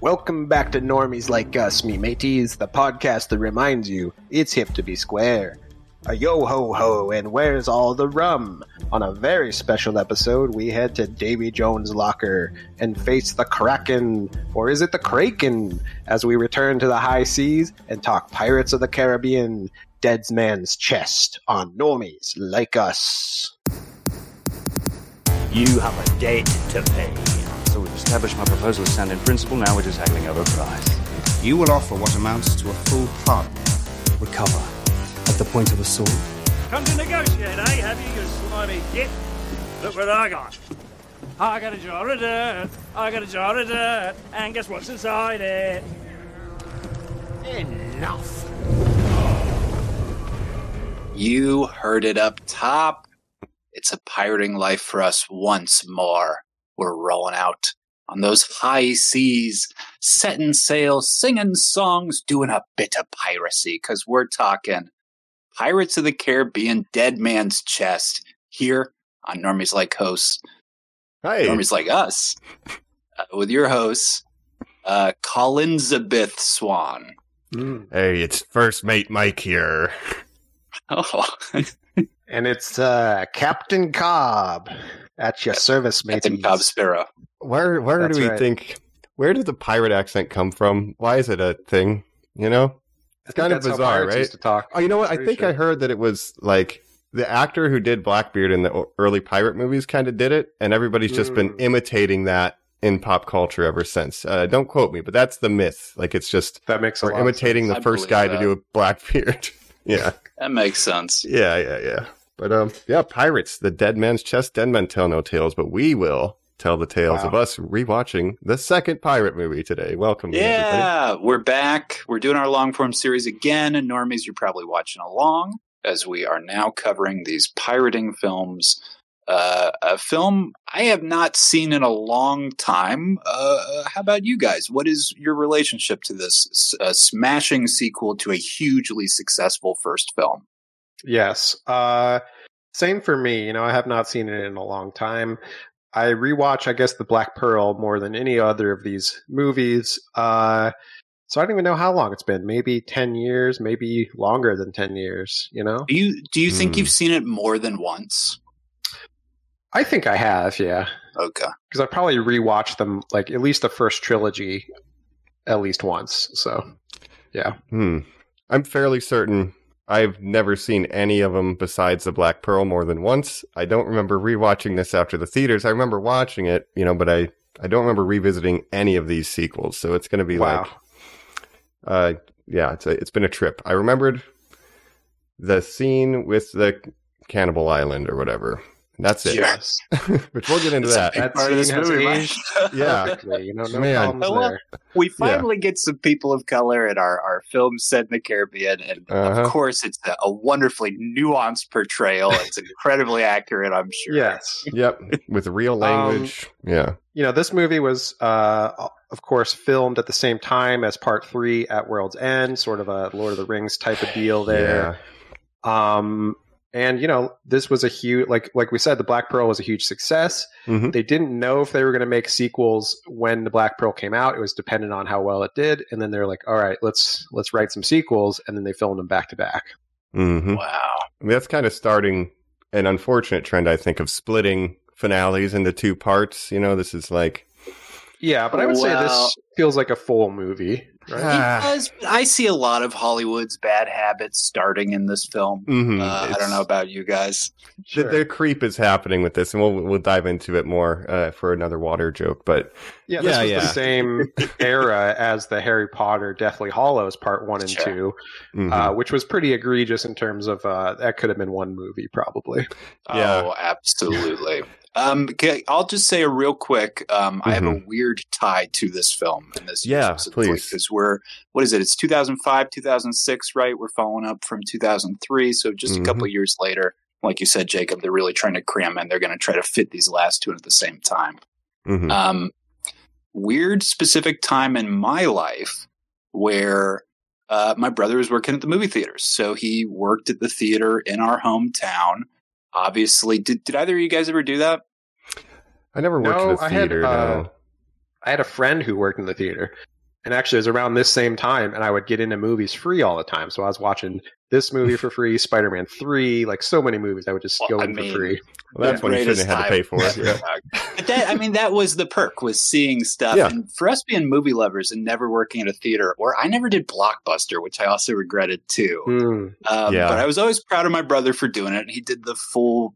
Welcome back to Normies Like Us, me mateys, the podcast that reminds you it's hip to be square. A yo ho ho, and where's all the rum? On a very special episode, we head to Davy Jones' locker and face the Kraken, or is it the Kraken, as we return to the high seas and talk Pirates of the Caribbean, Dead's Man's Chest, on Normies Like Us. You have a debt to pay. So we've established my proposal to stand in principle, now we're just haggling over price. You will offer what amounts to a full pardon. Recover at the point of a sword. Come to negotiate, eh? Have you, you slimy git? Look what I got. I got a jar of dirt. I got a jar of dirt. And guess what's inside it? Enough. You heard it up top. It's a pirating life for us once more. We're rolling out on those high seas, setting sail, singing songs, doing a bit of piracy, because we're talking Pirates of the Caribbean, Dead Man's Chest, here on Normies Like Hosts, Hey, Normies Like Us, uh, with your hosts, uh, Colin Zabith Swan. hey, it's first mate Mike here. Oh, And it's uh, Captain Cobb at your service, mateys. Captain Cobb Sparrow. Where where That's do we right. think? Where did the pirate accent come from? Why is it a thing? You know, it's kind of That's how bizarre, pirates right? used to talk. Oh, you know what? I Pretty think sure. I heard that it was like the actor who did Blackbeard in the o- early pirate movies kind of did it, and everybody's just been Mm. imitating that in pop culture ever since. Uh, don't quote me, but that's the myth. Like it's just That makes a we're lot of sense. imitating the I first believe guy that. to do a Blackbeard. yeah, That makes sense. yeah, yeah, yeah. But um, yeah, pirates. The dead man's chest. Dead men tell no tales, but we will tell the tales Wow. of us rewatching the second pirate movie today. Welcome, everybody. Yeah, we're back. We're doing our long form series again. And normies, you're probably watching along as we are now covering these pirating films. Uh, a film I have not seen in a long time. Uh, how about you guys? What is your relationship to this s- uh, smashing sequel to a hugely successful first film? Yes. Uh, same for me. You know, I have not seen it in a long time. I rewatch, I guess, The Black Pearl more than any other of these movies. Uh, so I don't even know how long it's been. Maybe 10 years, maybe longer than 10 years, you know? Do you do you think Hmm. you've seen it more than once? I think I have, yeah. Okay. Because I probably rewatched them, like, at least the first trilogy at least once. So, yeah. Hmm. I'm fairly certain I've never seen any of them besides The Black Pearl more than once. I don't remember rewatching this after the theaters. I remember watching it, you know, but I I don't remember revisiting any of these sequels. So it's going to be Wow. like, uh, yeah, it's a, it's been a trip. I remembered the scene with the cannibal island or whatever. That's it. Yes. Which we'll get into It's a that. big That part of this scene has movie, Mike. aged Yeah. Perfectly, you know, no Man. I problems love- there. we Yeah. finally get some people of color in our, our film set in the Caribbean. And Uh-huh. of course, it's a, a wonderfully nuanced portrayal. It's incredibly accurate, I'm sure. Yes. Yep. With real Um, language. yeah. you know, this movie was, uh, of course, filmed at the same time as Part Three at World's End, sort of a Lord of the Rings type of deal there. Yeah. Um, and you know, this was a huge, like, like we said, the Black Pearl was a huge success. Mhm. They didn't know if they were going to make sequels when the Black Pearl came out. It was dependent on how well it did. And then they're like, all right, let's let's write some sequels, and then they filmed them back to back. Mm-hmm. Wow. I mean, that's kind of starting an unfortunate trend, I think, of splitting finales into two parts. You know, this is like, Yeah, but I would say Wow. this feels like a full movie. Right? Ah. It does, but I see a lot of Hollywood's bad habits starting in this film. mhm, Uh, I it's- don't know about you guys. The, Sure. the creep is happening with this, and we'll we'll dive into it more uh, for another water joke. But Yeah, this Yeah, was yeah. the same era as the Harry Potter Deathly Hollows Part One and Sure. Two, mhm. uh, which was pretty egregious in terms of uh, that could have been one movie probably. Yeah. Oh, absolutely. um, okay, I'll just say a real quick. Um, I have a weird tie to this film and this. Yeah, please. Because we're what is it? It's 2005, 2006, right? We're following up from 2003, so just a couple years later. Like you said, Jacob, they're really trying to cram in. They're going to try to fit these last two in at the same time. mhm. um, weird specific time in my life where uh, my brother was working at the movie theaters. So he worked at the theater in our hometown. Obviously, did, did either of you guys ever do that? I never worked no, in a I had, theater. uh, no. I had a friend who worked in the theater, And actually, it was around this same time, and I would get into movies free all the time. So I was watching this movie for free, Spider Man 3, like so many movies I would just Well, go I in mean, for free. Well, that's The when you shouldn't greatest have had to time pay for it. ever. Yeah. But that, I mean, that was the perk was seeing stuff. Yeah. And for us being movie lovers and never working at a theater, or I never did Blockbuster, which I also regretted too. Mm. Um, Yeah. But I was always proud of my brother for doing it. He did the full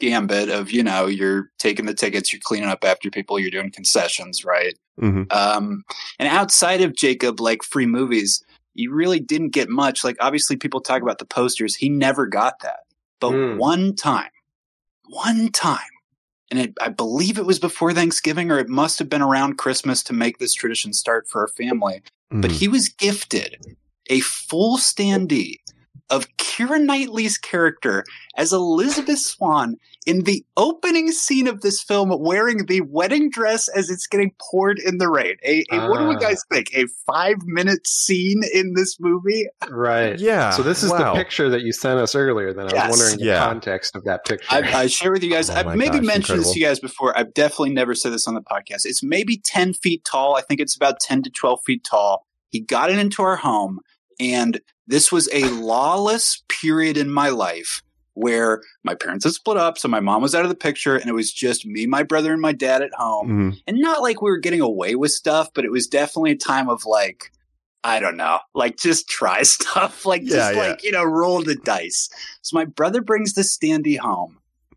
gambit of, you know, you're taking the tickets, you're cleaning up after people, you're doing concessions, right? hmm Um, and outside of Jacob, like free movies, you really didn't get much. Like, obviously, people talk about the posters. He never got that. But Hmm. one time, one time, and it, I believe it was before Thanksgiving or it must have been around Christmas to make this tradition start for our family but Hmm. mm-hmm. he was gifted a full standee of Kira Knightley's character as Elizabeth Swan in the opening scene of this film wearing the wedding dress as it's getting poured in the rain. A, a- What do we Ah. guys think? A five minute scene in this movie? Right. Yeah. So this is wow. the picture that you sent us earlier. Then I Yes. was wondering the Yeah. context of that picture. I, I share with you guys, Oh my I've maybe gosh, mentioned this incredible. to you guys before. I've definitely never said this on the podcast. It's maybe 10 feet tall. I think it's about 10 to 12 feet tall. He got it into our home, and this was a lawless period in my life where my parents had split up. So my mom was out of the picture, and it was just me, my brother, and my dad at home Mhm. and not like we were getting away with stuff, but it was definitely a time of like, I don't know, like just try stuff, like Yeah, just yeah. like, you know, roll the dice. So my brother brings the standee home,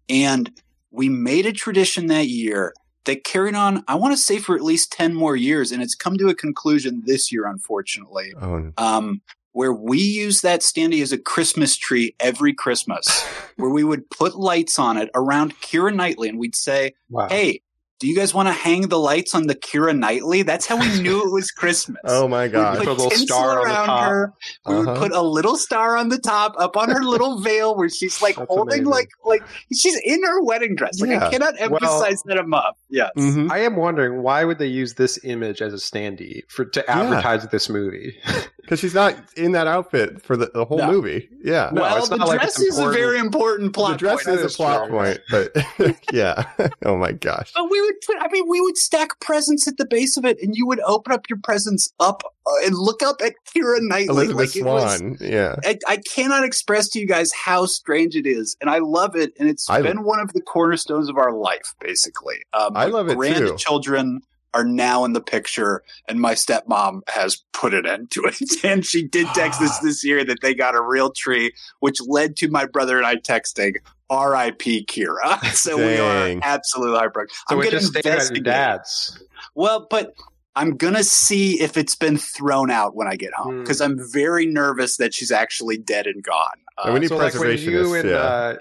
and we made a tradition that year that carried on, I want to say, for at least 10 more years. And it's come to a conclusion this year, unfortunately, Oh, no. um, where we use that standee as a Christmas tree every Christmas, where we would put lights on it around Kira Knightley and we'd say, wow. hey, do you guys want to hang the lights on the Kira Knightley? That's how we knew it was Christmas. oh my We God. Put a little star on the top. her. We would Uh-huh. put a little star on the top, up on her little veil, where she's like That's holding, amazing. like, like she's in her wedding dress. Like Yeah. I cannot Well- Mm-hmm. emphasize that enough. Yes, Mhm. I am wondering why would they use this image as a standee for to Yeah. advertise this movie? Because she's not in that outfit for the, the whole No. movie. Yeah. No, well, it's the not like dress it's is a very important plot. the dress point. is a is plot true. point, but yeah. oh my gosh. But we would put, I mean, we would stack presents at the base of it, and you would open up your presents up uh, and look up at Kira Knightley. Elizabeth like it was- Swan. yeah. I, I cannot express to you guys how strange it is, and I love it, and it's I- been one of the cornerstones of our life, basically. Um, I love it, too. Grandchildren are now in the picture, and my stepmom has put an end to it. And she did text us this year that they got a real tree, which led to my brother and I texting. R.I.P. Kira. So we Dang. are absolutely heartbroken. So I'm it going to just stayed at your investigate. dad's. Well, but I'm gonna see if it's been thrown out when I get home Hmm. because I'm very nervous that she's actually dead and gone. And we Uh, need So like when you preservationists. and yeah. uh,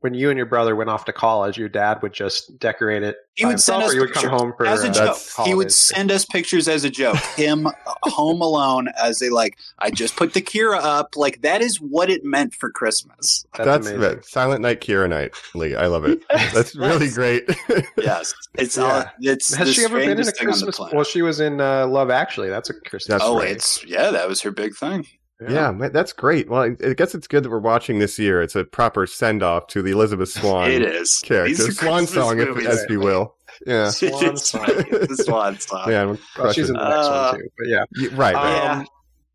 when you and your brother went off to college, your dad would just decorate it. He by would send himself, us or you would come pictures home for as a uh, joke, that's he would holidays. send us pictures as a joke. Him uh, home alone as a like. I just put the Kira up. Like that is what it meant for Christmas. That's, amazing. it. Silent Night, Kira Night, Lee. I love it. That's really great. Yes, it's all. Yeah. It's Has the she ever been in a strangest thing on the Christmas? planet. Well, she was in uh, Love Actually. That's a Christmas. That's oh, right. it's yeah. That was her big thing. Yeah, man, that's great. Well, I I guess it's good that we're watching this year. It's a proper send off to the Elizabeth Swan It is character, These are Swan Christmas song, if, movies. as you will. Yeah, Swan song. It's the swan song. yeah, I'm Well, she's in the crushing it. next Uh, one too. But yeah, Y- right, right.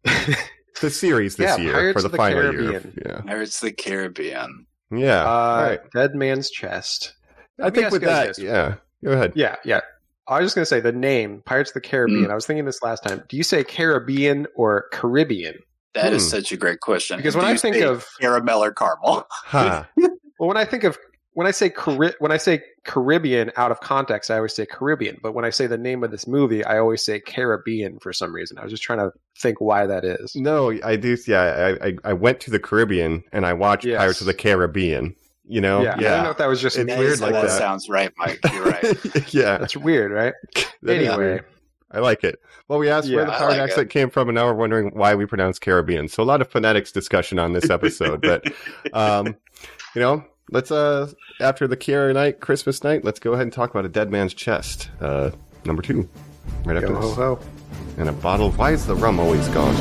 yeah. Um, the series this yeah, year Pirates for the, of the final Caribbean. year. Pirates of the Caribbean. Yeah, yeah. uh, All right. Dead Man's Chest. I let me think ask with you guys that, this. yeah. Go ahead. Yeah, yeah. I was just gonna say the name Pirates of the Caribbean. Mm. I was thinking this last time. Do you say Caribbean or Caribbean? That is Hmm. such a great question. Because when Do I you think say of caramel or caramel, Huh. well, when I think of when I say Cari- when I say Caribbean out of context, I always say Caribbean. But when I say the name of this movie, I always say Caribbean for some reason. I was just trying to think why that is. No, I do. Yeah, I, I I went to the Caribbean and I watched Yes. Pirates of the Caribbean. You know, yeah, I don't know if that was just It's me. That weird is- like that that. sounds right, Mike. You're right. yeah. That's weird, right? That is Anyway. weird. I like it. Well, we asked where Yeah, the I foreign like accent came from, and now we're wondering why we pronounce Caribbean. So a lot of phonetics discussion on this episode, but um, you know, let's uh, after the Kiara night, Christmas night, let's go ahead and talk about a dead man's chest, uh, number two, right after Yo ho this, ho. and a bottle. of- Why is the rum always gone?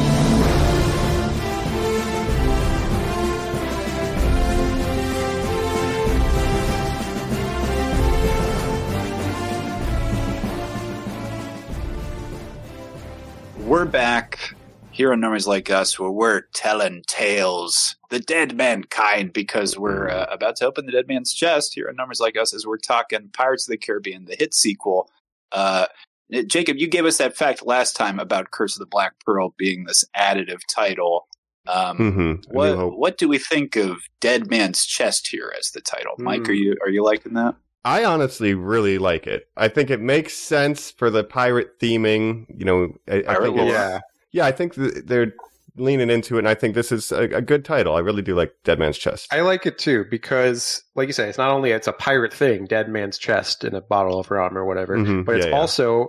we're back here on Normies Like Us, where we're telling tales, the dead man kind, because we're uh, about to open the dead man's chest here on Normies Like Us as we're talking Pirates of the Caribbean, the hit sequel. Uh, Jacob, you gave us that fact last time about Curse of the Black Pearl being this additive title. Um, Hmm. Mm-hmm. What what do we think of Dead Man's Chest here as the title? Mike, Hmm. are you are you liking that? I honestly really like it. I think it makes sense for the pirate theming. You know, I, I Pirate think lore. it's- yeah, I think th- they're leaning into it, and I think this is a, a good title. I really do like Dead Man's Chest. I like it too because, like you say, it's not only it's a pirate thing, dead man's chest in a bottle of rum or whatever, Mhm, but it's yeah, yeah. also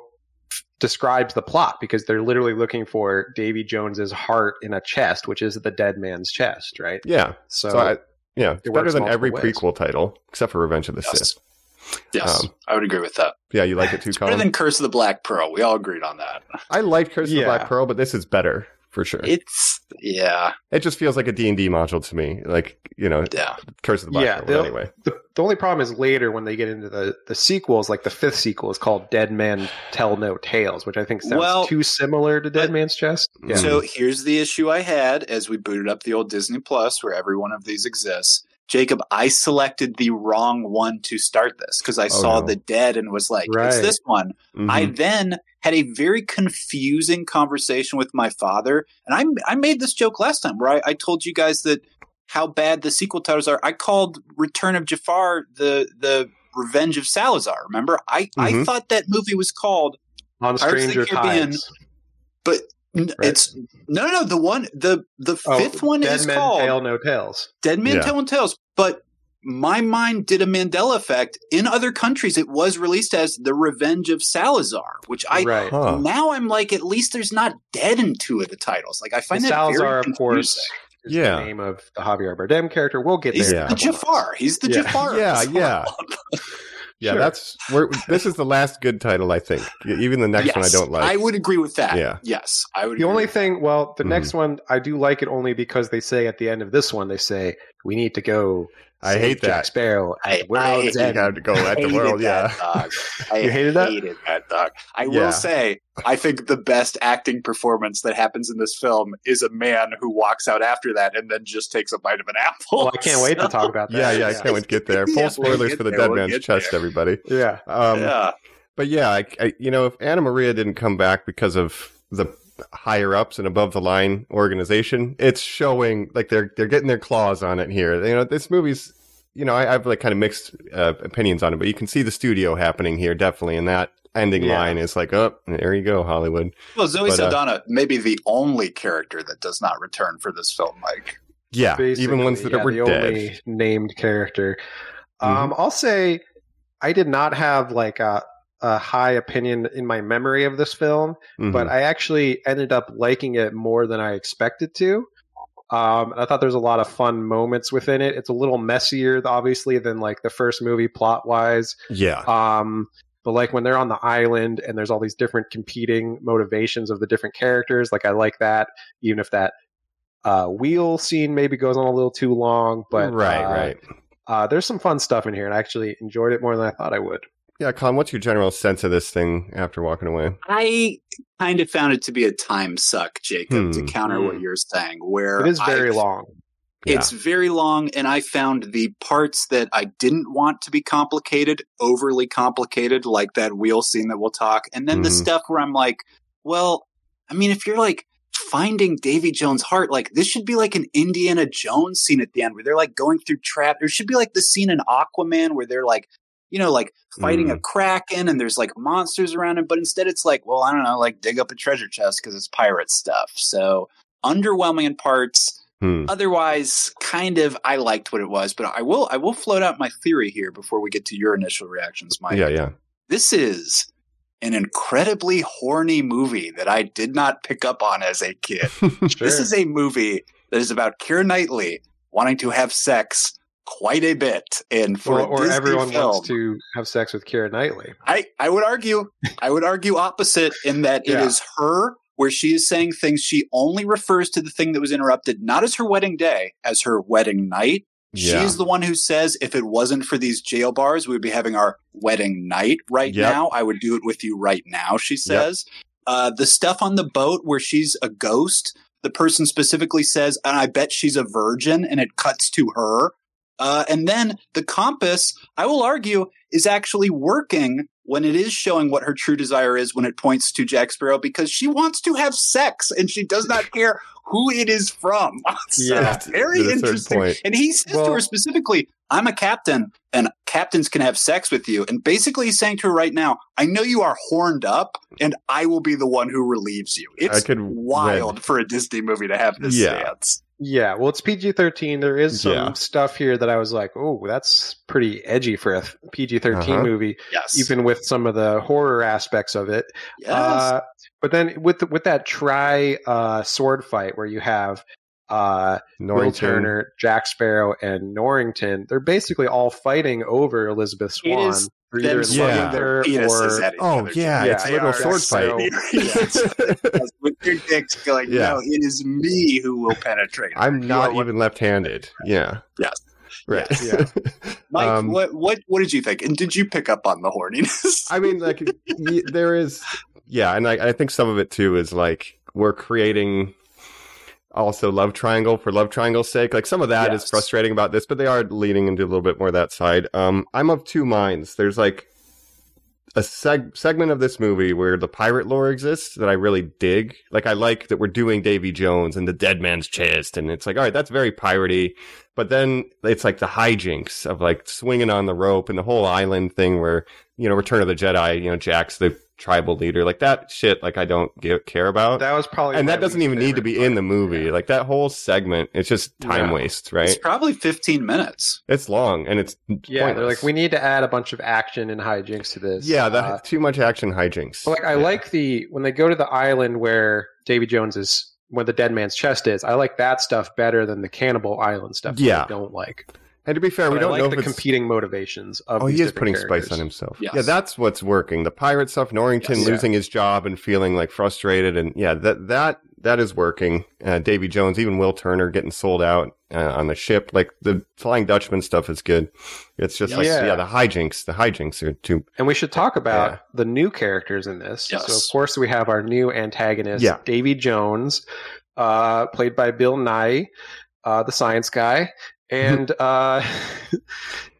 describes the plot because they're literally looking for Davy Jones's heart in a chest, which is the dead man's chest, right? yeah, So, so I, yeah, it's better works than every multiple ways. prequel title except for Revenge of the Yes. Sith. Yes, Um, I would agree with that. Yeah, you like it too, It's better Colin. than Curse of the Black Pearl. We all agreed on that. I like Curse Yeah. of the Black Pearl, but this is better for sure. It, It's yeah, just feels like a D and D module to me. Like you know, yeah. Curse of the Black Yeah, Pearl. they'll- but Anyway, the, the only problem is later when they get into the, the sequels, like the fifth sequel is called Dead Man Tell No Tales, which I think sounds Well, too similar to Dead but- Man's Chest. Mm-hmm. Yeah. So here's the issue I had as we booted up the old Disney Plus, where every one of these exists. Jacob, I selected the wrong one to start this because I saw Oh, no. the dead and was like, "It's Right. this one." I Mm-hmm. Mhm. then had a very confusing conversation with my father, and I I made this joke last time where I, I told you guys that how bad the sequel titles are. I called Return of Jafar the the Revenge of Salazar. Remember, I I Mm-hmm. Mhm. thought that movie was called. On Pirates of the Stranger Caribbean, Tides. n- Right. It's no, no, no. The one, the the Oh, fifth one Dead is Men called Tell No Tales. Dead Man Yeah. Telling Tales, but my mind did a Mandela effect. In other countries, it was released as The Revenge of Salazar, which I right. Mm-hmm. Huh. now I'm like, at least there's not dead in two of the titles. Like I find And that Salazar, very of course, confusing. is Yeah. the name of the Javier Bardem character. We'll get He's there. Yeah. the Jafar. He's the Yeah. Jafar. Yeah, yeah. Yeah, Sure. that's we're, this is the last good title I think. Even the next one I Yes, don't like. I would agree with that. Yeah. Yes, I would. The agree only with thing, well, Mm-hmm. the next one I do like it only because they say at the end of this one they say we need to go. I save hate Jack that. Sparrow at the I- I world's hate end. Oh, You have to go that. at the Hated world. that Yeah, dog. I You hated that? Hated that dog. I Yeah. will say, I think the best acting performance that happens in this film is a man who walks out after that and then just takes a bite of an apple. Well, I can't wait to talk about that. yeah, yeah. I can't wait to get there. Full Yeah, we'll spoilers get for the there, Dead we'll Man's get Chest, there. everybody. yeah. Um, yeah. But yeah, I, I, you know, if Anna Maria didn't come back because of the higher ups and above the line organization, it's showing like they're they're getting their claws on it here. You know, this movie's, you know, I, I have like kind of mixed uh, opinions on it, but you can see the studio happening here definitely, and that ending Yeah. line is like, oh, there you go, Hollywood. Well, Zoe But, uh, Saldana, may be the only character that does not return for this film, Mike. Yeah, Basically, even ones that yeah, were the dead. only named character. Um, I'll say I did not have like a, a high opinion in my memory of this film. Mhm. but I actually ended up liking it more than I expected to. Um, and I thought there's a lot of fun moments within it. It's a little messier, obviously, than like the first movie plot wise. yeah, Um, but like when they're on the island and there's all these different competing motivations of the different characters, like I like that, even if that uh, wheel scene maybe goes on a little too long. But right, uh, right. Uh, there's some fun stuff in here, and I actually enjoyed it more than I thought I would. Yeah, Colin, what's your general sense of this thing after walking away? I kind of found it to be a time suck, Jacob, to Hmm. counter what you're saying. Where It is very I- long. It's very long, and I found the parts that I didn't want to be complicated overly complicated, like that wheel scene that we'll talk, and then the Mhm. stuff where I'm like, well, I mean, if you're like finding Davy Jones' heart, like this should be like an Indiana Jones scene at the end where they're like going through trap. There should be like the scene in Aquaman where they're like, you know, like fighting a kraken and there's like monsters around him. But instead, it's like, well, I don't know, like dig up a treasure chest because it's pirate stuff. So underwhelming in parts Hmm. otherwise kind of i liked what it was but i will i will float out my theory here before we get to your initial reactions mike Yeah, yeah. this is an incredibly horny movie that i did not pick up on as a kid this is a movie that is about Keira knightley wanting to have sex quite a bit and Or, for a or Disney everyone film, wants to have sex with Kira Knightley. I, I would argue I would argue opposite in that Yeah. it is her where she is saying things she only refers to the thing that was interrupted not as her wedding day as her wedding night. Yeah. She's the one who says if it wasn't for these jail bars we would be having our wedding night right Yep. now. I would do it with you right now she Yep. says. Uh, the stuff on the boat where she's a ghost, the person specifically says, and I bet she's a virgin, and it cuts to her. Uh, and then the compass, I will argue, is actually working when it is showing what her true desire is when it points to Jack Sparrow because she wants to have sex and she does not care who it is from. so, Yeah, very to the third interesting. point. And he says to Well- her specifically, I'm a captain and captains can have sex with you. And basically, he's saying to her right now, I know you are horned up and I will be the one who relieves you. It's could read- wild for a Disney movie to have this Yeah. stance. Yeah, well, it's PG thirteen. There is some Yeah. stuff here that I was like, "Oh, that's pretty edgy for a PG 13 Uh-huh. movie," Yes. even with some of the horror aspects of it. yes. Uh, but then with the, with that tri uh, sword fight where you have uh, Will Norrington. Turner, Jack Sparrow, and Norrington, they're basically all fighting over Elizabeth It Swan. is for them either slugging loving their her penises or at each Oh other. yeah, Yeah, it's a they little are sword so- fight. Yes. Yes, with your dicks going, Yeah. no, it is me who will penetrate. her. I'm You not are one- even left-handed. Yeah. Yes. Right. Yeah. Mike, Um, what, what, what did you think? And did you pick up on the horniness? I mean, like y- there is, yeah, and I, I think some of it too is like we're creating also love triangle for love triangle's sake. Like some of that is Yes. frustrating about this, but they are leaning into a little bit more that side. Um, I'm of two minds. There's like a seg- segment of this movie where the pirate lore exists that I really dig. Like I like that we're doing Davy Jones and the Dead Man's Chest, and it's like, all right, that's very piratey. But then it's like the hijinks of like swinging on the rope and the whole island thing where you know Return of the Jedi, you know Jack's the tribal leader, like that shit. Like I don't give, care about, that was probably and my that doesn't least even need to favorite be in the part. movie. Like that whole segment, it's just time Yeah. waste, right? It's It's, probably 15 minutes. long and it's Yeah, they're pointless. like, we need to add a bunch of action and hijinks to this. yeah, that, Uh, too much action hijinks. Like I Yeah. like the when they go to the island where Davy Jones is where the dead man's chest is. I like that stuff better than the cannibal island stuff. that Yeah. I don't like. And to be fair, But we don't I know like if the it's competing motivations of. Oh, these he is putting different spice on characters. himself. Yes. Yeah, that's what's working. The pirate stuff, Norrington Yes. losing his job and feeling like frustrated, and yeah, that that that is working. Uh, Davy Jones, even Will Turner getting sold out uh, on the ship. Like the Flying Dutchman stuff is good. It's just like Yeah. yeah, the hijinks. The hijinks are too. And we should talk about Yeah. the new characters in this. Yes. So of course we have our new antagonist, Yeah. Davy Jones, uh, played by Bill Nye, uh, the science guy, and uh,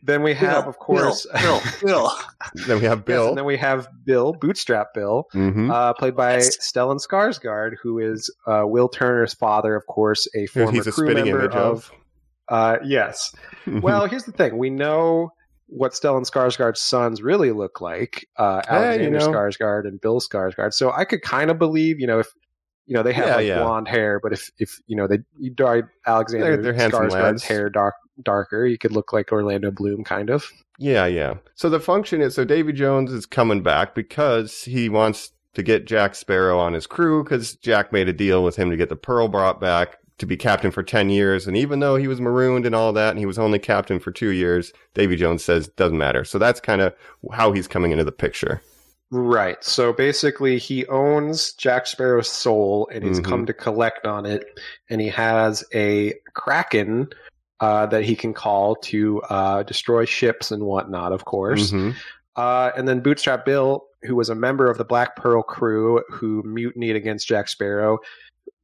then we have, Bill, of course, Bill, Bill, Then we have Yes, Bill. and then we have Bill, Bootstrap Bill, Mhm. uh, played by Yes. Stellan Skarsgård, who is uh, Will Turner's father, of course, a Who former he's a crew spitting member image of. of. Uh, yes. Mhm. Well, here's the thing: we know what Stellan Skarsgård's sons really look like, uh, Yeah, you Alexander know. Skarsgård and Bill Skarsgård. So I could kind of believe, you know, if you know they have Yeah, like yeah. blonde hair, but if if you know they you dye Alexander They're- they're handsome Skarsgård's lads. hair dark darker, you could look like Orlando Bloom, kind of. Yeah, yeah. So the function is so Davy Jones is coming back because he wants to get Jack Sparrow on his crew because Jack made a deal with him to get the Pearl brought back to be captain for 10 years. And even though he was marooned and all that, and he was only captain for two years, Davy Jones says doesn't matter. So that's kind of how he's coming into the picture. Right. So basically, he owns Jack Sparrow's soul and he's Mhm. come to collect on it. And he has a kraken uh, that he can call to uh, destroy ships and whatnot, of course. Mhm. Uh, and then Bootstrap Bill, who was a member of the Black Pearl crew who mutinied against Jack Sparrow,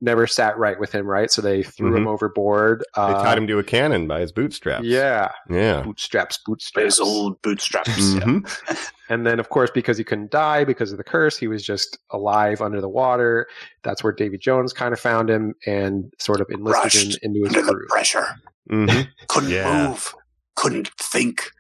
never sat right with him, right? So they threw him overboard. Mm-hmm. They Uh, tied him to a cannon by his bootstraps. Yeah. Yeah. Bootstraps, bootstraps. There's old bootstraps. Mm-hmm. Mhm. And then, of course, because he couldn't die because of the curse, he was just alive under the water. That's where Davy Jones kind of found him and sort of enlisted Crushed him into Under his the crew. pressure. Mhm. Couldn't Yeah. move. Couldn't think.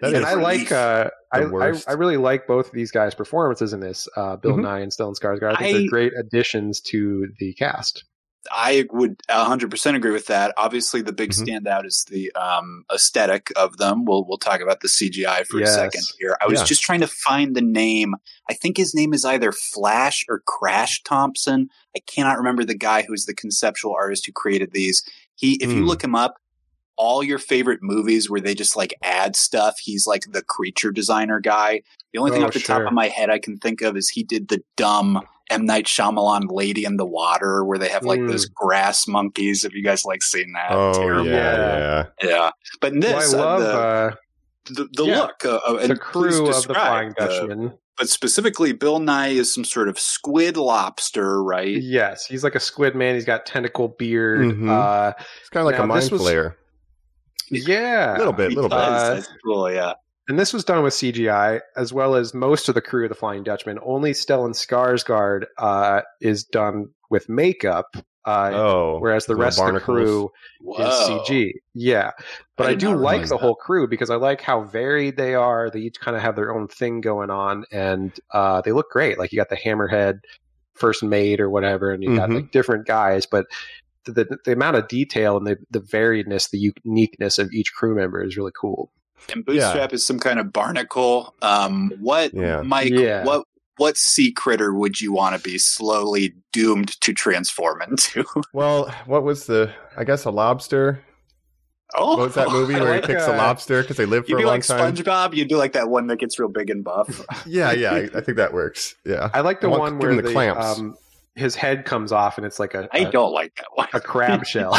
That And is- I like, uh, I, the I, worst. I really like both of these guys' performances in this, uh, Bill Mhm. Nye and Stellan Skarsgård. I think I- they're great additions to the cast. I would 100% agree with that. Obviously, the big Mhm. Mm-hmm. standout is the um, aesthetic of them. We'll we'll talk about the CGI for Yes. a second here. I was Yeah. just trying to find the name. I think his name is either Flash or Crash Thompson. I cannot remember the guy who's the conceptual artist who created these. He, if you Hmm. look him up, all your favorite movies where they just like add stuff. He's like the creature designer guy. The only thing Oh, off the sure. top of my head I can think of is he did the dumb M Night Shyamalan Lady in the Water, where they have like Mm. those grass monkeys. Have you guys like seen that? oh, yeah, Terrible. Yeah. yeah. yeah. But in this, well, I uh, love the- uh, the, the Yeah. look uh, uh, and the please crew of the describe uh, Flying the- Dutchman. but specifically, Bill Nye is some sort of squid lobster, right? Yes, he's like a squid man. He's got tentacle beard. Mhm. Uh, It's kind of like Now, a mind this was- flayer. yeah, A little bit, a He little bit. does. Uh, That's cool. Yeah, And this was done with CGI, as well as most of the crew of the Flying Dutchman. Only Stellan Skarsgård uh, is done with makeup, uh, Oh, whereas the little rest of the barnacles. crew is Whoa. CG. Yeah, but I I, did do not like realize the that. whole crew because I like how varied they are. They each kind of have their own thing going on, and uh, they look great. Like you got the hammerhead first mate or whatever, and you got Mhm. like different guys, but. The, the, the amount of detail and the, the variedness, the uniqueness of each crew member is really cool. And Bootstrap is some kind of barnacle. Um, what, Yeah. Mike? Yeah. What what sea critter would you want to be slowly doomed to transform into? Well, what was the? I guess a lobster. oh, What was that movie I where like, he picks uh, a lobster because they live You'd for a be long like time? SpongeBob. You'd be like that one that gets real big and buff. Yeah, yeah. I, I think that works. Yeah. I like the I want- one give where him the the clamps. um, his head comes off and it's like a I a- don't like that one. a crab shell.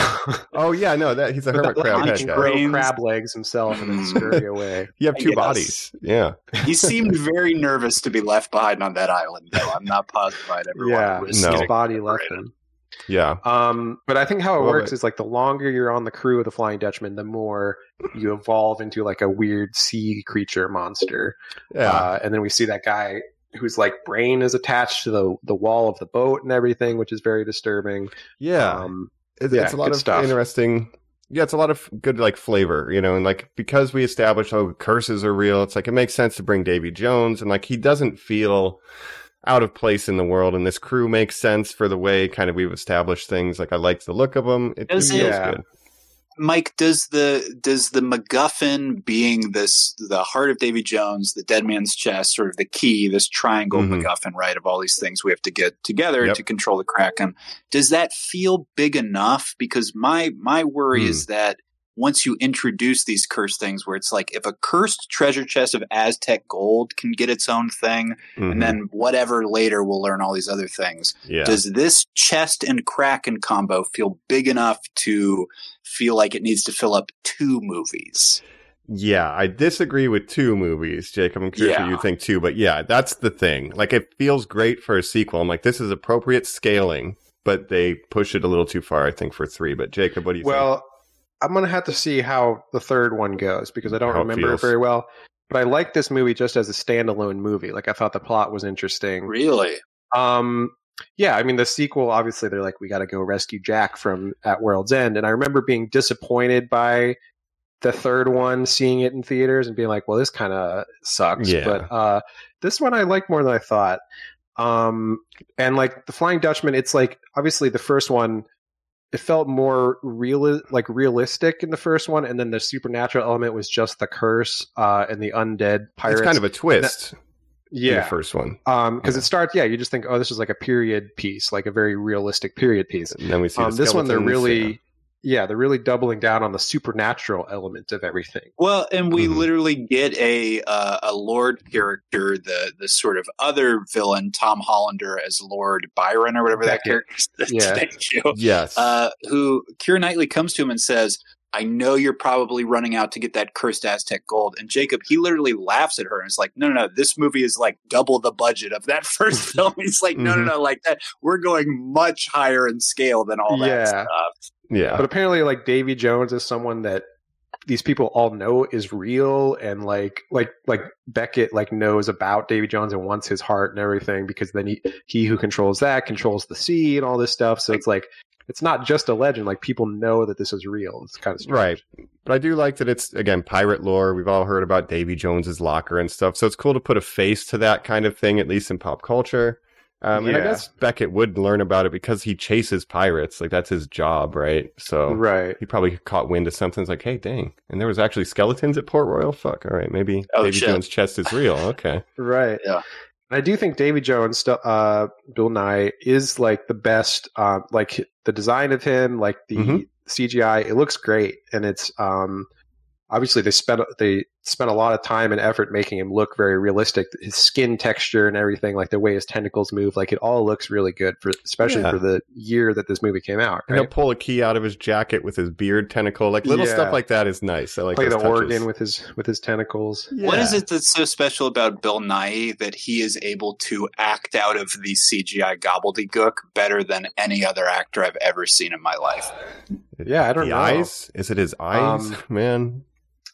Oh yeah, no, that he's a But hermit that crab one Lonnie head can guy. Grove. grow Brains. crab legs himself and then Mm. scurry away. You have I two guess. bodies. Yeah. He seemed very nervous to be left behind on that island, though. I'm not positive I'd ever yeah, want to risk No. his getting body left separated. him. Yeah. Um, but I think how it Love works it. is like the longer you're on the crew of the Flying Dutchman, the more you evolve into like a weird sea creature monster. Yeah. Uh, and then we see that guy whose like brain is attached to the the wall of the boat and everything, which is very disturbing. yeah. Um, it's, yeah, it's a lot good of stuff. interesting yeah it's a lot of good like flavor you know and like because we established oh curses are real it's like it makes sense to bring davy jones and like he doesn't feel out of place in the world and this crew makes sense for the way kind of we've established things like i like the look of them it, it Does feels it- Yeah. good Mike, does the does the MacGuffin being this the heart of Davy Jones, the dead man's chest, sort of the key, this triangle Mhm. MacGuffin, right, of all these things we have to get together Yep. to control the Kraken, does that feel big enough? Because my my worry Hmm. is that once you introduce these cursed things where it's like if a cursed treasure chest of Aztec gold can get its own thing, Mhm. and then whatever later we'll learn all these other things. yeah Does this chest and kraken combo feel big enough to feel like it needs to fill up two movies? Yeah, I disagree with two movies, Jacob. I'm curious Yeah. what you think too, but yeah, that's the thing. Like, it feels great for a sequel. I'm like, this is appropriate scaling, but they push it a little too far, I think, for three. But Jacob, what do you well, I'm gonna have to see how the third one goes because I don't How it remember it feels. very well. But I like this movie just as a standalone movie. Like I thought the plot was interesting. Really? Um, yeah, I mean the sequel. Obviously, they're like, we got to go rescue Jack from at World's End, and I remember being disappointed by the third one, seeing it in theaters, and being like, well, this kind of sucks. Yeah. But uh, this one I like more than I thought. Um, and like the Flying Dutchman, it's like obviously the first one it felt more real like realistic in the first one and then the supernatural element was just the curse uh and the undead think? pirates It's kind of a twist in the yeah first one. um because yeah. it starts yeah you just think oh this is like a period piece like a very realistic period piece And then we see um the this one they're skeletons, really yeah they're really doubling down on the supernatural element of everything Well, and we Mm-hmm. Mhm. literally get a uh, a Lord character, the the sort of other villain, Tom Hollander as Lord Byron or whatever that Beckett. character's. Yeah. Thank you. yeah. Yes. uh, who Kira Knightley comes to him and says, I know you're probably running out to get that cursed Aztec gold. And Jacob, he literally laughs at her and is like, No, no, no, this movie is like double the budget of that first film. He's like, No, no, no, like that. We're going much higher in scale than all that Yeah. stuff. yeah. but apparently like davy jones is someone that these people all know is real and like like like beckett like knows about davy jones and wants his heart and everything because then he he who controls that controls the sea and all this stuff so it's like it's not just a legend like people know that this is real it's kind of strange. Right. But I do like that it's again pirate lore. We've all heard about Davy Jones's locker and stuff, so it's cool to put a face to that kind of thing, at least in pop culture. Um, And I Yeah. guess Beckett would learn about it because he chases pirates, like that's his job, right? So right he probably caught wind of something. It's like, hey, dang! And there was actually skeletons at Port Royal. Fuck. All right, maybe Oh, Davy shit. Jones' chest is real. Okay. right Yeah. and i do think davy jones stu- uh bill nye is like the best uh like the design of him like the Mhm. cgi it looks great and it's um obviously they spent they spent a lot of time and effort making him look very realistic. His skin texture and everything, like the way his tentacles move, like it all looks really good for especially Yeah. for the year that this movie came out. And he'll Right? pull a key out of his jacket with his beard tentacle. Like little Yeah. stuff like that is nice. I like Play the those touches. organ with his with his tentacles. What is it that's so special about Bill Nye that he is able to act out of the CGI gobbledygook better than any other actor I've ever seen in my life? Yeah, I don't the know. eyes? Is it his eyes, Um, man?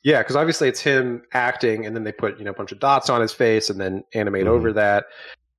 Yeah, because obviously it's him acting, and then they put you know a bunch of dots on his face, and then animate Mhm. Mm-hmm. over that.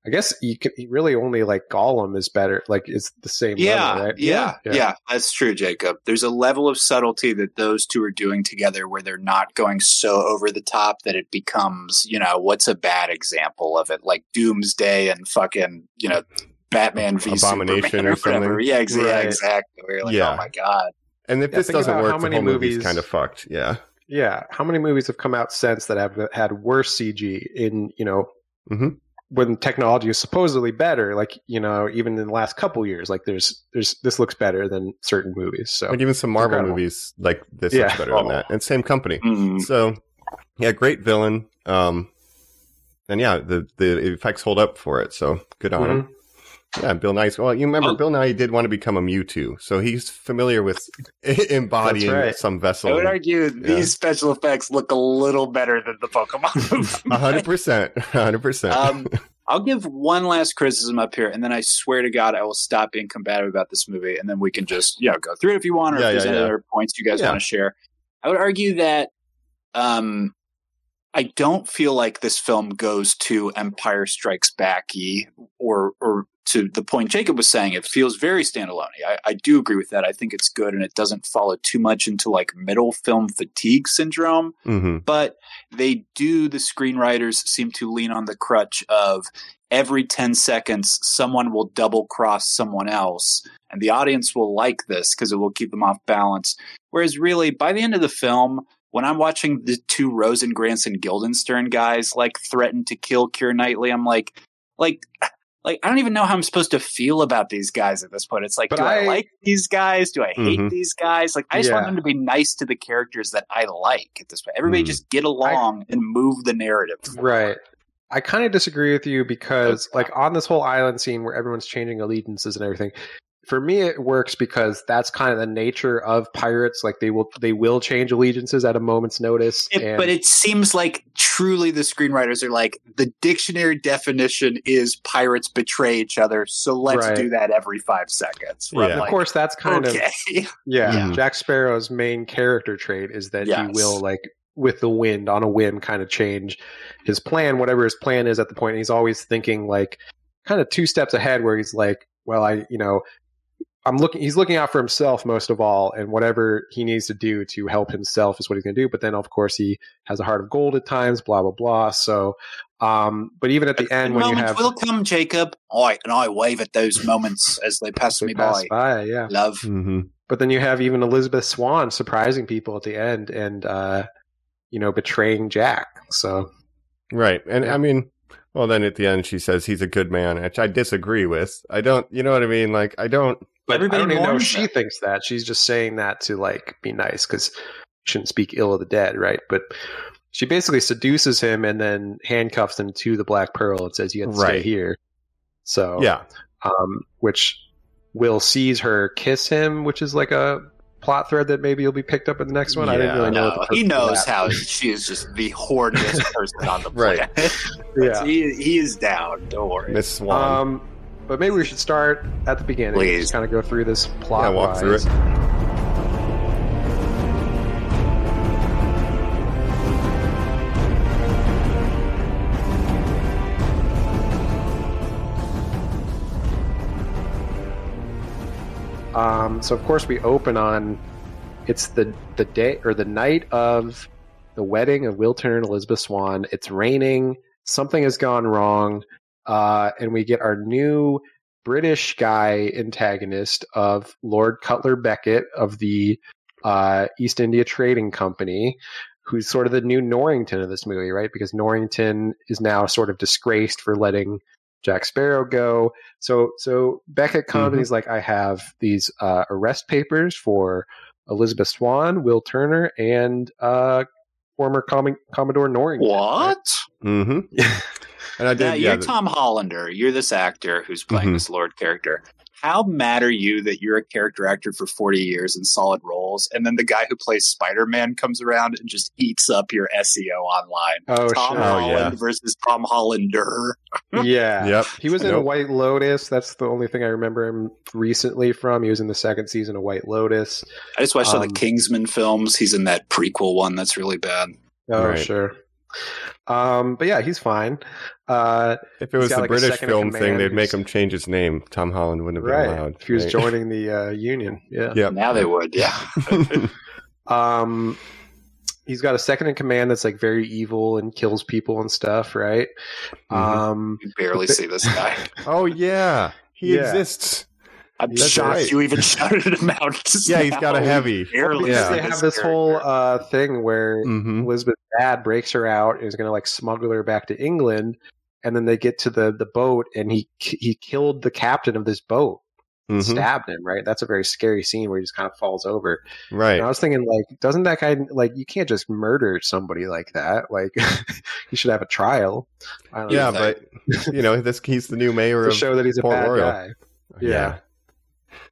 I guess you can you really only like Gollum is better. Like it's the same level, right? yeah, yeah, That's true, Jacob. There's a level of subtlety that those two are doing together where they're not going so over the top that it becomes, you know, what's a bad example of it? Like Doomsday and fucking, you know, Batman v Abomination Superman or whatever. something. Yeah, ex- yeah, Right. exactly. We're like, Yeah. oh my god. And if Yeah, this think doesn't about work, how the many whole movie's movies- kind of fucked. Yeah. Yeah. How many movies have come out since that have had worse CG in, you know, Mm-hmm. Mhm. when technology is supposedly better? Like, you know, even in the last couple years, like there's, there's, this looks better than certain movies. So, Like even some Marvel Oh, Incredible. movies, like this Yeah. Mm-hmm. looks better than that. And same company. Mm. So, yeah, great villain. Um, and yeah, the the effects hold up for it. So good on him. Mm-hmm. Yeah, Bill Nye's. Well, you remember Oh. Bill Nye did want to become a Mewtwo, so he's familiar with embodying That's right. some I vessel. would argue these special effects look a little better than the Pokemon movie. A hundred percent, A hundred percent. um, I'll give one last criticism up here, and then I swear to God, I will stop being combative about this movie, and then we can just you know go through it if you want, or Yeah, if there's yeah, any yeah. other points you guys Yeah. want to share. I would argue that um, I don't feel like this film goes to Empire Strikes Back or or to the point Jacob was saying. It feels very standalone. I, I do agree with that. I think it's good, and it doesn't follow too much into like middle film fatigue syndrome Mm-hmm. hmm but they do the screenwriters seem to lean on the crutch of every 10 seconds someone will double cross someone else and the audience will like this because it will keep them off balance whereas really by the end of the film when i'm watching the two rosengrantz and guildenstern guys like threaten to kill Keira knightley i'm like like like i don't even know how i'm supposed to feel about these guys at this point it's like But do I, I- Mm-hmm. like these guys do i hate Mhm. these guys like i just want Yeah. Mm. them to be nice to the characters that i like at this point everybody Hmm. just get along and move the narrative forward. Right. I kind of disagree with you because, like, on this whole island scene where everyone's changing allegiances and everything, for me it works because that's kind of the nature of pirates. Like, they will they will change allegiances at a moment's notice. It- and but it seems like truly the screenwriters are like the dictionary definition is pirates betray each other so let's Right. do that every five seconds Where I'm Yeah. of like, course, that's kind of okay Yeah, Yeah. Jack Sparrow's main character trait is that Yes. he will like with the wind on a whim kind of change his plan, whatever his plan is at the point. And he's always thinking like kind of two steps ahead, where he's like, "Well, I, you know, I'm looking. He's looking out for himself most of all, and whatever he needs to do to help himself is what he's going to do." But then, of course, he has a heart of gold at times, blah blah blah. So, um, but even at the end, when you moments have will come jacob I, and i wave at those moments as they pass they me pass by, by yeah. love hmm but then you have even Elizabeth Swan surprising people at the end and uh you know betraying Jack. So Right. And Yeah. I mean, well, then at the end she says he's a good man, which I disagree with. I don't. You know what I mean? Like I don't. but Everybody I don't even know if mourns she that. thinks that. She's just saying that to like be nice cuz shouldn't speak ill of the dead, right? But she basically seduces him and then handcuffs him to the Black Pearl and says you have to stay Right. here. So Yeah. um which Will sees her kiss him, which is like a plot thread that maybe you'll be picked up in the next one. I didn't Yeah. really know. no, what the purpose he of knows that how was. she is just the horniest person on the Right. planet. Yeah. he, he is down. Don't worry. Miss Swan. Um, but maybe we should start at the beginning. Please. Just kind of go through this plot. Yeah, walk through wise. it. Um, so of course we open on it's the the day or the night of the wedding of Will Turner and Elizabeth Swan. It's raining. Something has gone wrong, uh, and we get our new British guy antagonist of Lord Cutler Beckett of the uh, East India Trading Company, who's sort of the new Norrington of this movie, right? Because Norrington is now sort of disgraced for letting Jack Sparrow go. So so Beckett comes and he's like, I have these uh, arrest papers for Elizabeth Swan, Will Turner, and uh, former Com- Commodore Norrington. What? Mm-hmm. And I Yeah, did. you're Yeah, Tom Hollander. You're this actor who's playing Mhm. this Lord character. How mad are you that you're a character actor for 40 years in solid roles, and then the guy who plays Spider Man comes around and just eats up your SEO online? Oh, Tom sure. Oh, yeah. Holland versus Tom Hollander. yeah. yep. He was in Nope. White Lotus. That's the only thing I remember him recently from. He was in the second season of White Lotus. I just watched all the Um, Kingsman films. He's in that prequel one that's really bad. Oh, Right. sure. Um, but yeah, he's fine. Uh, If it was got, the like, a British second in film thing, command they'd make who's- him change his name. Tom Holland wouldn't have been right. allowed. He was right? joining the uh, union. Yeah. Yep. Now they would, yeah. Um, he's got a second in command that's like very evil and kills people and stuff, right? Mhm. Um, You barely see this guy. oh yeah, he Yeah. exists. I'm That's shocked right. you even shouted him out. just Yeah, he's now. got a heavy. Barely Yeah. see they have this whole character. uh, thing where Mm-hmm. Elizabeth's dad breaks her out and is going to like smuggle her back to England, and then they get to the the boat and he he killed the captain of this boat, Mm-hmm. stabbed him. Right, that's a very scary scene where he just kind of falls over. And I Right. was thinking, like, doesn't that guy like you can't just murder somebody like that? Like, you should have a trial. I don't Yeah, know, but you know, this he's the new mayor to of show that he's a Port bad Royal. guy. yeah.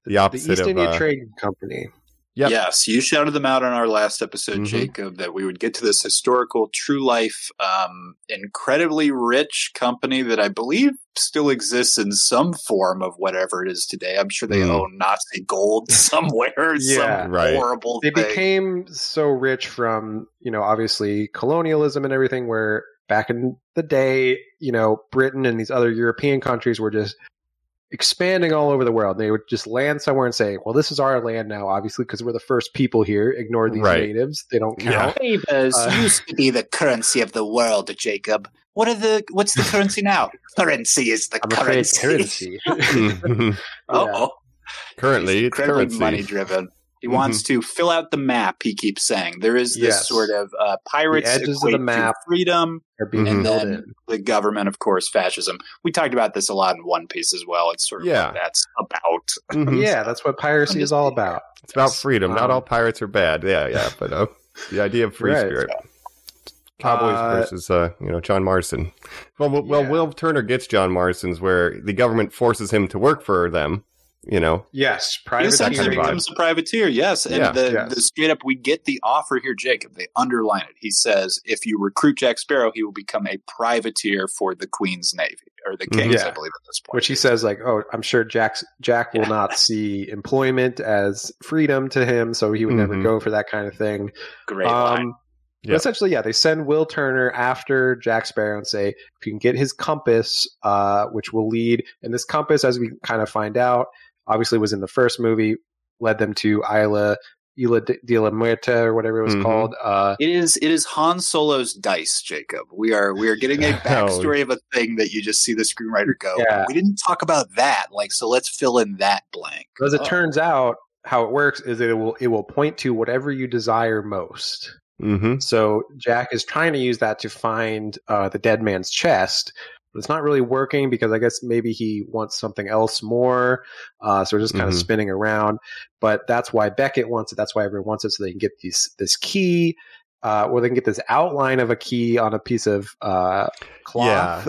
The opposite the East of India uh, Trading Company. Yep. Yes, you shouted them out on our last Mm-hmm. episode, Mhm. Jacob, that we would get to this historical, true life, um, incredibly rich company that I believe still exists in some form of whatever it is today. I'm sure they Mm. own Nazi gold somewhere, Yeah. some Right. horrible They thing. became so rich from you know obviously colonialism and everything. Where back in the day, you know Britain and these other European countries were just expanding all over the world. They would just land somewhere and say, "Well, this is our land now, obviously, because we're the first people here. Ignore these Right. natives; they don't Yeah. count." Papers Uh, used to be the currency of the world, Jacob. What are the what's the currency now? Currency is the I'm afraid currency. Mhm. Yeah. Oh, currently it's currency. money driven. He wants to fill out the map. He keeps saying there is this Mm-hmm. Yes. sort of uh, pirates The edges of equate the map. to freedom. They're being Mhm. And built then- in. The government, of course, fascism. We talked about this a lot in One Piece as well. It's sort of Yeah. what that's about. Mhm. Yeah, that's what piracy is all about. It's about freedom. Not Um, all pirates are bad. Yeah, yeah, but uh, the idea of free Right. spirit. Cowboys Uh, versus uh, you know John Marston. Well, well, well, Yeah. Will Turner gets John Marston's where the government forces him to work for them. You know, Yes, He private. essentially Privateering. becomes a privateer, yes. And Yeah. the, Yes. the straight up, we get the offer here, Jacob. They underline it. He says, if you recruit Jack Sparrow, he will become a privateer for the Queen's Navy or the Mhm. King's, Yeah. I believe, at this point. which he says like oh i'm sure jack's jack will not see employment as freedom to him so he would never Mhm. go for that kind of thing great line. um but Yeah. essentially yeah they send will turner after jack sparrow and say if you can get his compass uh which will lead and this compass as we kind of find out obviously was in the first movie led them to isla isla de, de la muerta or whatever it was Mhm. called uh It is it is Han Solo's dice, Jacob. We are we are getting a Oh. backstory of a thing that you just see the screenwriter go. Yeah. We didn't talk about that, like so. Let's fill in that blank. as it Oh. turns out how it works is that it will it will point to whatever you desire most mm-hmm. So Jack is trying to use that to find uh, the dead man's chest. But it's not really working because I guess maybe he wants something else more. Uh, so we're just kind Mm-hmm. Mhm. of spinning around. But that's why Beckett wants it. That's why everyone wants it. So they can get these this key, uh, or they can get this outline of a key on a piece of uh, cloth.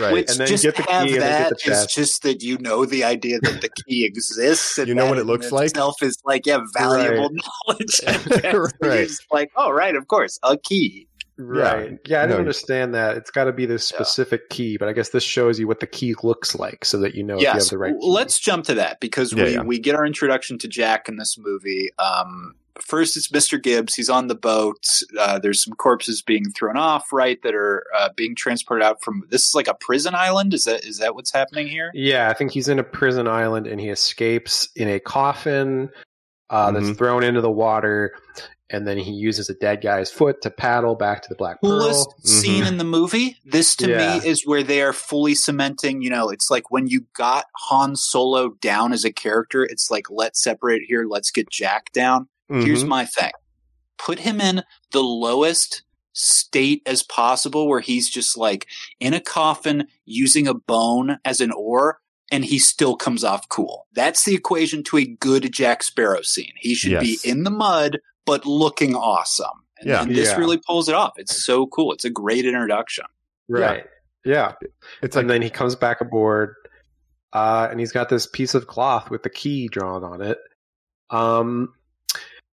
right. Which and then just get the key have and then get that. the chest. It's just that you know the idea that the key exists. And You know that what it in looks like? Itself is like yeah, valuable knowledge. You're Right. just like oh right, of course, a key. right. Yeah, I No, didn't you- understand that. It's got to be this Yeah. specific key. But I guess this shows you what the key looks like, so that you know if you have the right. W- Key. Let's jump to that because Yeah, we, yeah. we get our introduction to Jack in this movie. Um, first, it's Mr. Gibbs. He's on the boat. Uh, there's some corpses being thrown off, right? That are uh, being transported out from. This is like a prison island. Is that is that what's happening here? Yeah, I think he's in a prison island and he escapes in a coffin uh, Mhm. that's thrown into the water, and then he uses a dead guy's foot to paddle back to the Black Pearl. coolest scene Mhm. in the movie. This to Yeah. me is where they are fully cementing, you know, it's like when you got Han Solo down as a character, it's like, let's separate here, let's get Jack down. Here's Mhm. my thing put him in the lowest state as possible where he's just like in a coffin using a bone as an oar. and he still comes off cool. That's the equation to a good Jack Sparrow scene. He should Yes. be in the mud, but looking awesome. And, Yeah. and this Yeah. really pulls it off. It's so cool. It's a great introduction. Right. Yeah. It's like and then he comes back aboard, uh, and he's got this piece of cloth with the key drawn on it. Um,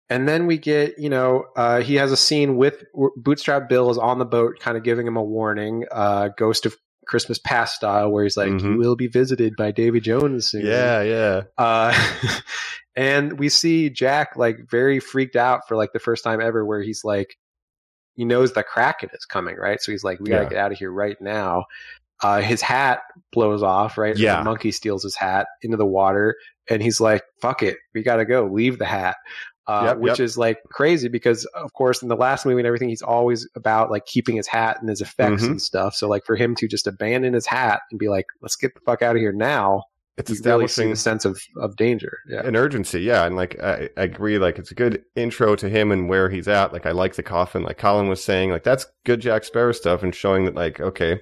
and then we get, you know, uh, he has a scene with Bootstrap Bill is on the boat, kind of giving him a warning, uh, Ghost of Christmas Past style, where he's like, Mhm. "You will be visited by Davy Jones soon." yeah, yeah. Uh, and we see Jack like very freaked out for like the first time ever, where he's like, he knows the Kraken is coming, right? So he's like, we gotta Yeah. get out of here right now. Uh, his hat blows off, right? Yeah. The monkey steals his hat into the water, and he's like, fuck it, we gotta go, leave the hat. Uh, Yep, which yep. is like crazy because, of course, in the last movie and everything, he's always about like keeping his hat and his effects Mhm. and stuff. So, like, for him to just abandon his hat and be like, let's get the fuck out of here now, It's you really see establishing the sense of, of danger. Yeah. an urgency yeah and like I, I agree like it's a good intro to him and where he's at like i like the coffin like colin was saying like that's good jack sparrow stuff and showing that like okay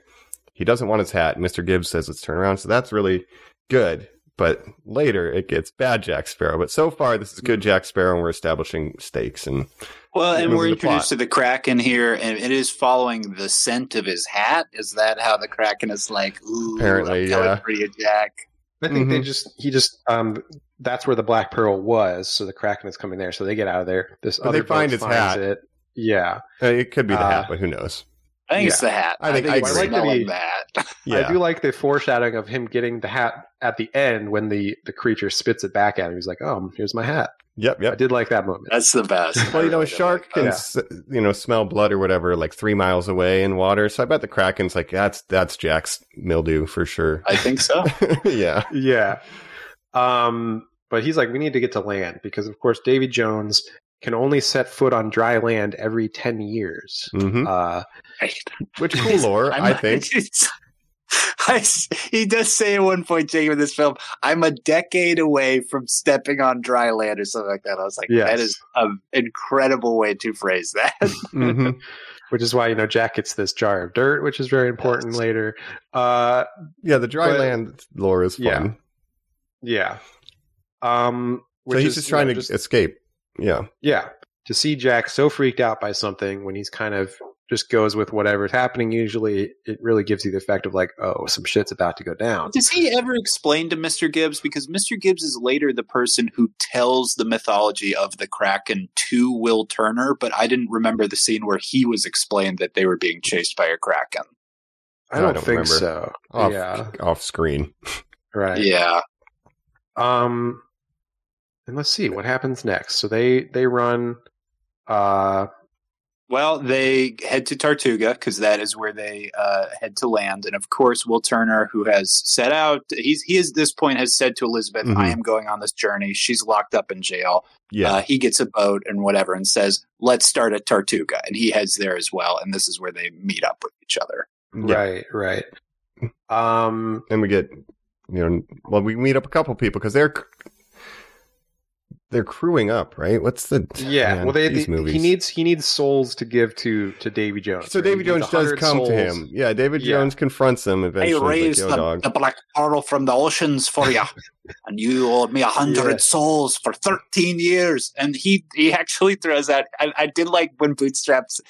he doesn't want his hat mr gibbs says it's turn around so that's really good but later it gets bad jack sparrow but so far this is good Mm. jack sparrow and we're establishing stakes and Well, and Moving we're the introduced plot. to the Kraken here, and it is following the scent of his hat. Is that how the Kraken is like? Ooh, Apparently, I'm coming yeah. for you, Jack. I think they Mhm. just he just um that's where the Black Pearl was, so the Kraken is coming there, so they get out of there. This But other they find boat his finds hat. it. Yeah. uh, it could be the Uh, hat but who knows I think it's the hat. I think- I it's agree. smelling I like that. yeah I do like the foreshadowing of him getting the hat at the end when the the creature spits it back at him. He's like, "Oh, here's my hat." yep I yep did like that moment. That's the best. well, you know, I a really shark like can, that. s you know, smell blood or whatever, like three miles away in water. So I bet the kraken's like, that's that's Jack's mildew for sure. I think so. yeah. yeah. Um, but he's like, we need to get to land because, of course, Davy Jones can only set foot on dry land every ten years. hmm Uh, Right. Which cool lore, I'm I not- think. I s- he does say at one point, Jacob, in this film, I'm a decade away from stepping on dry land or something like that. I was like, Yes. that is an incredible way to phrase that. Mm-hmm. hmm which is why you know Jack gets this jar of dirt, which is very important Yes. later. Uh, Yeah, the dry But- land lore is fun. Yeah. yeah. Um, So which he's is, just you know, trying to escape. Yeah. yeah to see Jack so freaked out by something when he's kind of just goes with whatever's happening. Usually, it really gives you the effect of like, oh, some shit's about to go down. Does he ever explain to Mr. Gibbs? Because Mr. Gibbs is later the person who tells the mythology of the Kraken to Will Turner, but I didn't remember the scene where he was explained that they were being chased by a Kraken. I don't, I don't think remember. Oh, so. Off Yeah, off screen. right. Yeah. Um, and let's see what happens next. So they they run. Uh, Well, they head to Tartuga because that is where they uh, head to land, and of course, Will Turner, who has set out, he's he is at this point has said to Elizabeth, Mhm. "I am going on this journey." She's locked up in jail. Yeah. Uh, he gets a boat and whatever, and says, "Let's start at Tartuga," and he heads there as well. And this is where they meet up with each other. Yeah. Right, right. Um, And we get you know well, we meet up a couple people because they're cr- they're crewing up, right? What's the yeah. man, well, they, these they- movies. he needs he needs souls to give to to Davy Jones. so right? He Davy needs Jones does 100 come to souls. him. Yeah, David Yeah. Jones confronts him I eventually. He's raised Like, Yo, the, dog. the black pearl from the oceans for you, and you owed me a hundred Yeah. souls for thirteen years. And he he actually throws out. I, I did like when Bootstraps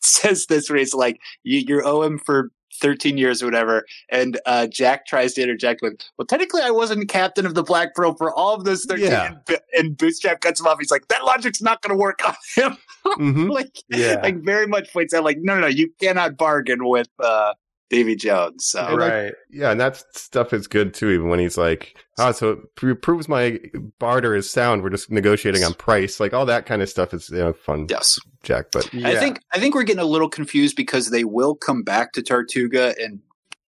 says this, where he's like, you, "You're owe him for." 13 years or whatever. And uh, Jack tries to interject with, Well, technically, I wasn't captain of the Black Pearl for all of those 13. Yeah. And, Bo- and Bootstrap cuts him off. He's like, That logic's not going to work on him. Mhm. like, Yeah. like, very much points out, like, No, no, no, you cannot bargain with uh, Davy Jones. So, And, like, right. Yeah, and that stuff is good too. Even when he's like, "Ah, so it pr- proves my barter is sound. We're just negotiating on price, like all that kind of stuff is you know, fun, Yes. Jack." But Yeah. I think I think we're getting a little confused because they will come back to Tartuga and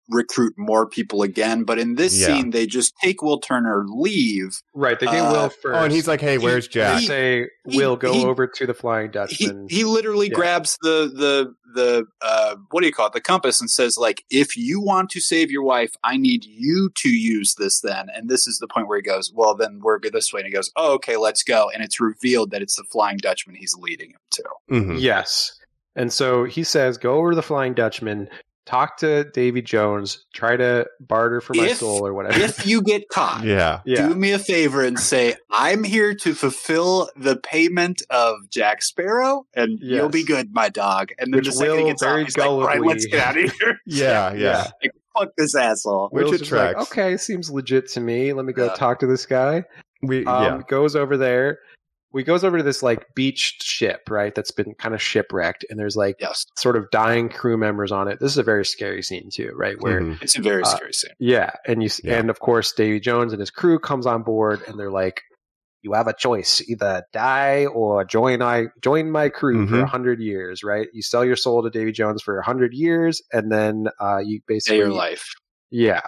recruit more people again, but in this Yeah. scene they just take Will Turner leave. right. They do uh, Will first. oh, and he's like, He- "Hey, where's they Jack?" he- say he- Will go he- over to the Flying He Dutchman. he literally Yeah. grabs the the the uh what do you call it? The compass and says like if you want to save your wife, I need you to use this then. And this is the point where he goes, "Well, then we're good this way." And he goes, "Oh, okay, let's go." And it's revealed that it's the Flying Dutchman he's leading him to. Mhm. Yes. And so he says, go over to the Flying Dutchman, talk to Davy Jones, try to barter for my If- soul or whatever. If you get caught, Yeah. yeah. do me a favor and say, I'm here to fulfill the payment of Jack Sparrow, and you'll Yes. be good, my dog. And then Which the second Will he gets out, very he's like, all right, gullibly- let's get out of here. Yeah. Yeah. Yeah. Like, fuck this asshole. Which Will's just like, attracts. okay, seems legit to me. Let me go Yeah. talk to this guy. We, Um, yeah. Goes over there. We goes over to this like beached ship, right? That's been kind of shipwrecked, and there's like Yes, sort of dying crew members on it. This is a very scary scene too, right? Where Mhm. it's a very Uh, scary scene. Yeah, and you Yeah. and of course Davy Jones and his crew comes on board, and they're like, "You have a choice: either die or join I join my crew for Mhm. a hundred years. Right? You sell your soul to Davy Jones for a hundred years, and then uh, you Say basically your life. Yeah,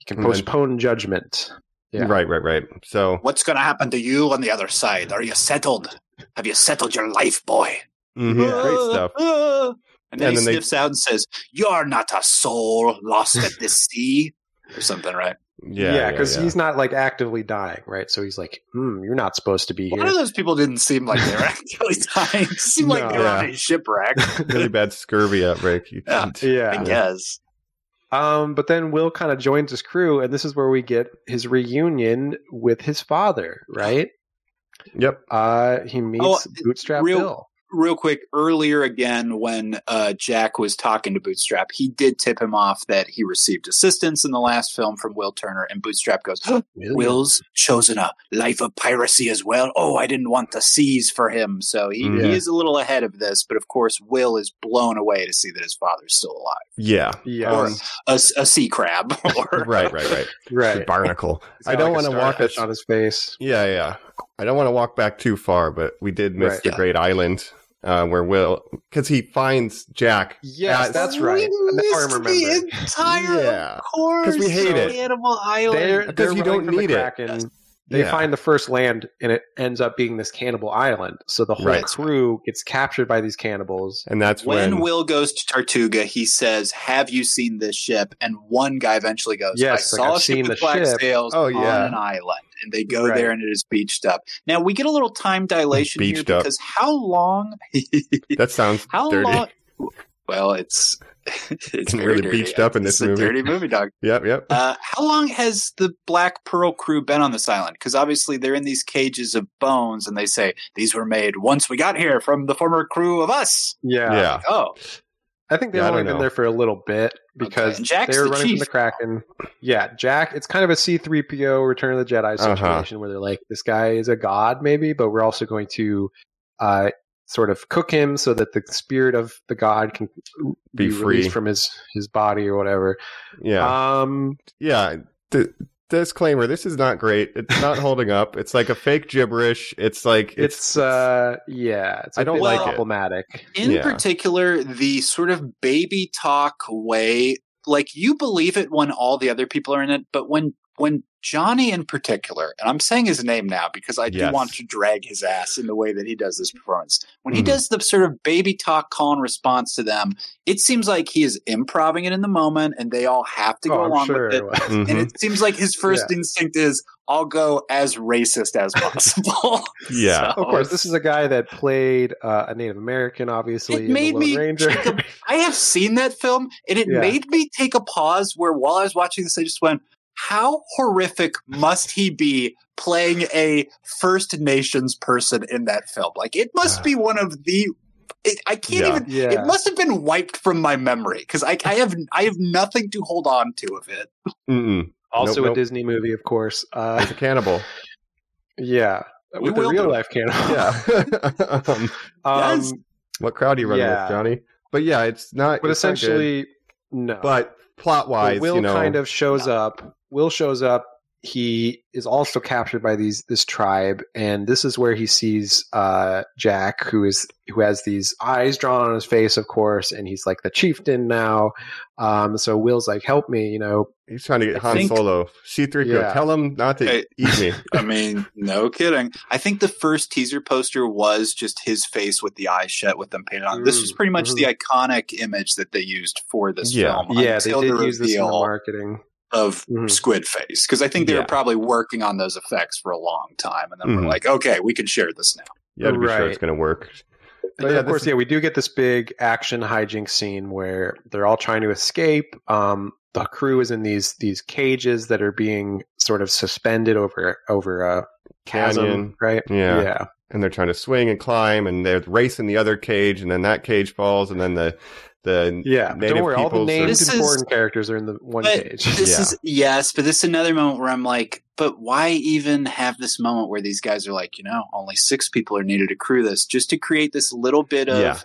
you can And then- postpone judgment. Yeah. Right. Right. Right. So, What's going to happen to you on the other side? Are you settled? Have you settled your life, boy? mhm, Yeah. great stuff. Ah. And then And he then they- sniffs out and says, You're not a soul lost at the sea. Or something, right? Yeah. because yeah. he's not like actively dying, right? So he's like, hmm, "You're not supposed to be One of here." those people didn't seem like they were actually dying. It seemed like No. they were on Yeah. a shipwreck. really bad scurvy outbreak. You Yeah. cheat. Yeah. I guess. Um, but then Will kind of joins his crew, and this is where we get his reunion with his father, right? Yep. Uh, he meets Oh, Bootstrap real- Bill. Real quick, earlier again, when uh, Jack was talking to Bootstrap, he did tip him off that he received assistance in the last film from Will Turner, and Bootstrap goes, Will's chosen a life of piracy as well. Oh, I didn't want the seas for him. So he, Yeah. he is a little ahead of this, but of course, Will is blown away to see that his father's still alive. Yeah. Yeah, Or a, a sea crab. Or, Right. Right. Right. The right. barnacle. He's I got, don't like, a want to walk star us. on his face. Yeah, yeah. I don't want to walk back too far, but we did miss Right. the Yeah. Great Island uh, where Will, because he finds Jack. Yes, Uh, that's We right. Now I missed remember. The entire Yeah. course. 'Cause we hate of it. Animal Island. They're, Because they're you running don't from the need it. Kraken. They Yeah. find the first land, and it ends up being this cannibal island. So the whole Right. crew gets captured by these cannibals. And that's when, when, Will goes to Tartuga, he says, "Have you seen this ship?" And one guy eventually goes, Yes, "I like, saw I've a ship seen with the black ship." sails Oh, yeah. on an island." And they go Right. there, and it is beached up. Now we get a little time dilation Beached here up. because how long? that sounds how dirty. long? Well, it's it's It's very really dirty. beached up in It's this movie. A dirty movie, dog. Yep, yep. Uh, how long has the Black Pearl crew been on this island? Because obviously they're in these cages of bones, and they say these were made once we got here from the former crew of us. Yeah, yeah. Oh, I think they've Yeah, I only don't been know. there for a little bit because Okay. Jack's they were the running chief. from the Kraken. Yeah, Jack. It's kind of a C three PO Return of the Jedi Uh-huh. situation where they're like, this guy is a god, maybe, but we're also going to uh, sort of cook him so that the spirit of the god can Be released free. from his his body or whatever. Yeah. Um, yeah. Th- disclaimer this is not great. It's not holding up. It's like a fake gibberish. It's like, it's, it's, uh, yeah, it's a I don't bit like it. problematic. in Yeah. particular, the sort of baby talk way, like you believe it when all the other people are in it, but when when Johnny in particular, and I'm saying his name now because I do Yes. want to drag his ass in the way that he does this performance. When he Mm-hmm. Mhm. does the sort of baby talk call and response to them, it seems like he is improving it in the moment and they all have to go Oh, I'm along sure Mm-hmm. with it. it was. mhm. And it seems like his first instinct is, I'll go as racist as possible. Yeah. So- Of course, this is a guy that played uh, a Native American, obviously. It in The made Lone me Ranger. take a- I have seen that film, and it Yeah. made me take a pause where while I was watching this, I just went, how horrific must he be playing a First Nations person in that film? Like, it must be one of the. It, I can't Yeah. even. Ah. yeah, It must have been wiped from my memory because I, I have I have nothing to hold on to of it. Mm-mm. also Nope, a nope. Disney movie, of course. Uh, It's a cannibal. yeah, We with the will real do it. life cannibal. Yeah. um, Um, Yes. what crowd are you running Yeah. with, Johnny? But yeah, it's not. but it's not good. essentially, no. but plot But wise, Will you know, kind of shows up. Will shows up. He is also captured by these this tribe, and this is where he sees uh, Jack, who is who has these eyes drawn on his face, of course, and he's like the chieftain now. Um, so Will's like, "Help me," you know. He's trying to get I Han think- Solo. C3PO, Yeah. tell him not to Hey. eat me. I mean, no kidding. I think the first teaser poster was just his face with the eyes shut with them painted on. This was pretty much Mhm. the iconic image that they used for this Yeah. film. Yeah, they until did the use this in the reveal marketing. of Mhm. Squid Face because I think they Mm-hmm. Yeah. were probably working on those effects for a long time, and then Mhm. we're like, okay, we can share this now. You got to be sure Right. it's going to work. But And yeah, of course, this- yeah, we do get this big action hijink scene where they're all trying to escape. Um, the crew is in these these cages that are being sort of suspended over over a chasm, Canyon. right? Yeah. yeah, and they're trying to swing and climb and they're racing the other cage and then that cage falls and then the the yeah. But Native Don't worry, all the peoples are- named This is- important characters are in the one But page. This Yeah. is yes, but this is another moment where I'm like, but why even have this moment where these guys are like, you know, only six people are needed to crew this, just to create this little bit of Yeah.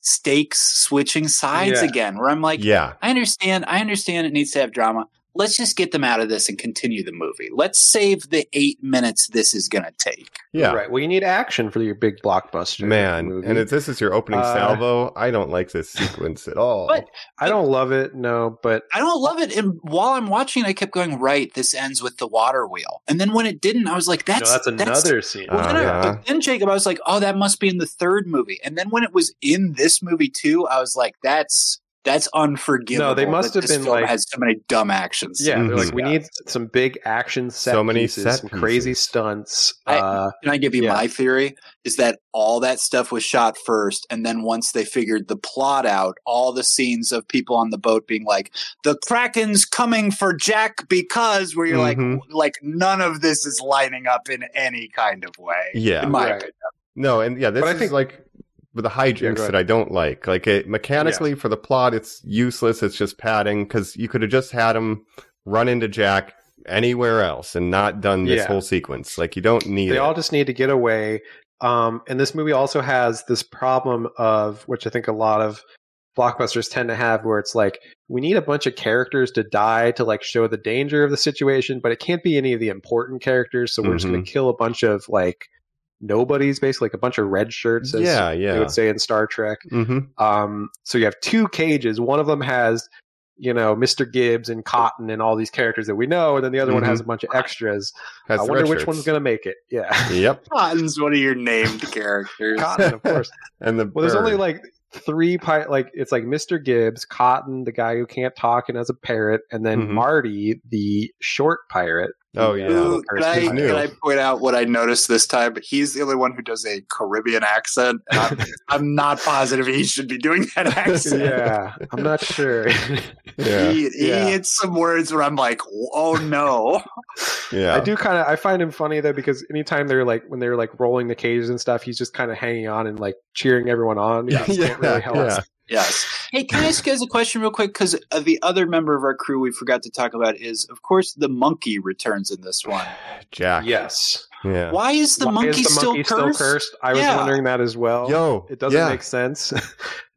stakes switching sides Yeah. again, where I'm like, yeah I understand, I understand it needs to have drama. Let's just get them out of this and continue the movie. Let's save the eight minutes this is gonna take. yeah Right. Well, you need action for your big blockbuster man movie. and if this is your opening Uh, salvo i don't like this sequence at all But- I don't love it, no, but I don't love it. And while I'm watching, I kept going, right, this ends with the water wheel. And then when it didn't, I was like, that's no, that's another scene. Well, then, I- Uh-huh. then Jacob, I was like, "Oh, that must be in the third movie." And then when it was in this movie too, I was like, "That's that's unforgivable." No, they must that have this been, film like- has so many dumb actions. yeah, they're like Mhm. we need some big action set So many pieces, set some crazy pieces. stunts. I- uh, Can I give you Yeah. my theory? Is that all that stuff was shot first, and then once they figured the plot out, all the scenes of people on the boat being like, "The Kraken's coming for Jack," because where you're Mhm. like, like none of this is lining up in any kind of way. Yeah. in my Right. opinion. no and yeah this But I is think- like with the Yeah, hijinks go ahead. that i don't like like it mechanically for the plot it's useless it's just padding because you could have just had him run into jack anywhere else and not done this Yeah. whole sequence like you don't need they it. all just need to get away. Um, and this movie also has this problem of which I think a lot of blockbusters tend to have, where it's like we need a bunch of characters to die to like show the danger of the situation, but it can't be any of the important characters. So we're just Mm-hmm. going to kill a bunch of like nobodies, basically like a bunch of red shirts. As yeah They yeah would say in Star Trek. hmm Um, so you have two cages. One of them has, you know, Mr. Gibbs and Cotton and all these characters that we know, and then the other one Mhm. has a bunch of extras. Has I the wonder red which shirts. one's going to make it. Yeah, yep Cotton's one of your named characters. Cotton, of course. and the Well, there's only bird. like three pi- like it's like Mr. Gibbs, Cotton, the guy who can't talk and has a parrot, and then Mhm. Marty, the short pirate. Oh, The, yeah. uh, Who, person can, I, who's new. can I point out what I noticed this time? He's the only one who does a Caribbean accent. and I'm, I'm not positive he should be doing that accent. yeah, I'm not sure. yeah He, he Yeah. hits some words where I'm like, oh no. yeah I do kind of I find him funny though because anytime they're like when they're like rolling the cages and stuff, he's just kind of hanging on and like cheering everyone on. He yeah, just can't really help. yeah. Yes. Hey, can I ask you guys a question real quick? Because uh, the other member of our crew we forgot to talk about is, of course, the monkey returns in this one. Jack. Yes, Yeah. Why is the Why monkey, is the still, monkey cursed? still cursed? I was Yeah. wondering that as well. Yo, It doesn't yeah. make sense.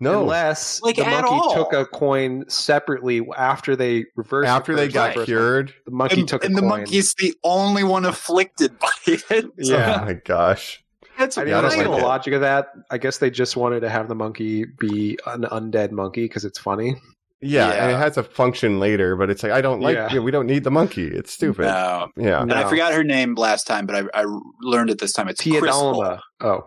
no. Unless Like, the at monkey all. took a coin separately after they reversed. the After they curse got the first cured. time. the monkey And, took a and the coin. monkey's the only one afflicted by it. Yeah. Oh my gosh. That's I mean, Yeah, I I don't don't see the like it. logic of that. I guess they just wanted to have the monkey be an undead monkey because it's funny. Yeah, Yeah. and it has a function later, but it's like I don't like. Yeah. Yeah. we don't need the monkey. It's stupid. No. Yeah. And No. I forgot her name last time, but I, I learned it this time. It's Tia Crystal. Dalma. Oh,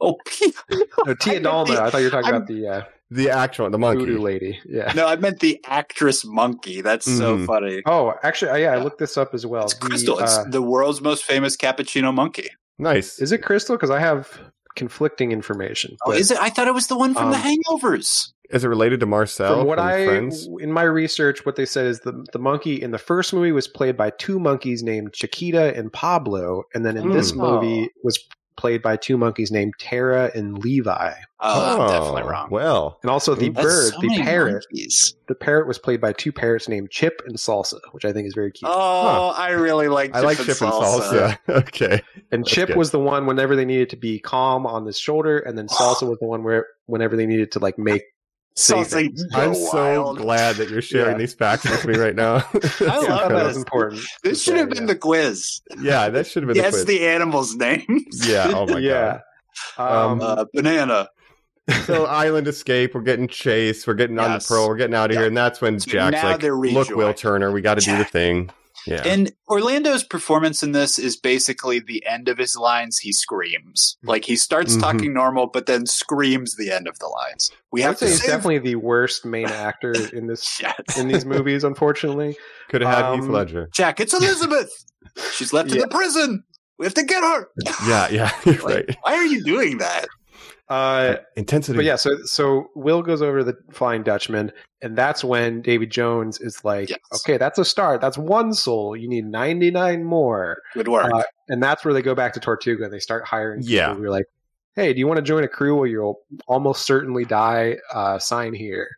Oh, P- no, Tia I meant the- Dalma. I thought you were talking I'm- about the uh, The actual the monkey. voodoo lady. Yeah. no, I meant the actress monkey. That's so Mhm. funny. Oh, actually, I- yeah, I looked this up as well. It's The, Crystal. uh, it's the world's most famous cappuccino monkey. Nice. is it Crystal? Because I have conflicting information. Oh, but- is it? I thought it was the one from The um, Hangovers. Is it related to Marcel from what I Friends? in my research, what they said is the the monkey in the first movie was played by two monkeys named Chiquita and Pablo, and then in this Hmm. movie was played by two monkeys named Tara and Levi. Oh, I'm definitely wrong. Well, And also the Ooh. That's bird, so the many parrot, monkeys. the parrot was played by two parrots named Chip and Salsa, which I think is very cute. Oh, I really like. I like chip and salsa. okay. and that's Chip good. was the one whenever they needed to be calm on his shoulder, and Oh. then Salsa was the one where whenever they needed to like make Salsa. Savings. Go I'm so wild. glad that you're sharing Yeah. these facts with me right now. I Yeah, love that it. was important. This should have been the quiz. yeah, that should have been Guess the quiz. the animal's name. yeah. Oh my yeah. god. Um, Um, Uh, banana. so island escape. We're getting chased. We're getting on the Yes. pearl. We're getting out of here, Yeah. and that's when So Jack's now like, they're "Look, Will rejoined. Turner, we got to do the Jack. thing." Yeah, And Orlando's performance in this is basically the end of his lines. He screams. Mm-hmm. Like he starts Mhm. talking normal, but then screams the end of the lines. We I have would to say he's save definitely the worst main actor in this Jack. in these movies, unfortunately. could have had Heath um, Ledger. Jack, it's Elizabeth. She's left in Yeah. the prison. We have to get her. Yeah, yeah, you're Like, right. Why are you doing that? Uh, Intensity. But yeah, so so Will goes over to the Flying Dutchman, and that's when Davy Jones is like, Yes. "Okay, that's a start. That's one soul. You need ninety nine more." Good work. Uh, and that's where they go back to Tortuga and they start hiring. Yeah. people who are like, "Hey, do you want to join a crew where you'll almost certainly die?" Uh, sign here.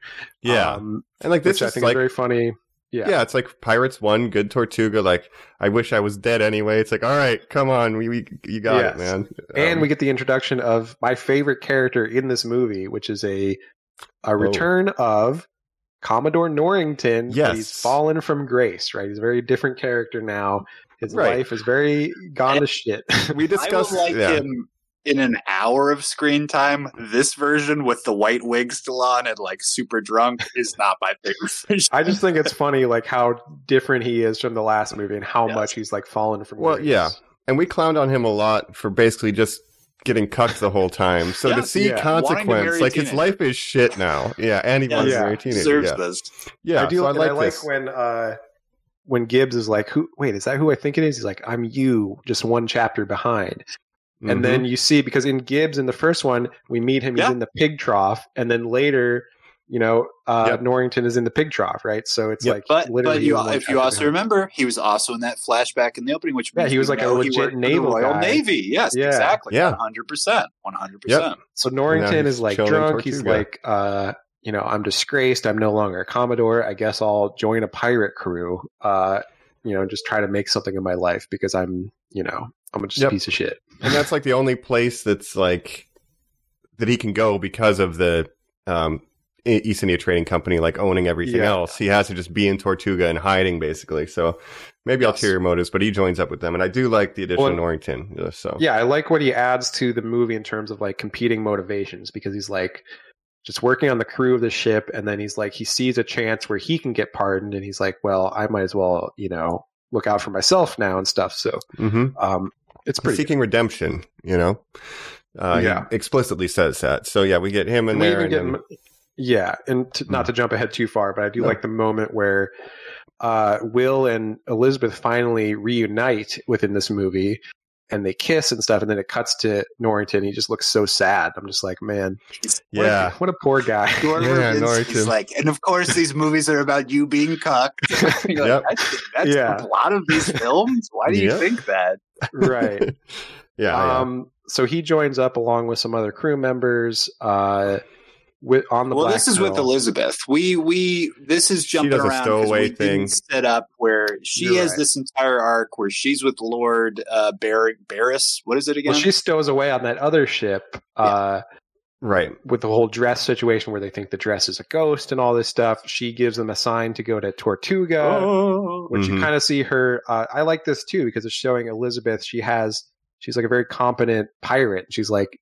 Yeah. um, and like this which I is think like is very funny. Yeah. yeah. it's like Pirates One, Good Tortuga. Like I wish I was dead anyway. It's like all right, come on, we, we you got Yes. it, man. and Um, we get the introduction of my favorite character in this movie, which is a a return of Commodore Norrington. but Yes. he's fallen from grace. Right, he's a very different character now. His Right. life is very gone to shit. I we would discussed like yeah. him in an hour of screen time. This version with the white wig still on and like super drunk is not my favorite version. I just think it's funny, like how different he is from the last movie, and how Yes. much he's like fallen from. Well, grace. yeah. and we clowned on him a lot for basically just getting cucked the whole time. So Yeah, to see yeah. Wanting to consequence, marry like teenager. his life is shit now. Yeah, and he Yeah. wants Yeah. to marry a teenager. deserves Yeah, this. yeah. I do. so I and like, I like this. when uh, when Gibbs is like, "Who? Wait, is that who I think it is?" He's like, "I'm you, just one chapter behind." Mhm. And then you see because in Gibbs in the first one we meet him he's Mm-hmm. Yeah. in the pig trough, and then later, you know, uh, Yep. Norrington is in the pig trough, right? So it's Yep. like But but literally you one if chapter you also behind. remember, he was also in that flashback in the opening, which Yeah, means he was we like a know he legit worked for the naval Royal guy. Navy. Yes, Yeah. exactly. Yeah. One hundred percent. One hundred percent. So Norrington he's is like chilling in drunk. He's Tortuga. like, uh, you know, I'm disgraced. I'm no longer a commodore. I guess I'll join a pirate crew. Uh, you know, just try to make something of my life because I'm, you know, I'm just a Yep. piece of shit. and that's like the only place that's like that he can go because of the um E- East India Trading Company like owning everything Yeah. else. He has to just be in Tortuga and hiding basically. So maybe Yes. ulterior motives, but he joins up with them, and I do like the addition Well, of Norrington. uh, So yeah i like what he adds to the movie in terms of like competing motivations because he's like just working on the crew of the ship and then he's like he sees a chance where he can get pardoned and he's like well i might as well you know look out for myself now and stuff so hmm um it's He's pretty seeking redemption. You know, Yeah. uh, yeah, explicitly says that. So yeah, we get him in And we there. even And get then- Hmm. m- yeah and to, not to jump ahead too far but i do No. like the moment where uh, will and elizabeth finally reunite within this movie and they kiss and stuff and then it cuts to norrington he just looks so sad i'm just like man what a- yeah, what a poor guy Yeah, he's Norrington. like, and of course, these movies are about you being cocked. You're like, Yep. that's that's Yeah. a lot of these films. Why do you Yep. think that? right yeah, yeah. um so he joins up along with some other crew members uh with on the well, black this is Pearl. with Elizabeth. We we this is jumping does a around 'cause stowaway we thing. didn't set up where she You're has right. this entire arc where she's with Lord uh, Bar- Barris. What is it again? well, she stows away on that other ship uh, right. with the whole dress situation where they think the dress is a ghost and all this stuff. She gives them a sign to go to Tortuga, oh, which you Mhm. kind of see her. Uh, I like this too because it's showing Elizabeth. She has, she's like a very competent pirate. She's like,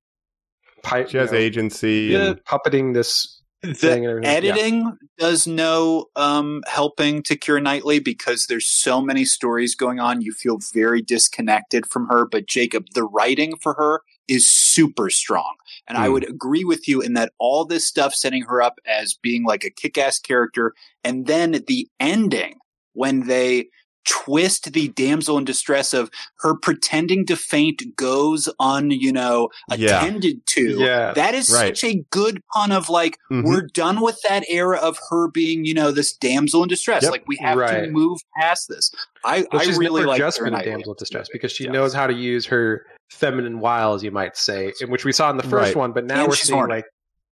pi- She has you know, agency. yeah, and- puppeting this the thing and everything. Yeah. editing does no um, helping to Cure Knightley because there's so many stories going on. You feel very disconnected from her. But Jacob, the writing for her is super strong. And I Hmm. would agree with you in that all this stuff setting her up as being like a kick ass character. And then the ending when they twist the damsel in distress of her pretending to faint goes un, you know, Yeah. attended to. Yeah. That is Right. such a good pun of like, Mhm. Mm-hmm. we're done with that era of her being, you know, this damsel in distress. Yep, like we have right. to move past this. I, Well, I she's really never like just her been a Knightley. damsel in distress because she Yeah. knows how to use her feminine wiles, you might say, in which we saw in the first Right. one. But now And we're she's seeing horny. like,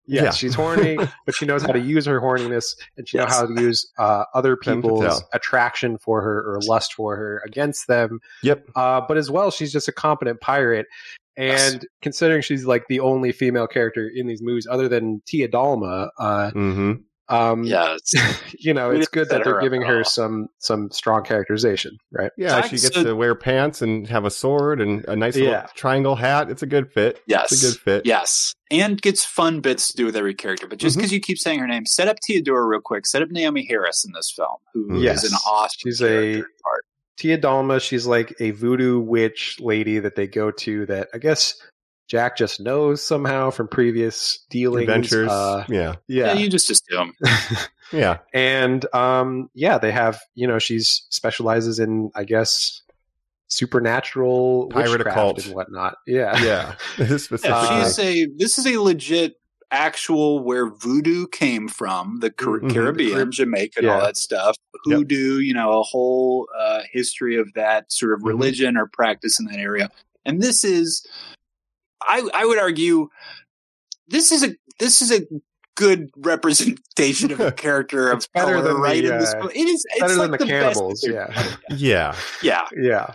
yeah, Yeah. she's horny, but she knows how to use her horniness, and she knows Yes. how to use uh, other Femme people's fatale. attraction for her or lust for her against them. Yep. Uh, but as well, she's just a competent pirate. Yes. And considering she's like the only female character in these movies, other than Tia Dalma, uh, hmm um, Yeah, it's- you know, We it's didn't good set that they're her up giving at her all. some some strong characterization, right? Yeah, Zach she gets said- to wear pants and have a sword and a nice little Yeah. triangle hat. It's a good fit. It's a yes. good fit. Yes. And gets fun bits to do with every character. But just Mm-hmm. Mhm. because you keep saying her name, set up Theodora real quick. Set up Naomi Harris in this film, who is Yes. an awesome She's a- character part. Tia Dalma, she's like a voodoo witch lady that they go to that I guess Jack just knows somehow from previous dealings. Adventures. Uh, yeah. yeah. Yeah. you just assume. Yeah. and um yeah, they have, you know, she's specializes in I guess supernatural Pirate witchcraft occult. and whatnot. Yeah. Yeah, this specific. Uh, she's a. This is a legit actual where voodoo came from the Car- Mhm. Caribbean, Jamaica, and all Mm-hmm. Yeah. that stuff. Hoodoo, you know, a whole uh, history of that sort of Mm-hmm. Mhm. religion or practice in that area. And this is, I I would argue, this is a this is a good representation of a character It's of better color, than the, right? in this, uh, it is it's Better like than the, the cannibals. Best, yeah. yeah, yeah. Yeah.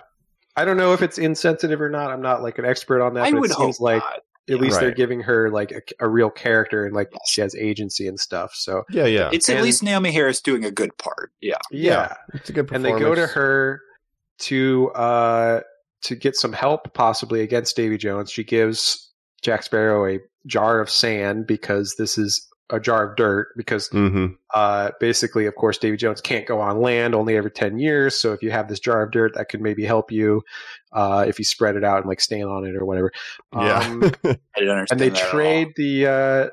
I don't know if it's insensitive or not. I'm not like an expert on that, I but would it hope seems like not. at least they're Right. giving her like a, a real character and like she has agency and stuff. So yeah, yeah. It's at And- least Naomi Harris doing a good part. Yeah. yeah. It's a good and performance. they go to her to uh to get some help possibly against Davy Jones. She gives Jack Sparrow a jar of sand because this is a jar of dirt because hmm uh basically of course Davy Jones can't go on land only every 10 years so if you have this jar of dirt that could maybe help you uh if you spread it out and like stand on it or whatever. Um, Yeah, I didn't understand. and they that at all. trade the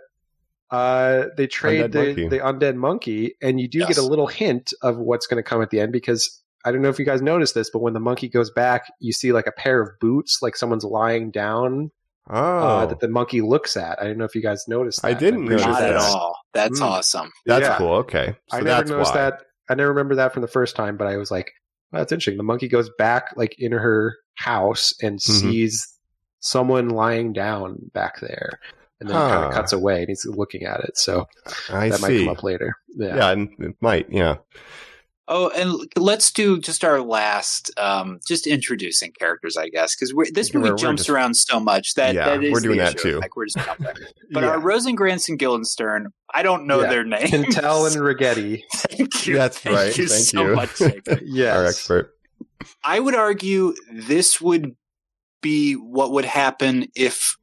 uh uh they trade Undead the, monkey. the undead monkey and you do get Yes. a little hint of what's going to come at the end because i don't know if you guys noticed this but when the monkey goes back you see like a pair of boots like someone's lying down uh, oh, that the monkey looks at i don't know if you guys noticed that I didn't I'm pretty notice Not at that. Hmm. all. That's Mm. awesome. that's yeah. cool. Okay, so i never that's noticed why. that i never remember that from the first time but i was like "Oh, that's interesting the monkey goes back like in her house and Mm-hmm. sees someone lying down back there and then it kind Huh. of cuts away and he's looking at it so I that might see. come up later. Yeah. yeah, and it might. Yeah, Oh, and l- let's do just our last, um, just introducing characters, I guess, because this We're- movie we're jumps just- around so much that Yeah, that is we're doing the that issue. too. Like we're just jumping. But Yeah. our Rosencrantz and Guildenstern, I don't know Yeah. their names. Quintel and Rigetti. thank you. That's thank right. You Thank so you. much. Jacob. Yes. our expert. I would argue this would be what would happen if.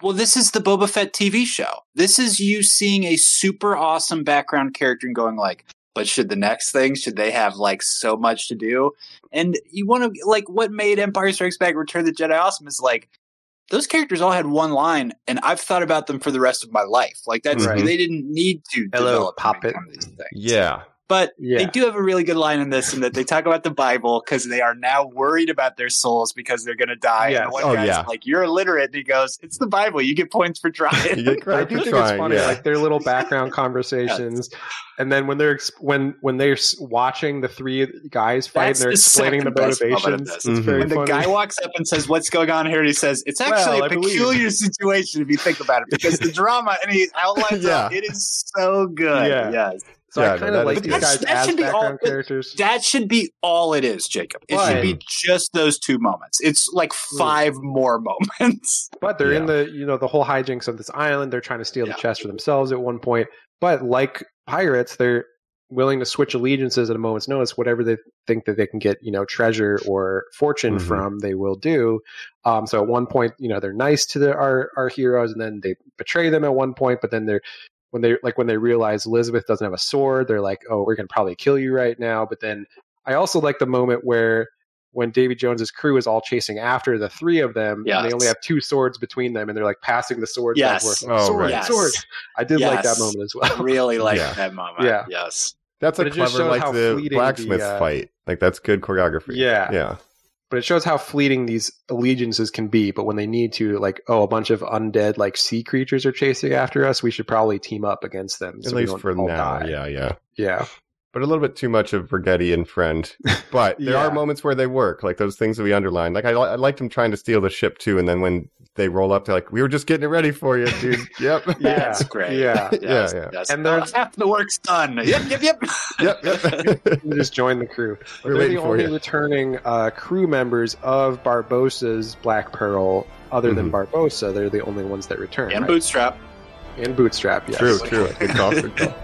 Well, this is the Boba Fett TV show. This is you seeing a super awesome background character and going like, but should the next thing, should they have like so much to do? And you want to like what made Empire Strikes Back Return of the Jedi awesome is like those characters all had one line, and I've thought about them for the rest of my life. Like that's Right. they didn't need to Hello, develop and puppet. become these things. Yeah, But they Yeah. do have a really good line in this, in that they talk about the Bible because they are now worried about their souls because they're going to die. Yes. And one Oh, guy's yeah. like, "You're illiterate," and he goes, "It's the Bible. You get points for you trying." get I credit do for think trying. it's funny, yeah. like their little background conversations, and then when they're ex- when when they're s- watching the three guys fight, and That's they're the explaining the second best moment of motivations. this. Mm-hmm. It's very when the funny. guy walks up and says, "What's going on here?" and he says, "It's actually Well, I a believe- peculiar situation if you think about it, because the drama." And he outlines, Yeah. it, "It is so good." Yeah. Yes, so Yeah, I no, kind of that like is these good. guys That as should be all- background characters. that should be all it is, Jacob. It Why? should be just those two moments. It's like five more moments. But they're in Yeah. the you know the whole hijinks of this island. They're trying to steal Yeah. the chest for themselves at one point. But like pirates, they're willing to switch allegiances at a moment's notice. Whatever they think that they can get, you know, treasure or fortune Mhm. from, they will do. Um, so at one point, you know, they're nice to the, our our heroes, and then they betray them at one point. But then they're when they like when they realize Elizabeth doesn't have a sword, they're like, "Oh, we're gonna probably kill you right now." But then I also like the moment where when Davy Jones's crew is all chasing after the three of them, and Yes. they only have two swords between them, and they're like passing the swords. back and Yes. forth, like, Oh, sword, right. Yes. sword. I did like that Yes. moment as well. really like Yeah. that moment. Yeah. Yes. that's but a it just clever, showed like how the fleeting the, blacksmith uh, fight. Like that's good choreography. Yeah. yeah. But it shows how fleeting these allegiances can be. But when they need to, like, oh, a bunch of undead like sea creatures are chasing after us, we should probably team up against them. At so we least don't for all now. die. Yeah, yeah. Yeah. but a little bit too much of Brigetti and friend. But there Yeah. are moments where they work, like those things that we underlined. Like I, li- I liked him trying to steal the ship too, and then when they roll up, they're like, "We were just getting it ready for you, dude." yep. Yeah. That's great. Yeah. Yes, Yeah, yeah. yes. And Well, there's- half the work's done. Yep, yep, yep. yep. Yep. They just join the crew. We're They're waiting the for only you. returning uh, crew members of Barbosa's Black Pearl, other than Mm-hmm. Barbosa. They're the only ones that return. and right? bootstrap. and Bootstrap, yes. True. True. Good call. Good call.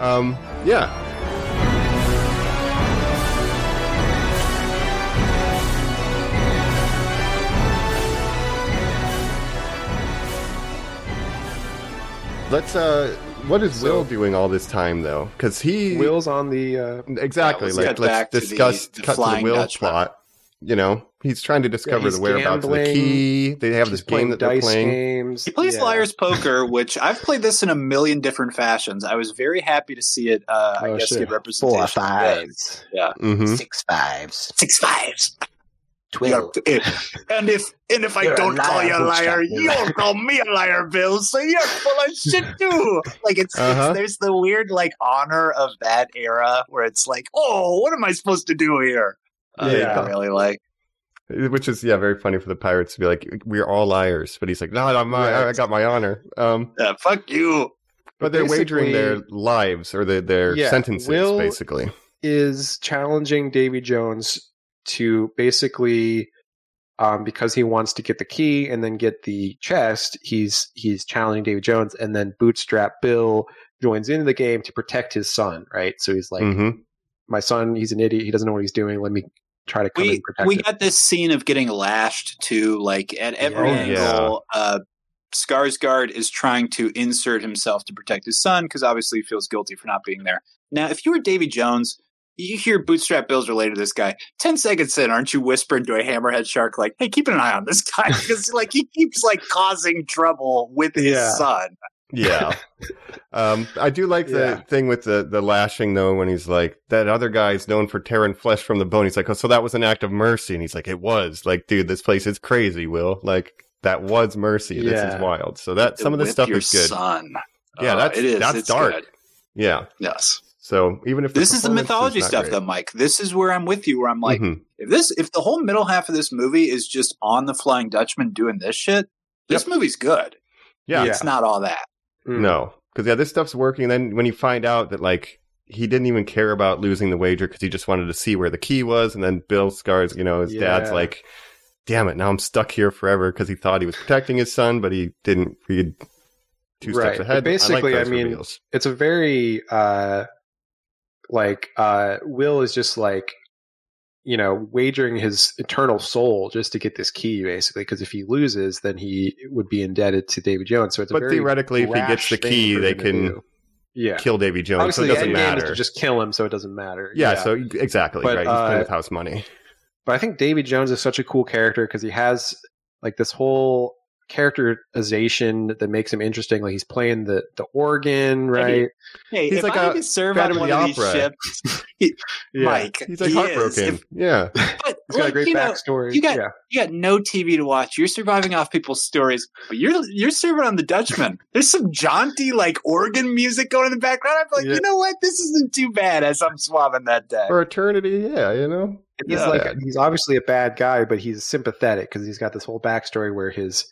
Um. Yeah. Let's. Uh. What is So- Will doing all this time though? Because he Will's on the. Uh, Exactly. Yeah, let's like, cut let's back to the- discuss the cut to the Flying Will Dutchman. plot. You know, he's trying to discover he's the whereabouts of the gambling. key. They have he's this game playing that they're dice playing. games. He plays Yeah. Liar's Poker, which I've played this in a million different fashions. I was very happy to see it, uh, I Oh, guess, shit. Mm-hmm. get representation. of this. fives. Mhm. Six fives. Six fives. Twill. eh. and if and if You're I a don't call liar, you a Bootstrap. liar, You're a you'll call me a liar, Bill. So you're full of shit too. Like it's, Uh-huh. it's there's the weird like honor of that era where it's like, oh, what am I supposed to do here? Uh, Yeah. yeah, really like which is yeah, very funny for the pirates to be like, "We're all liars," but he's like, "No, I'm my, I got my honor." Um, uh, fuck you. but they're wagering their Basically- lives or their their Yeah, sentences, Will- basically. is challenging Davy Jones to basically um, because he wants to get the key and then get the chest, he's he's challenging Davy Jones and then Bootstrap Bill joins into the game to protect his son, right? So he's like, hmm My son, he's an idiot, he doesn't know what he's doing, let me try to come we and protect we him. got this scene of getting lashed too. Like at every Oh, angle, uh, Skarsgård is trying to insert himself to protect his son because obviously he feels guilty for not being there. Now, if you were Davy Jones, you hear Bootstrap Bill's related to this guy. Ten seconds in, aren't you whispering to a hammerhead shark like, "Hey, keep an eye on this guy because like he keeps like causing trouble with his Yeah. son." Yeah. um, I do like the Yeah. thing with the the lashing though, when he's like, "That other guy's known for tearing flesh from the bone." He's like, "Oh, so that was an act of mercy?" And he's like, "It was." Like, dude, this place is crazy. Will like that was mercy. This Yeah. is wild. So that some of this Whip stuff your is good. Son. Yeah, Uh, that's- that's dark. Yeah. Yes. So even if This is the mythology stuff, though. though, Mike. This is where I'm with you. Where I'm like, Mm-hmm. if this if the whole middle half of this movie is just on the flying dutchman doing this shit this movie's good yeah, Yeah. it's not all that Mm. no, because yeah, this stuff's working. And then when you find out that like he didn't even care about losing the wager because he just wanted to see where the key was, and then Bill scars, you know, his dad's Yeah. like, "Damn it, now I'm stuck here forever" because he thought he was protecting his son, but he didn't read two Right. steps ahead. But basically, I those mean, reveals. it's a very uh like uh will is just like you know wagering his eternal soul just to get this key basically because if he loses then he would be indebted to david jones so it's a but very theoretically, if he gets rash the thing key, for they him to can do. yeah kill Davy Jones. obviously so it the doesn't end game is matter. to just kill him so it doesn't matter yeah, so exactly But, right. He's playing uh, with house money. but I think Davy Jones is such a cool character because he has like this whole characterization that makes him interesting. Like he's playing the the organ, right? hey He's if like i a could serve Phantom on one of the of these Opera. ships he- mike He's like he heartbroken. is. If- yeah, but, He's got a like, great you, know, backstory. you got- yeah. you got no tv to watch you're surviving off people's stories but you're you're serving on the dutchman there's some jaunty like organ music going in the background i'm like Yeah. you know what this isn't too bad as i'm swabbing that day for eternity. Yeah, you know. he's Yeah. like Yeah. he's obviously a bad guy, but he's sympathetic because he's got this whole backstory where his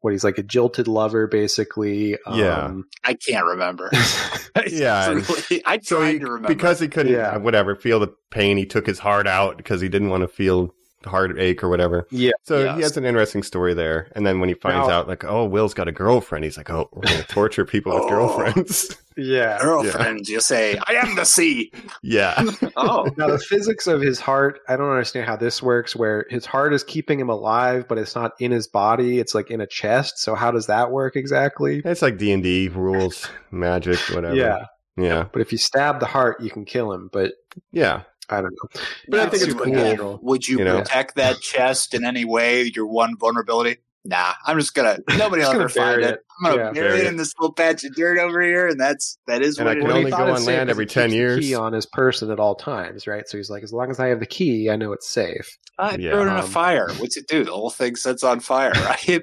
what he's like a jilted lover, basically. um, Yeah. i can't remember Yeah, and- Truly, i tried So he, to remember because he couldn't, Yeah. uh, whatever, feel the pain, he took his heart out because he didn't want to feel heartache or whatever. Yeah. So Yeah. he has an interesting story there. And then when he finds Now- out, like, oh, Will's got a girlfriend, he's like, oh, we're going to torture people with Oh. girlfriends. yeah. girlfriend you say i am the sea yeah. oh Now the physics of his heart, I don't understand how this works. Where his heart is keeping him alive, but it's not in his body; it's like in a chest. So how does that work exactly? It's like D&D rules, magic, whatever. Yeah, Yeah. but if you stab the heart, you can kill him. But Yeah. I don't know. But I Not think it's supernatural. cool, Would you, you know? protect that chest in any way? Your one vulnerability? Nah, I'm just gonna. Nobody Just will gonna ever find bury it. it. I'm gonna Yeah. bury, Bury it it. in this little patch of dirt over here, and that's that is And what I it can is. Well, he only thought it's go safe on land 'cause every he 10 keeps the years. Key on his person at all times, right? So he's like, as long as I have the key, I know it's safe. I Yeah. throw it in a Um, fire. What's it do? The whole thing sets on fire, right? And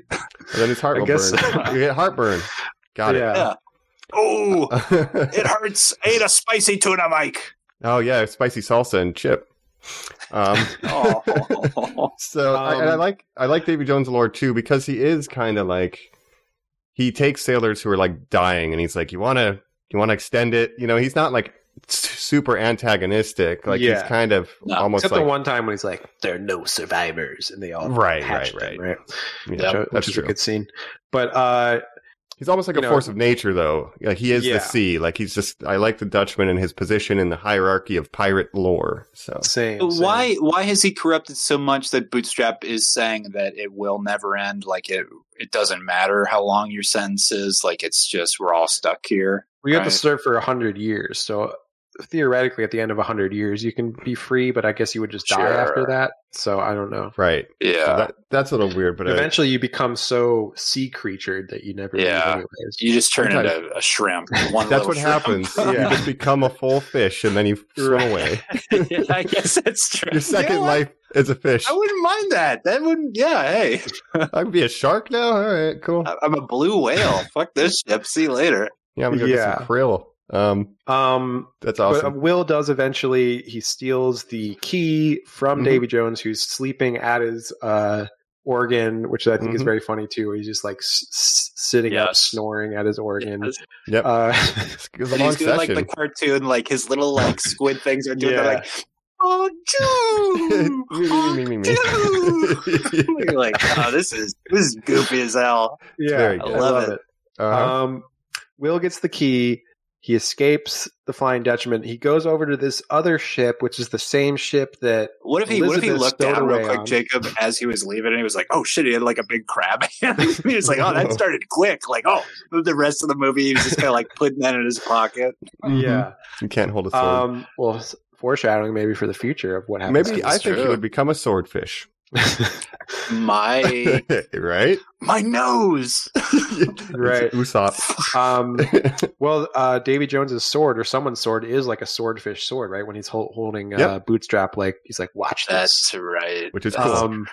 then his heart I will guess- burn. you get heartburn. Got yeah. Yeah. oh, it. it hurts. I ate a spicy tuna, Mike. oh, yeah. Spicy salsa and chip. Um, Oh, So I, and I Um, like I like Davy Jones' lore too because he is kind of like he takes sailors who are like dying and he's like you want to you want to extend it you know he's not like s- super antagonistic like he's Yeah. kind of No, almost Except like the one time when he's like, "There are no survivors," and they all Right, hatched right, him, right. yeah, Which- uh, which that's is true a good scene. But uh, he's almost like you a know- force of nature though like he is Yeah. the sea like he's just I like the Dutchman and his position in the hierarchy of pirate lore so same. same. why why has he corrupted so much that Bootstrap is saying that it will never end? Like it it doesn't matter how long your sentence is. Like it's just we're all stuck here. We have to Right. serve for hundred years, so theoretically, at the end of hundred years, you can be free. But I guess you would just Sure. die after that. So I don't know. right Yeah, so that, that's a little weird but I, Uh, Eventually, you become so sea creatured that you never. Yeah. leave anyways. you just turn Sometimes- into a shrimp. One that's little what shrimp. happens you Yeah. just become a full fish and then you swim Right. away yeah, I guess that's true. your second You know what? life as a fish. I wouldn't mind that. That wouldn't. Yeah. Hey, I would be a shark now. All right, cool. Uh, I- I'm a blue whale. Fuck this ship. See you later. Yeah, I'm gonna go get Yeah. some krill. Um, Um, that's But awesome. Will does eventually. He steals the key from Mhm. Davy Jones, who's sleeping at his uh, organ, which I think is Mhm. very funny too. He's just like s- s- sitting up, Yes. snoring at his organ. Yep, Uh, it was a And long he's doing like session. the cartoon, like his little like squid things are doing. Yeah. They're like, oh, Joe, Me, me, me, me, me. oh, Joe. You're like, oh, this is this is goofy as hell. yeah, very I good. love it. Uh-huh. Um, Will gets the key. He escapes the Flying Dutchman. He goes over to this other ship, which is the same ship that What if he? what if he Elizabeth looked down real Stowaway quick, on. Jacob, as he was leaving, and he was like, oh shit, he had like a big crab. hand. he was like, oh, that started quick. Like, oh, the rest of the movie, he was just kind of like putting that in his pocket. Mhm. yeah. you can't hold a sword. Um, well, s- foreshadowing maybe for the future of what happens. Maybe to I this think he true. would become a swordfish, My right? my nose. Right. It's Usopp. Um, well, uh, Davy Jones's sword or someone's sword is like a swordfish sword, right? When he's hol- holding uh, Bootstrap, like he's like, "Watch this." That's right. Which is That's cool. um,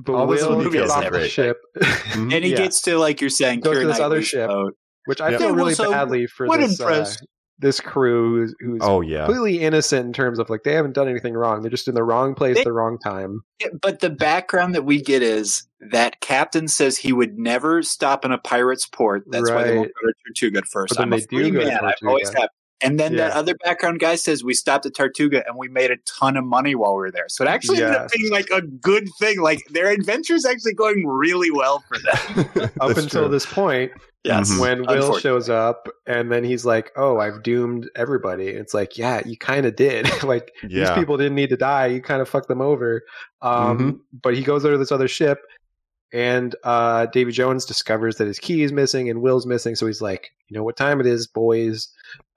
but All this Will little gets details off in the everything. ship, Mhm. And he Yeah. gets to like you're saying, Goes to Keira this other Knightley's ship. boat. which I Yeah. feel Yeah, well, really so badly for quite this uh, impressed. this crew who's, who's oh yeah. completely innocent in terms of like they haven't done anything wrong. They're just in the wrong place, They- at the wrong time. Yeah, But the background that we get is that captain says he would never stop in a pirate's port. That's why they won't go to Tortuga at first. But then I'm a they do free go to man. I've Tortuga. always have. And then that Yeah. other background guy says we stopped at Tortuga and we made a ton of money while we were there. So it actually ended up Yes. being like a good thing. Like their adventure's actually going really well for them. uh, Up That's until true. this point, Yes. Mhm. Mm-hmm. when Will Unfortunately. shows up, and then he's like, "Oh, I've doomed everybody." It's like, yeah, you kind of did. like yeah. these people didn't need to die. You kind of fucked them over. Um, Mm-hmm. But he goes over to this other ship, and uh, Davy Jones discovers that his key is missing and Will's missing. So he's like, "You know what time it is, boys?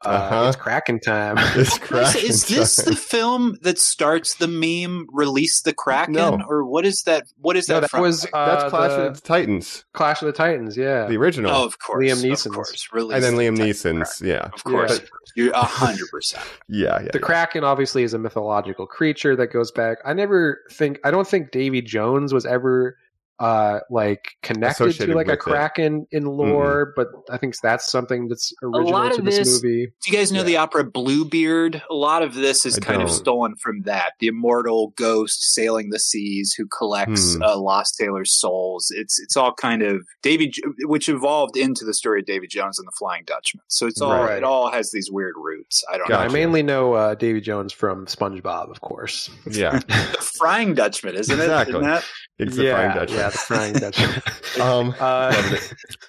Uh, Uh-huh. It's cracking time." It's Chris, crashing is this time. the film that starts the meme "Release the Kraken"? No. Or what is that? What is no, that? that from? was uh, That's Clash the- of the Titans, Clash of the Titans. Yeah, the original, Oh, of course, uh, Liam of Neeson's. course, Release and then the Liam Kraken. Neeson's. Yeah, Of course, you're a hundred percent. yeah, yeah. the yeah. kraken obviously is a mythological creature that goes back i never think i don't think davy jones was ever uh like connected to Associated like a with it. kraken in lore but i think that's something that's original lot to of this, this- movie Do you guys know Yeah. the opera Bluebeard? A lot of this is I kind of don't. stolen from that. The immortal ghost sailing the seas who collects Hmm. uh, lost sailors' souls. It's it's all kind of Davy, J- which evolved into the story of Davy Jones and the Flying Dutchman. So it's all Right. it all has these weird roots. I don't Yeah, know. i Gotcha. mainly know uh davy jones from spongebob of course yeah, The Frying Dutchman, isn't it? Exactly. Isn't that? it's the yeah Flying Dutchman. yeah the frying dutchman Um, uh,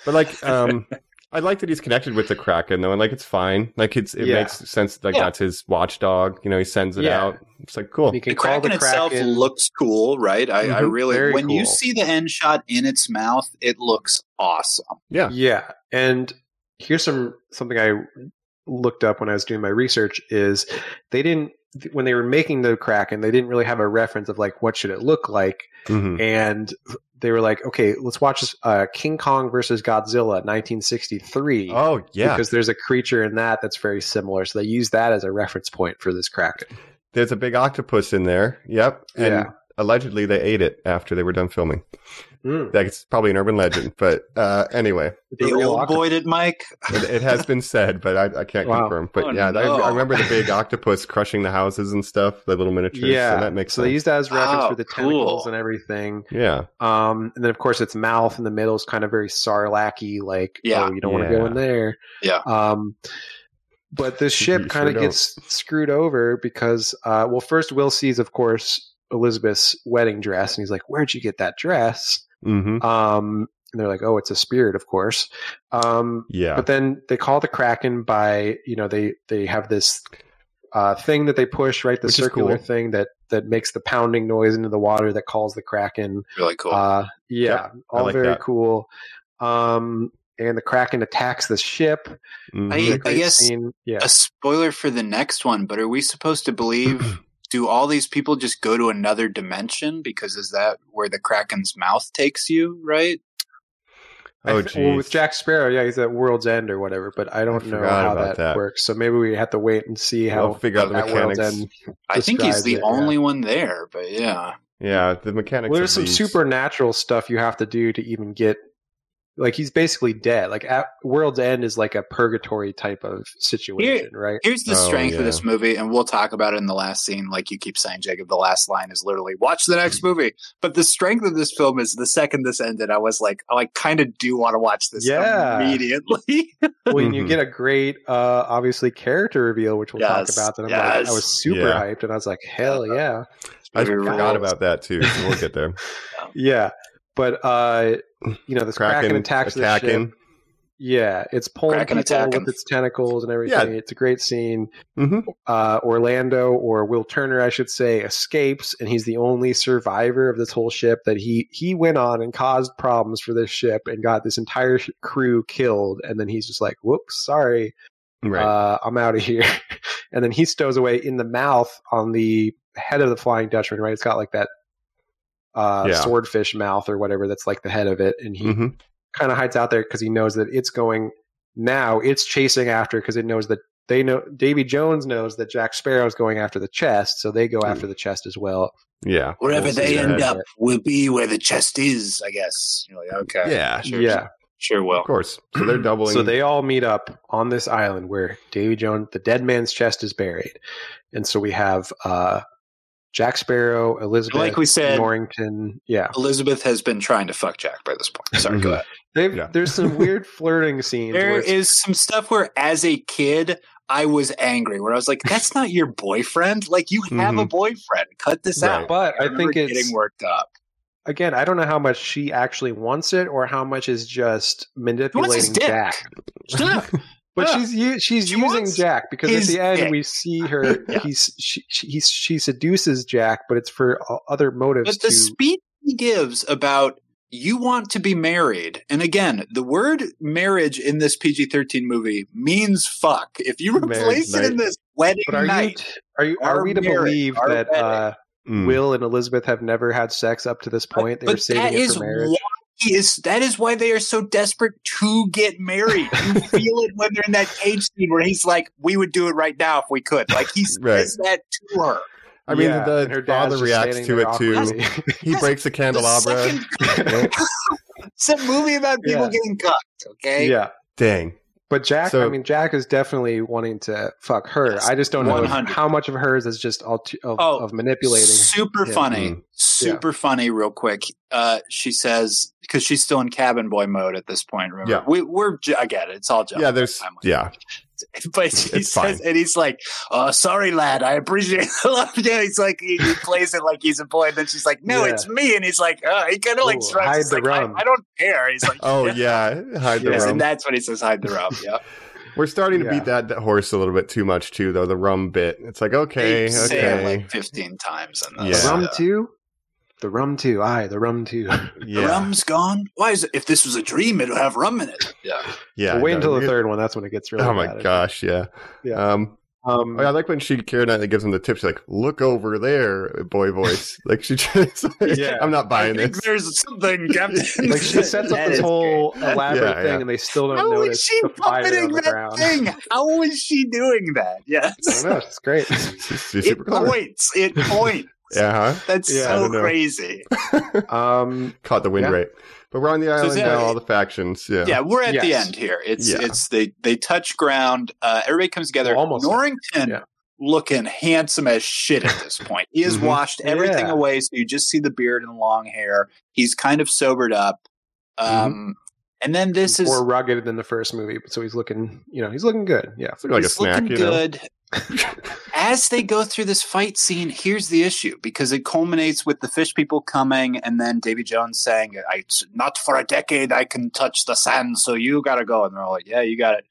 but like, um, I like that he's connected with the Kraken though, and like it's fine. Like it's it Yeah. makes sense. Like Yeah. that's his watchdog. You know, he sends it Yeah. out. It's like cool. you can the call kraken the itself kraken looks cool, right? I, I Mhm, really very when you cool. see the end shot in its mouth, it looks awesome. Yeah, yeah and here's some something i looked up when i was doing my research is they didn't when they were making the kraken they didn't really have a reference of like what should it look like Mhm. and they were like okay let's watch this, uh, king kong versus godzilla 1963 Oh yeah. because there's a creature in that that's very similar so they use that as a reference point for this kraken There's a big octopus in there. Yep. And Yeah. allegedly they ate it after they were done filming. Mm. That's probably an urban legend, but uh, anyway, The Real old octopus. boy did Mike. it, it has been said, but I, I can't Wow. confirm. But Oh, yeah, I, no. I remember the big octopus crushing the houses and stuff, the little miniatures. yeah so that makes so they sense. use that as reference Wow, for the cool. tentacles and everything yeah, Um, and then of course its mouth in the middle is kind of very sarlacky, like Yeah. oh, you don't want to go Yeah. in there. Yeah. Um, but this You ship sure kind of don't. gets screwed over because, uh, well, first Will sees, of course, Elizabeth's wedding dress, and he's like, "Where'd you get that dress?" mm-hmm. Um, and they're like, "Oh, it's a spirit, of course." Um, yeah. but then they call the kraken by you know they they have this uh, thing that they push right the Which is circular cool. thing that that makes the pounding noise into the water that calls the kraken. Really cool. Uh, yeah, Yep, I all like very that. cool. Um, and the Kraken attacks the ship. Mhm. I- Great guess- scene. yeah, a spoiler for the next one, but are we supposed to believe? do all these people just go to another dimension? Because is that where the kraken's mouth takes you? Right? Oh, I th- well, with jeez. Jack Sparrow, yeah, he's at World's End or whatever, but I don't know forgot how about that, that. works. So maybe we have to wait and see how We'll figure out the at World's mechanics. End- I think he's describes the it, yeah. only one there, but yeah. Yeah, the mechanics. Well, of there's some these- supernatural stuff you have to do to even get. Like he's basically dead. Like at World's End is like a purgatory type of situation, right? Here's the Oh, strength yeah. of this movie, and we'll talk about it in the last scene. Like you keep saying, Jacob, the last line is literally "watch the next movie." But the strength of this film is the second this ended, I was like, oh, I kind of do want to watch this Yeah. immediately. Well, and Mhm. you get a great, uh, obviously character reveal, which we'll Yes, talk about. That I'm like, yes. Uh, I was super Yeah. hyped, and I was like, hell yeah. I Very forgot rules. about that too. So we'll get there. Yeah, but uh, you know, this Kraken, attacks the ship. attacking. Yeah, it's pulling Kraken people attacking. with its tentacles and everything. It's a great scene. Mhm. Uh, Orlando or Will Turner, I should say, escapes, and he's the only survivor of this whole ship that he he went on and caused problems for this ship and got this entire sh- crew killed. And then he's just like, "Whoops, sorry, Right. uh, I'm out of here." and then he stows away in the mouth on the head of the Flying Dutchman. Right, it's got like that. Uh, Yeah. swordfish mouth or whatever that's like the head of it and he hmm kind of hides out there because he knows that it's going now. It's chasing after because it knows that they know Davy Jones knows that Jack Sparrow's going after the chest, so they go after the chest as well. Yeah. Wherever We'll see they that. end up, will be where the chest is. I guess. You're like, okay, Yeah. sure, yeah, sure will. Of course. So they're doubling. so they all meet up on this island where Davy Jones, the dead man's chest, is buried, and so we have uh, Jack Sparrow, Elizabeth, Like we said- Norrington. Yeah, Elizabeth has been trying to fuck Jack by this point. Sorry, Mm-hmm. Mhm. go ahead. They've, Yeah. there's some weird flirting scenes. where There it's- is some stuff where, as a kid, I was angry. Where I was like, "That's not your boyfriend. Like, you have a boyfriend. Cut this Right. out." but Mm-hmm. I, remember think it's getting worked up. again, I don't know how much she actually wants it or how much is just manipulating dick. Jack. Shut up. But Yeah. she's u- she's She using wants Jack because at his the end dick. we see her. Yeah. He's she, she he's, she seduces Jack, but it's for o- other motives. But the to, speech he gives about you want to be married, and again, the word marriage in this PG thirteen movie means fuck. If you Marriage replace it in night. this wedding but are you night, t- are you are Our we to marriage, believe our that uh, Mm. Will and Elizabeth have never had sex up to this point? They were Hmm. but saving that it is for why marriage. he is that is why they are so desperate to get married. You feel it when they're in that cage scene where he's like, "We would do it right now if we could." Like he says Right. that to her. I mean, Yeah, the and her dad's just father reacts standing to there it too. awkwardly. He breaks The a candelabra. second- it's a movie about people Yeah. getting cucked. Okay, yeah, Dang. but Jack, I So- mean, Jack is definitely wanting to fuck her. Yes, I just don't know if- 100. how much of hers is just all t- of, Oh, of manipulating. Super him. funny. Mm. Super funny, real quick. Uh, she says, because she's still in cabin boy mode at this point, remember? Yeah. We, we're, j- I get it. It's all jokes. Yeah, there's. I'm like- Yeah. But she It's says, and he's like, oh, sorry, lad. I appreciate the love. Yeah, he's like, he, he plays it like he's a boy. And then she's like, no, Yeah. it's me. And he's like, oh, he kind of like Ooh, shrugs. hide He's the like, I- rum. I, don't care. He's like, Oh yeah. Hide the Yeah. rum. And that's when he says, hide the rum. Yeah. We're starting to Yeah. beat that, that horse a little bit too much too, though. The rum bit. It's like okay, They say it okay. like 15 times. In Yeah. this. The rum Uh, too. The rum too. Aye, the rum too. The yeah. rum's gone. Why is it? If this was a dream, it'll have rum in it. Yeah. Yeah. wait no, until the you- third one. That's when it gets really. Oh my bad. gosh. Yeah. Yeah. Um. Um, I like when she Kira Knightley gives him the tip. She's like, "Look over there, boy voice." like she just. Yeah. I'm not I buying think this. there's something, Captain. like she sets up That this is whole good. elaborate Yeah, thing, yeah. and they still don't How notice is she the fire on puppeting the that ground. thing? How is she doing that? Yes. I don't know. It's great. She's, she's It super clever. points. It points. Yeah. Huh? That's Yeah, I so don't know. crazy. Um, Caught the wind Yeah. right. But we're on the island yeah, now. it- All the factions. Yeah. Yeah, we're at the Yes. end here. It's Yeah. it's they they touch ground. Uh, everybody comes together. Well, almost. Norrington Yeah. looking handsome as shit at this point. He has Mhm. washed everything Mm-hmm. Yeah. away, so you just see the beard and long hair. He's kind of sobered up. Mm-hmm. Um, And then this is more rugged than the first movie, so he's looking. You know, he's looking good. Yeah. It's like a He's snack. looking You know. good. As they go through this fight scene, here's the issue because it culminates with the fish people coming and then Davy Jones saying, I, Not for a decade I can touch the sand, so you got to go. And they're all like, Yeah, you got it.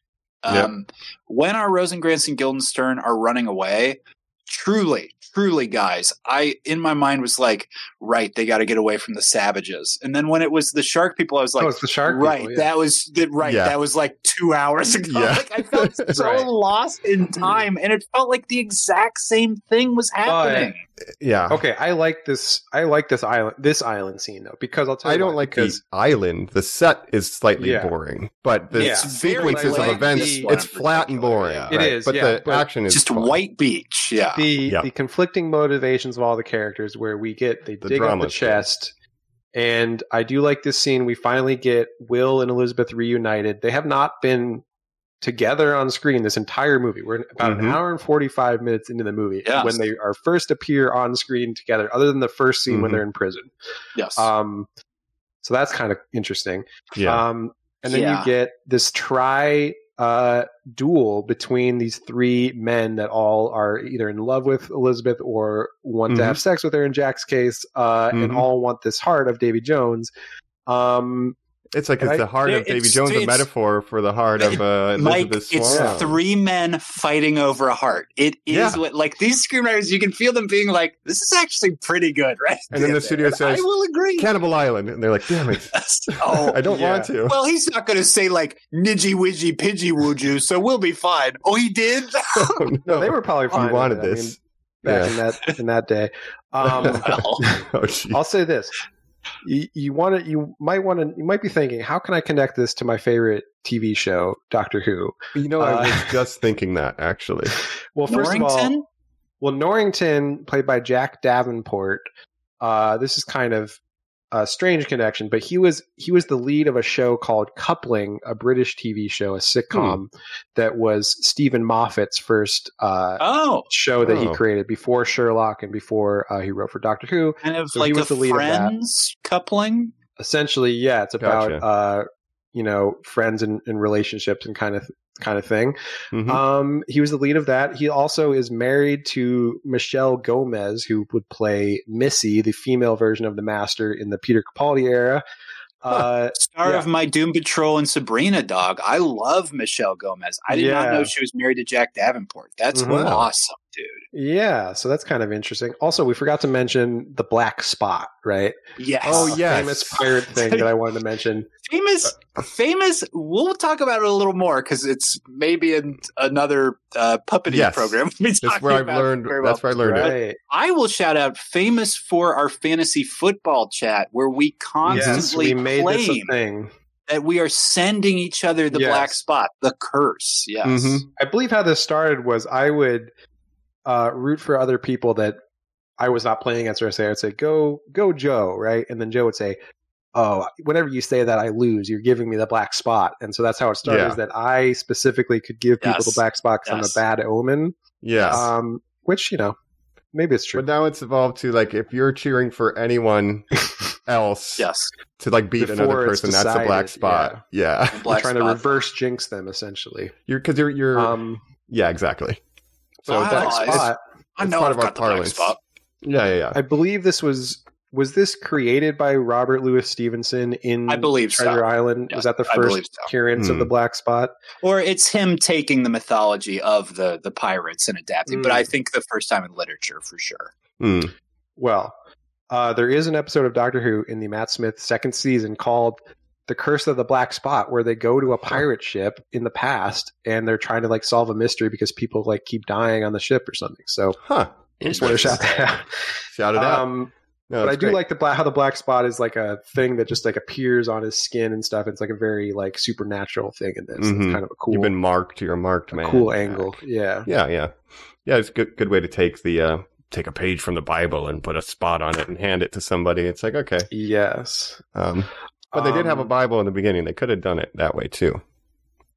Yep. Um, When our Rosengrantz and Guildenstern are running away, truly, truly, guys, I in my mind was like, right, they got to get away from the savages. And then when it was the shark people, I was like, oh, it's the shark. right, people, yeah. that was that, right, Yeah. that was like two hours ago. Yeah. Mm. Like I felt so Right. lost in time, and it felt like the exact same thing was happening. Yeah. Okay, I like this. I like this island. This island scene though, because I'll tell you, I don't why, like because the island. The set is slightly Yeah. boring, but the Yeah. Very sequences of like events, this one it's in flat and particular, boring. yeah. It It is, is, but yeah, the but action is Just fun. white beach, yeah. the Ah, Yeah. the conflicting motivations of all the characters. Where we get they The dig up drama the is good. chest, and I do like this scene. We finally get Will and Elizabeth reunited. They have not been together on screen this entire movie. We're about an Mhm. hour and forty five minutes into the movie Yes. when they are first appear on screen together. Other than the first scene when Mhm. they're in prison. yes. Um, so that's kind of interesting. Yeah. Um, and then Yeah. you get this tri uh, duel between these three men that all are either in love with Elizabeth or want to Mhm. have sex with her in Jack's case, uh, and Mhm. all want this heart of Davy Jones. Um, it's like and I- it's the heart of It's- Davy Jones, a it's- metaphor for the heart of uh, Mike, Elizabeth it's Swan. three men fighting over a heart. It is Yeah. what like these screenwriters. You can feel them being like, "This is actually pretty good, right?" And then the studio I says, will agree. Cannibal Island. And they're like, damn it. oh, I don't yeah. want to. well, he's not going to say like "nidgy widgy pidgy wooju," so we'll be fine. Oh, he did. Oh, no, they were probably fine You with wanted it. I mean, this. back Yeah. in that in that day. Um, Well, oh, gee. I'll say this: you, you want to, you might want to, you might be thinking, how can I connect this to my favorite TV show, Doctor Who? You know, uh, I was just thinking that, actually. Well, first of all, Norrington. Well, Norrington, played by Jack Davenport, uh, this is kind of a strange connection, but he was he was the lead of a show called Coupling, a British TV show, a Hmm. sitcom that was Stephen Moffat's first uh, Oh, show that he Oh. created before Sherlock and before uh, he wrote for Doctor Who. kind of So he like a was the lead of that. Friends coupling. Essentially, yeah, it's about Gotcha. uh, you know friends and, and relationships and kind of kind of thing. Mhm. Um, he was the lead of that. He also is married to Michelle Gomez, who would play Missy, the female version of the Master in the Peter Capaldi era. Uh, Star Yeah. of my Doom Patrol and Sabrina dog. I love Michelle Gomez. I did not Yeah. know she was married to Jack Davenport. That's Mhm. awesome, dude. yeah, so that's kind of interesting. Also, we forgot to mention the Black Spot, right? Yes. Oh, yes. famous pirate thing that I wanted to mention. famous Uh, famous we'll talk about it a little more because it's maybe in another uh, puppeting Yes. program we'll be That's talking where I've about it learned. very well. That's where I learned it. Right? i will shout out famous for our fantasy football chat where we Yes, constantly we made this a claim thing. that we are sending each other the Yes. Mm-hmm. black spot the curse yes Mhm. I believe how this started was I would uh, root for other people that I was not playing against. Or say I'd say go go Joe, right? And then Joe would say, "Oh, whenever you say that, I lose. You're giving me the black spot." And so that's how it started. Yeah. Is that I specifically could give people Yes. the black spot because Yes. I'm a bad omen. Yeah. Um, which you know, maybe it's true. But now it's evolved to like if you're cheering for anyone else yes to like beat Before another it's person, that's the black decided, spot. Yeah, the We're black trying spot. to reverse jinx them essentially. you're because you're you're Um, yeah exactly. so Wow. black It's- spot. i it's know part i've of our got the black parlance. spot Yeah, yeah, yeah. I believe this was was this created by Robert Louis Stevenson in i believe Treasure so Island Yeah, was that the I first believe so. appearance of Hmm. the black spot. or it's him taking the mythology of the the pirates and adapting but Mm. i think the first time in literature for sure Mm. Well, uh, there is an episode of Doctor Who in the Matt Smith second season called "The Curse of the Black Spot," where they go to a pirate ship in the past and they're trying to like solve a mystery because people like keep dying on the ship or something. So Huh. I just want to shout that out. Shout it out. Um, No, but I it's do great. like the black, how the black spot is like a thing that just like appears on his skin and stuff. It's like a very like supernatural thing in this. It's Mhm. kind of a cool, You've been marked. You're a marked, man. cool angle. Yeah. Yeah, yeah, yeah. It's a good good way to take the uh take a page from the Bible and put a spot on it and hand it to somebody. It's like okay. Yes. Um, but they did have a Um, Bible in the beginning. They could have done it that way too.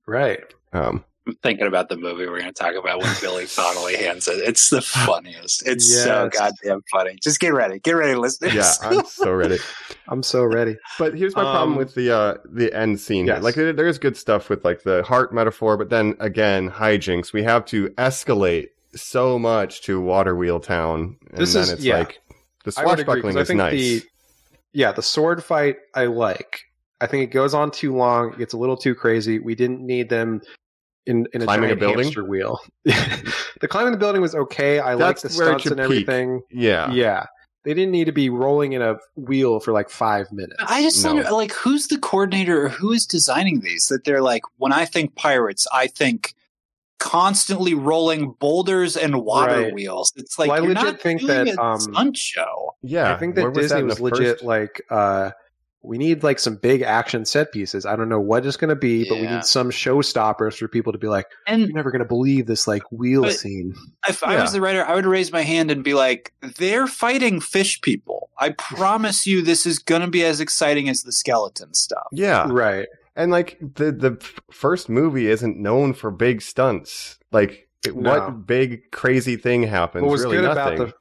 Right. Um, I'm thinking about the movie we're going to talk about when Billy Connolly hands it. It's the funniest. It's so Yes. goddamn funny. Just get ready. Get ready, listeners. yeah, I'm so ready. I'm so ready. But here's my problem Um, with the uh, the end scene. here. Yes. Like there, there is good stuff with like the heart metaphor, but then again, hijinks. We have to escalate so much to Water Wheel Town, and This then is- it's yeah. like the I would agree, swashbuckling 'cause I is think nice. the- Yeah, the sword fight I like. I think it goes on too long. It gets a little too crazy. We didn't need them in, in a Climbing a giant building? hamster wheel. the climbing the building was okay. I liked the That's where it stunts should and peak. everything. Yeah. Yeah. They didn't need to be rolling in a wheel for like five minutes. I just No. wonder, like, who's the coordinator or who is designing these? That they're like, when I think pirates, I think constantly rolling boulders and water Right. wheels. It's like Well, I you're legit not think doing that, a um, stunt show. Yeah. I think Where that was Disney in was the legit first- like uh we need like some big action set pieces. I don't know what it's going to be, but we Yeah. need some showstoppers for people to be like, And "You're never going to believe this like wheel But- scene." If I was the writer, I would raise my hand and be like, they're fighting fish people. I promise you this is going to be as exciting as the skeleton stuff. Yeah. right? And like the the f- first movie isn't known for big stunts. Like it- No. what big crazy thing happens? What was really good nothing. about the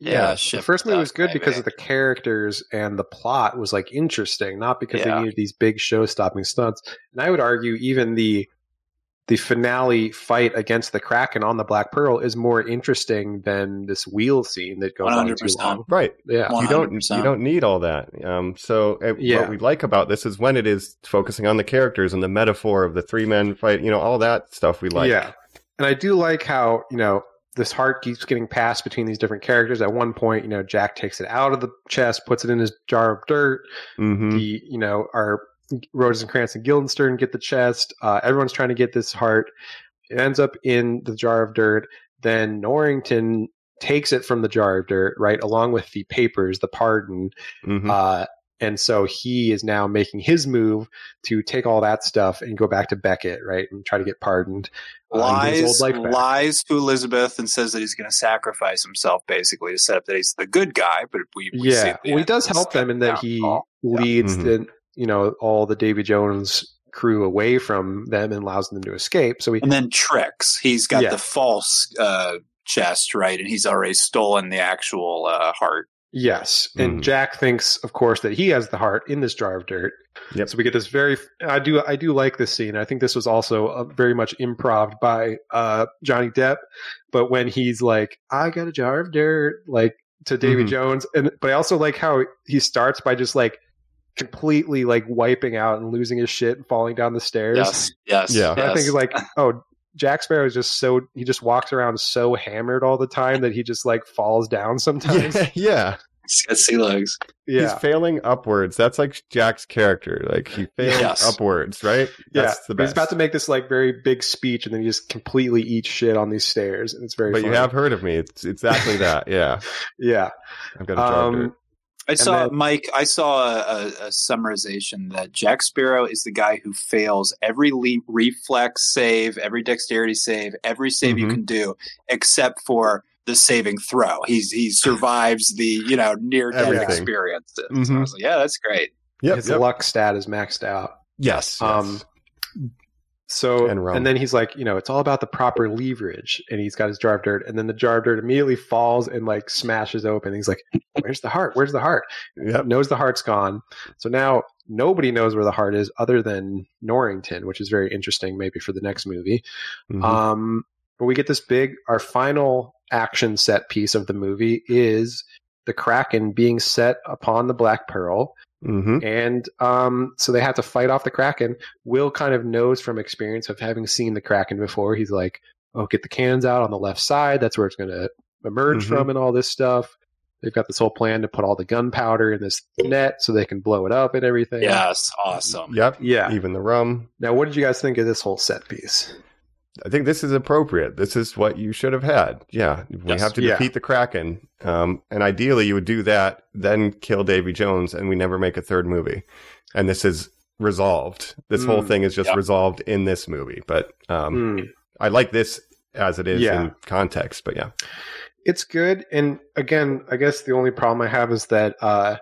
Yeah, the ship first movie stuff, was good because maybe. of the characters and the plot was like interesting, not because Yeah. they needed these big show-stopping stunts. And I would argue even the the finale fight against the Kraken on the Black Pearl is more interesting than this wheel scene that goes on too 100%. long. right. Yeah, You don't 100%. you don't need all that. Um. So uh, Yeah. what we like about this is when it is focusing on the characters and the metaphor of the three men fight. You know all that stuff we like. yeah. And I do like how you know this heart keeps getting passed between these different characters. At one point, you know, Jack takes it out of the chest, puts it in his jar of dirt. Mm-hmm. hmm the you know our Rosencrantz and Guildenstern get the chest. Uh, everyone's trying to get this heart. It ends up in the jar of dirt. Then Norrington takes it from the jar of dirt, right, along with the papers, the pardon. Mm-hmm. hmm Uh, and so he is now making his move to take all that stuff and go back to Beckett, right, and try to get pardoned. uh, and get lies, his old life back. lies to Elizabeth and says that he's going to sacrifice himself basically to set up that he's the good guy. But we, we see yeah, at the well, he end does this help them in that he downfall. leads Mm-hmm. the Mhm. you know all the Davy Jones crew away from them and allows them to escape. So he and then tricks. He's got Yeah. the false uh, chest right, and he's already stolen the actual uh, heart. Yes, and Mhm. Jack thinks, of course, that he has the heart in this jar of dirt. Yep. So we get this very. I do. I do like this scene. I think this was also uh very much improv by uh, Johnny Depp. But when he's like, "I got a jar of dirt," like to Davy Mhm. Jones, and but I also like how he starts by just like completely like wiping out and losing his shit and falling down the stairs. Yes, yes, Yeah. And I think yes. like, oh, Jack Sparrow is just so he just walks around so hammered all the time that he just like falls down sometimes. Yeah, yeah. Yes, he looks. yeah. He's failing upwards. That's like Jack's character. Like he fails Yes. upwards, right? Yeah, That's the but best. he's about to make this like very big speech, and then he just completely eats shit on these stairs, and it's very. but you funny. have heard of me. It's it's exactly that. Yeah. yeah. I've got a jar of dirt. Um, I saw then- Mike. I saw a, a, a summarization that Jack Sparrow is the guy who fails every le- reflex save, every dexterity save, every save you Mm-hmm. Mhm. can do, except for the saving throw. He's he survives the you know near death Everything. experience. So I Mm-hmm. Mhm. was like, yeah, that's great. Yep, his yep. luck stat is maxed out. Yes. Um, So And and, rum. then he's like, you know, it's all about the proper leverage, and he's got his jar of dirt, and then the jar of dirt immediately falls and like smashes open. He's like, "Where's the heart? Where's the heart?" yes. Yep. Knows the heart's gone. So now nobody knows where the heart is, other than Norrington, which is very interesting, maybe for the next movie. Mhm. Um, but we get this big, our final action set piece of the movie is the Kraken being set upon the Black Pearl. Mhm. And um, so they have to fight off the Kraken. Will kind of knows from experience of having seen the Kraken before. He's like, oh, get the cans out on the left side. That's where it's going to emerge Mhm. from and all this stuff. They've got this whole plan to put all the gunpowder in this net so they can blow it up and everything. Yes, awesome. Yep. Yeah. Even the rum. Now, what did you guys think of this whole set piece? I think this is appropriate. This is what you should have had. Yeah. We Yes. have to Yeah. defeat the Kraken. Um, and ideally, you would do that, then kill Davy Jones, and we never make a third movie. And this is resolved. This whole Mm. thing is just Yep. resolved in this movie. But um, Hmm. I like this as it is Yeah. in context, but yeah. it's good and again i guess the only problem i have is that uh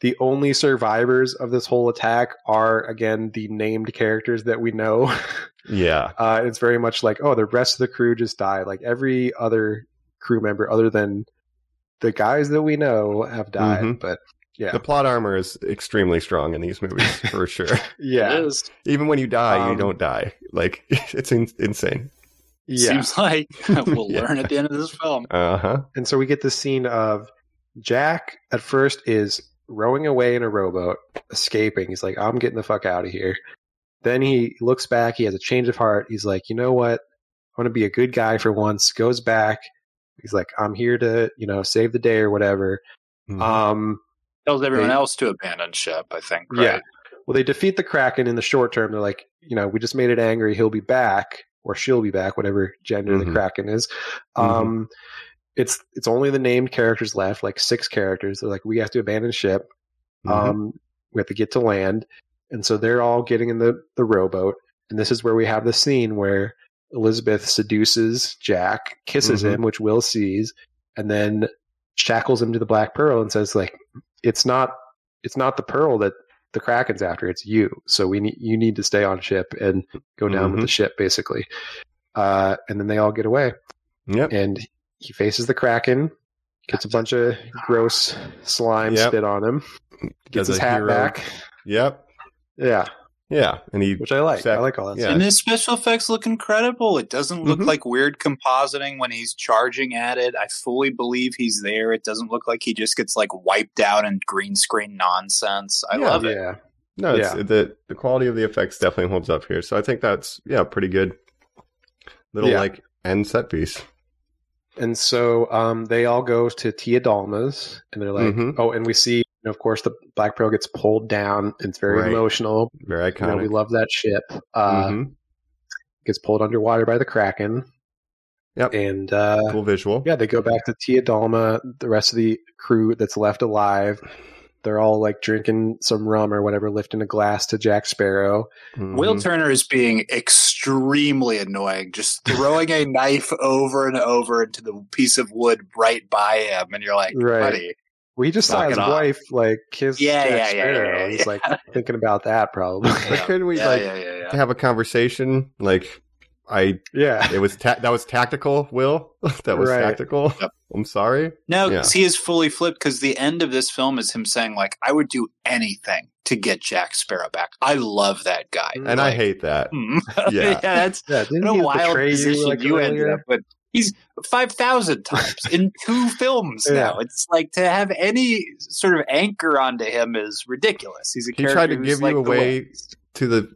the only survivors of this whole attack are again the named characters that we know Yeah. uh it's very much like oh the rest of the crew just died like every other crew member other than the guys that we know have died Mhm. but yeah The plot armor is extremely strong in these movies for sure. yeah It is. Even when you die, you Um, don't die. Like it's in- insane. yeah Seems like we'll Yeah. learn at the end of this film. Uh-huh. and so we get this scene of jack at first is rowing away in a rowboat escaping he's like i'm getting the fuck out of here Then he looks back. He has a change of heart. He's like, you know what? I want to be a good guy for once. Goes back. He's like, I'm here to, you know, save the day or whatever. Mm-hmm. Mm-hmm. Um, Tells everyone They- else to abandon ship, I think. Right? Yeah. Well, they defeat the Kraken in the short term. They're like, you know, we just made it angry. He'll be back, or she'll be back, whatever gender the Mhm. Kraken is. Um, It's it's only the named characters left, like six characters. They're like, we have to abandon ship. Mm-hmm. Mm-hmm. Um, we have to get to land, and so they're all getting in the the rowboat. And this is where we have the scene where Elizabeth seduces Jack, kisses Mhm. him, which Will sees, and then shackles him to the Black Pearl and says, like, it's not it's not the Pearl that the Kraken's after. It's you. So we need you need to stay on ship and go down with Mhm. the ship, basically. Uh, and then they all get away, yep. and he faces the Kraken, gets a bunch of gross slime Yep. spit on him, gets As a his hat hero. back. Yep. Yeah, Yeah. And he which I like. Sac- I like all that. yeah. Mm-hmm. stuff. And his special effects look incredible. It doesn't look Mhm. like weird compositing when he's charging at it. I fully believe he's there. It doesn't look like he just gets like wiped out in green screen nonsense. I Yeah, love it. Yeah. No, it's, Yeah. the the quality of the effects definitely holds up here. So I think that's yeah, pretty good. Little Yeah. like end set piece. And so um, they all go to Tia Dalma's, and they're like, Mhm. oh, and we see, you know, of course, the Black Pearl gets pulled down. It's very Right. emotional. Very You know, iconic. we love that ship. Uh, Mhm. Gets pulled underwater by the Kraken. Yep. And uh, Cool visual. yeah, they go back to Tia Dalma. The rest of the crew that's left alive, they're all like drinking some rum or whatever, lifting a glass to Jack Sparrow. Mhm. Will Turner is being extremely annoying, just throwing a knife over and over into the piece of wood right by him. And you're like, Right. buddy, We just saw Knock his it off. wife like kiss Yeah, Jack yeah, yeah, Sparrow. yeah, yeah, He's like thinking about that probably. But couldn't we yeah, like yeah, yeah, yeah. have a conversation? Like I yeah. it was ta- that was tactical, Will. that was Right. tactical. Yep. I'm sorry. No, Yeah. 'cause he is fully flipped because the end of this film is him saying, like, I would do anything to get Jack Sparrow back. I love that guy. And I hate that. Hmm. Yeah. that's Yeah, Mm. didn't what a he wild betray position you, like, ended earlier? up with. He's five thousand times in two films Yeah. now. It's like to have any sort of anchor onto him is ridiculous. He's a He character tried to who's give like you the away West. to the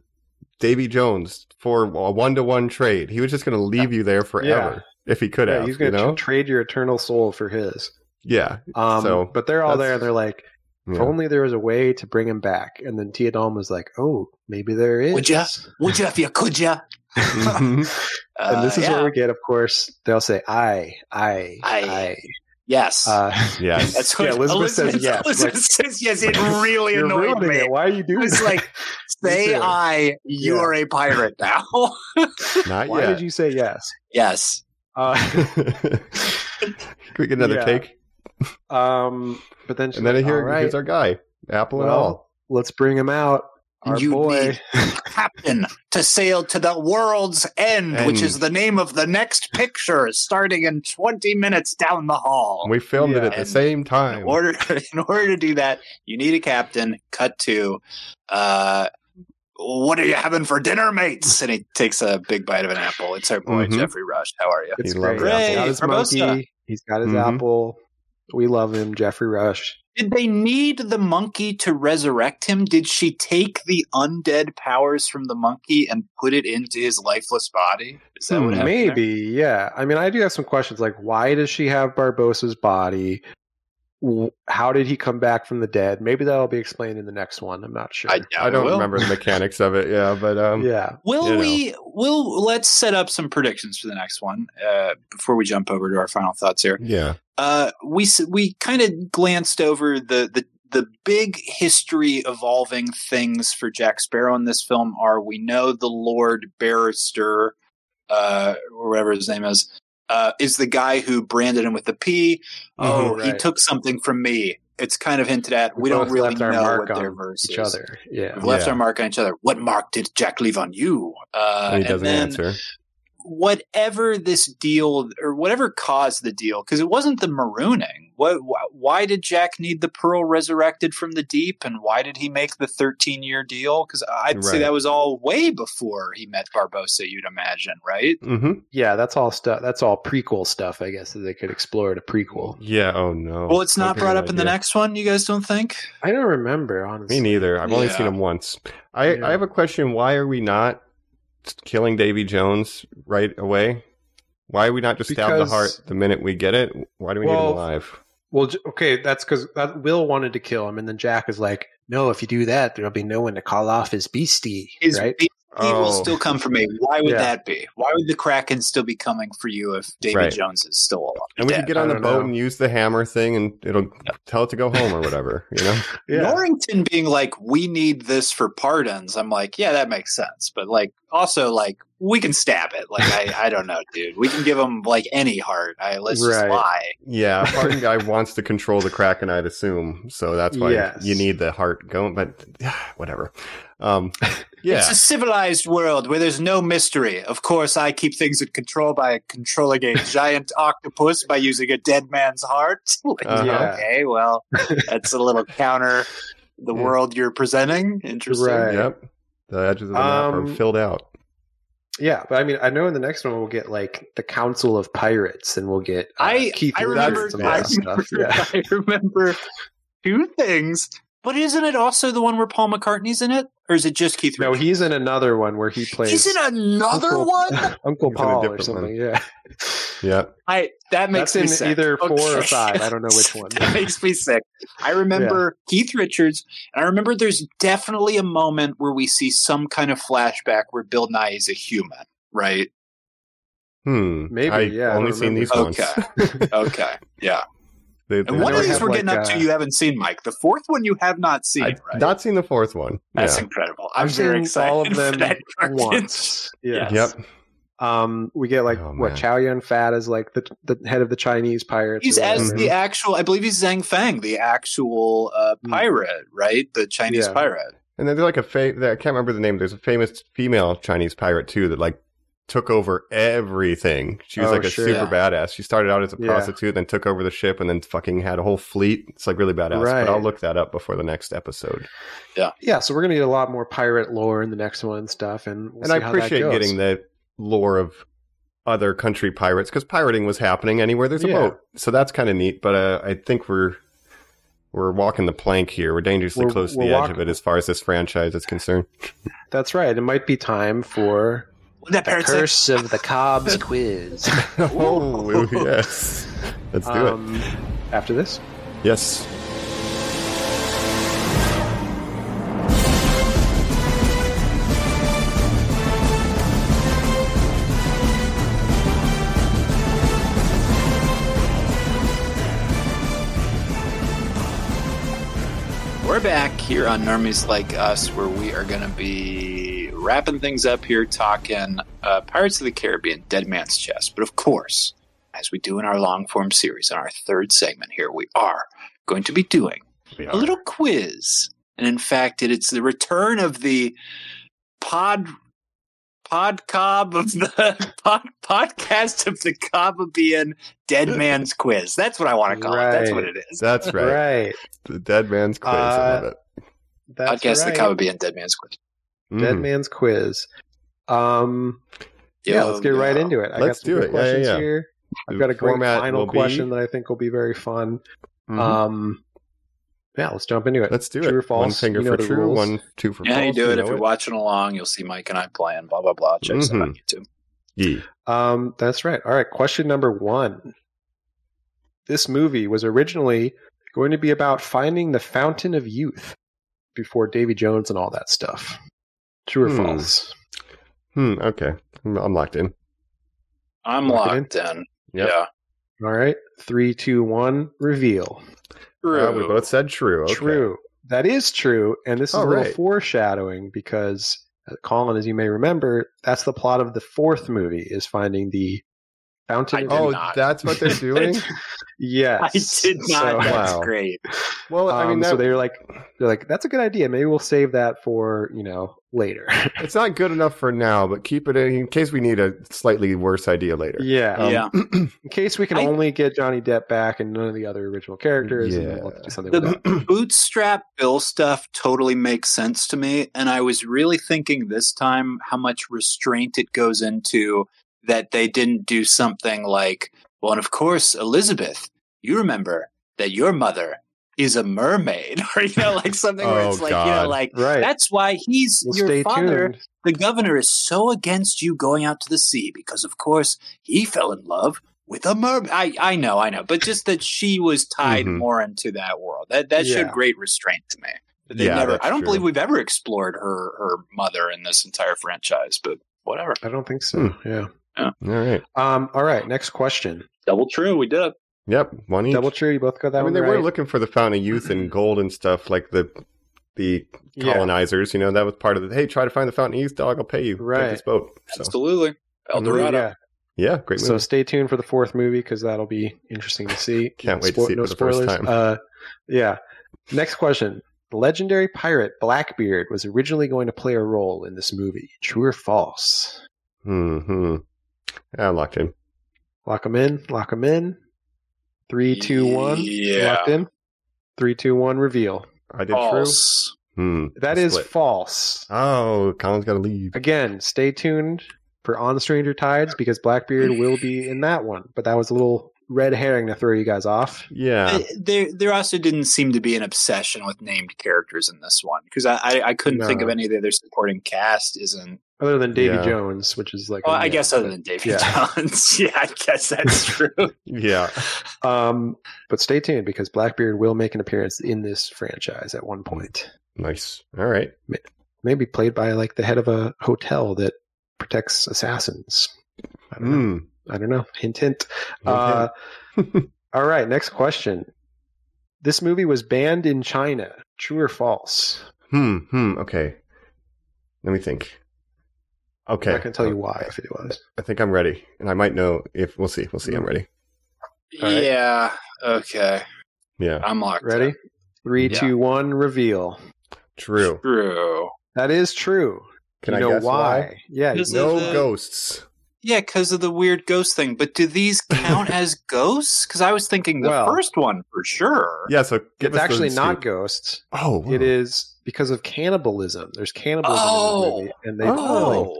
Davy Jones for a one to one trade. He was just going to leave you there forever if he could Yeah, have. he's you going to know? trade your eternal soul for his. yeah. Um, So, but they're all that's- there, and they're like, if yeah. only there was a way to bring him back. And then Tia Dalma's like, oh, maybe there is. Would ya? Would you if you could you? Mhm. And this is Uh, yeah. where we get, of course, they'll say, I, I, I. I. yes. Uh, Yes. That's what yeah, Elizabeth says yes, Elizabeth like- says yes. It really you're annoyed ruining me. it. Why are you It doing was this? like, say too. I, you Yeah. are a pirate now. Not Why yet. did you say yes? yes. Uh, Can we get another Yeah. take? um, but then she's And then like, here, all right, here's our guy, Apple and Well, all. let's bring him out. Our You boy. need- Captain to sail to the world's end, which End. is the name of the next picture, starting in 20 minutes down the hall. We filmed it yeah. at the And- same in time. order, in order to do that, you need a captain. Cut to, uh, what are you having for dinner, mates? And he takes a big bite of an apple. It's our boy Mhm. Jeffrey Rush. How are you? It's He great. loves Apple. He's got Hooray, his Barbosa. monkey. He's got his Mhm. apple. We love him, Jeffrey Rush. Did they need the monkey to resurrect him? Did she take the undead powers from the monkey and put it into his lifeless body? Is that what Hmm, happened? there? Maybe, yeah. I mean, I do have some questions. Like, why does she have Barbosa's body? W- How did he come back from the dead? Maybe that'll be explained in the next one. I'm not sure. I, doubt I don't it will. remember the mechanics of it. Yeah, but um, yeah. Will you know. we? Will let's set up some predictions for the next one uh, before we jump over to our final thoughts here. yeah. Uh, we s- we kind of glanced over the the the big history evolving things for Jack Sparrow in this film are we know the Lord Barrister, uh, or whatever his name is, uh, is the guy who branded him with the P. Oh, Mhm, he right. took something from me. It's kind of hinted at. We, don't both really left our know mark what their on verse Each is. other. Yeah. We've left Yeah. our mark on each other. What mark did Jack leave on you? Uh, And and he doesn't then answer. whatever this deal or whatever caused the deal, because it wasn't the marooning. What? wh- Why did Jack need the pearl resurrected from the deep, and why did he make the thirteen-year deal? Because I'd say Right. that was all way before he met Barbosa. You'd imagine, right? hmm Yeah, that's all stuff. That's all prequel stuff, I guess, that they could explore in a prequel. Yeah. Oh no. Well, it's not Okay, brought good up in the idea. next one. You guys don't think? I don't remember, honestly. Me neither. I've only Yeah. seen him once. I, Yeah. I have a question. Why are we not killing Davy Jones right away? Why are we not just stab the Because- heart the minute we get it? Why do we need Well, him alive? Well, J- okay, that's because that Will wanted to kill him, and then Jack is like, "No, if you do that, there'll be no one to call off his beastie." His right? baby will Oh. still come for me. Why would Yeah. that be? Why would the Kraken still be coming for you if David Right. Jones is still alive? and we dead? could get I on the don't boat know. and use the hammer thing, and it'll tell it to go home or whatever. You know, Norrington being like, "We need this for pardons." I'm like, "Yeah, that makes sense," but like, also like, we can stab it. Like, I, I don't know, dude. We can give him like any heart. I let's just Right. lie. yeah. Pardon guy wants to control the Kraken, I'd assume. So that's why Yes. you need the heart going. But whatever. Um, yeah, It's a civilized world where there's no mystery. Of course, I keep things in control by controlling a giant octopus by using a dead man's heart. Like, Uh-huh. Okay, well, that's a little counter the Yeah. world you're presenting. Interesting. Right. yep. The edges of the map are Um, filled out. Yeah, but I mean, I know in the next one we'll get like the Council of Pirates, and we'll get uh, I Keith I Richards remember, and all I, that stuff. remember Yeah. I remember two things. But isn't it also the one where Paul McCartney's in it, or is it just Keith? No, Richards? he's in another one where he plays he's in another Uncle- one. Uncle He's in a Paul or different something. one. Yeah, Yeah. I that makes that's in me sick. either four or Okay. five. I don't know which one. that makes me sick. I remember Keith Richards, and I remember there's definitely a moment where we see some kind of flashback where Bill Nye is a human, right? Hmm. Maybe, I yeah, I Only don't seen remember. these Okay. once. Okay, yeah. They- And they one don't of never these have, we're like, getting up to uh, you haven't seen, Mike. The fourth one you have not seen, I've right? not seen the fourth one. That's yeah. incredible. I'm I've very seen excited all of for them that cartoon. once. Yeah. Yes. Yep. Um, we get like Oh, what man. Chow Yun Fat is like the the head of the Chinese pirates. He's or as whatever. the actual, I believe he's Zhang Fang, the actual uh, Mm-hmm. Mm. pirate, right? The Chinese Yeah. pirate. And then there's like a fa- I can't remember the name. There's a famous female Chinese pirate too that like took over everything. She was Oh, like a sure. super Yeah. badass. She started out as a Yeah. prostitute, then took over the ship, and then fucking had a whole fleet. It's like really badass. Right. But I'll look that up before the next episode. yeah. So we're gonna get a lot more pirate lore in the next one and stuff, and we'll and see I how that appreciate goes. getting the lore of other country pirates because pirating was happening anywhere there's a Yeah. boat, so that's kind of neat. But uh, I think we're we're walking the plank here. We're dangerously We're- close to we're the edge walk- of it as far as this franchise is concerned. That's right. It might be time for Wouldn't that the pirate say- Curse of the Cobb's Quiz. oh yes, let's do it. Um, after this. Yes. We're back here on Normies Like Us, where we are going to be wrapping things up here, talking uh, Pirates of the Caribbean, Dead Man's Chest. But of course, as we do in our long form series, in our third segment here, we are going to be doing a little quiz. And in fact, it, it's the return of the pod. Pod cob of the pod, podcast of the Cobbian Dead Man's Quiz. That's what I want to call it. That's what Right. it is. That's right. Right. The dead man's quiz. Uh, I love it. That's Podcast right. the Cobbian Dead Man's Quiz. Dead Mhm. Man's Quiz. Um, yeah, let's get right into it. I Let's got some do good it. Yeah, questions yeah, yeah. here. I've The got a great Mm-hmm. format final will be- question that I think will be very fun. Mhm. Um, yeah, let's jump into it. Let's do true it. or One false? finger You know for the true, rules. one two for Yeah, how false. you do it. if know you're watching along, you'll see Mike and I playing. Blah blah blah. Check us out on YouTube. Ye. Um, that's right. All right, question number one. This movie was originally going to be about finding the fountain of youth before Davy Jones and all that stuff. True or Hmm. false? Hmm. Okay. I'm, I'm locked in. I'm Lock it locked in. Yep. Yeah, All right, three, two, one. Reveal. Uh, we both said true. Okay. True. That is true. And this is All a little right. foreshadowing because uh, Colin, as you may remember, that's the plot of the fourth movie is finding the fountain. I of did Oh, not. that's what they're doing. Yes, I did not. So, That's Wow. great. Well, I um, mean, that, so they're like, they're like, that's a good idea. Maybe we'll save that for you know later. it's not good enough for now, but keep it in, in case we need a slightly worse idea later. yeah, Um, yeah. in case we can I- only get Johnny Depp back and none of the other original characters, and we'll have to do something with that. The bootstrap bill stuff totally makes sense to me. And I was really thinking this time how much restraint it goes into that they didn't do something like, well, and of course, Elizabeth, you remember that your mother is a mermaid, or, you know, like something where Oh, it's like, you God. know, like, Right. that's why he's Well, your stay father. tuned. The governor is so against you going out to the sea because, of course, he fell in love with a mermaid. I, I know, I know, but just that she was tied Mm-hmm. Mhm. more into that world. That that Yeah. showed great restraint to me. That they Yeah, never. that's I don't true. believe we've ever explored her her mother in this entire franchise, but whatever. I don't think so. Hmm. Yeah. All right. Um. All right. Next question. Double true, we did it. Yep. One each. Double true. You both got that I mean, one they right. were looking for the Fountain of Youth and gold and stuff like the the Yeah. colonizers. You know, that was part of the. Hey, try to find the Fountain of Youth, dog. I'll pay you. Take Right. this boat. So, Absolutely, El Mhm. Dorado. Yeah. yeah, great So move. stay tuned for the fourth movie because that'll be interesting to see. Can't wait to see it no for the first spoilers. time. Uh, yeah. Next question. The legendary pirate Blackbeard was originally going to play a role in this movie. True or false? hmm I'm locked in. Lock him in. Lock him in. Three, two, one. Yeah. Locked in. Three, two, one. Reveal. I did Oh. False. true. Hmm. That is Split. false. Oh, Colin's got to leave. Again, stay tuned for On the Stranger Tides because Blackbeard will be in that one. But that was a little red herring to throw you guys off. Yeah. Uh, There, there also didn't seem to be an obsession with named characters in this one because I, I, I couldn't No. think of any of the other supporting cast. Isn't Other than Davy Yeah. Jones, which is like, Well, a I no, guess but- other than Davy yeah. Jones. Yeah, I guess that's true. yeah. Um, but stay tuned because Blackbeard will make an appearance in this franchise at one point. Nice. All right. Maybe played by like the head of a hotel that protects assassins. I don't, know. Mm. I don't know. Hint, hint. Uh, all right. Next question. This movie was banned in China. True or false? hmm. Hmm. Okay. Let me think. Okay. I'm not going to oh. tell you why if it was. I think I'm ready, and I might know if we'll see. We'll see. Hmm. I'm ready. All right. Yeah. Okay. Yeah. I'm locked. Ready? in. Three, two, one. Yeah. Reveal. True. True. That is true. Can you I know guess why? Yeah. you- This is No the- ghosts. Yeah, because of the weird ghost thing. But do these count as ghosts? Because I was thinking the Well- first one for sure. Yeah. So give It's us actually those not two. ghosts. Oh. wow. It is because of cannibalism. There's cannibalism in Oh. the movie, and they Oh.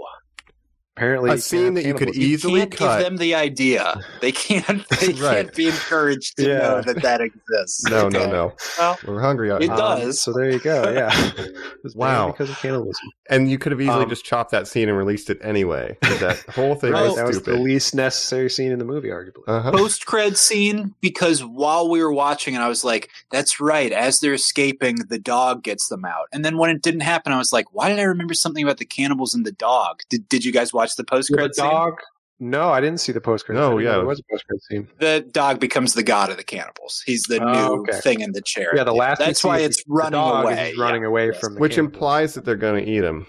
apparently A scene that you could cannibalism- You Easily can't cut. give them the idea. They can't. They Right. can't be encouraged to Yeah. know that that exists. No. No. Okay. No. Well, We're hungry. It Uh, does. Um, So there you go. Yeah. It was Wow. banned because of cannibalism. And you could have easily Um, just chopped that scene and released it anyway. 'cause That whole thing Right, was that was the stupid. least necessary scene in the movie, arguably. uh-huh. post cred scene because while we were watching it, I was like, "That's right." As they're escaping, the dog gets them out. And then when it didn't happen, I was like, "Why did I remember something about the cannibals and the dog?" Did Did you guys watch the post the cred scene? dog. No, I didn't see the post credit. No, yeah. there was a post credit scene. The dog becomes the god of the cannibals. He's the Oh, new okay. thing in the chair. Yeah, the last. we That's see why is it's the running dog is away. he's running away yes. from the Which cannibal. implies that they're going to eat him,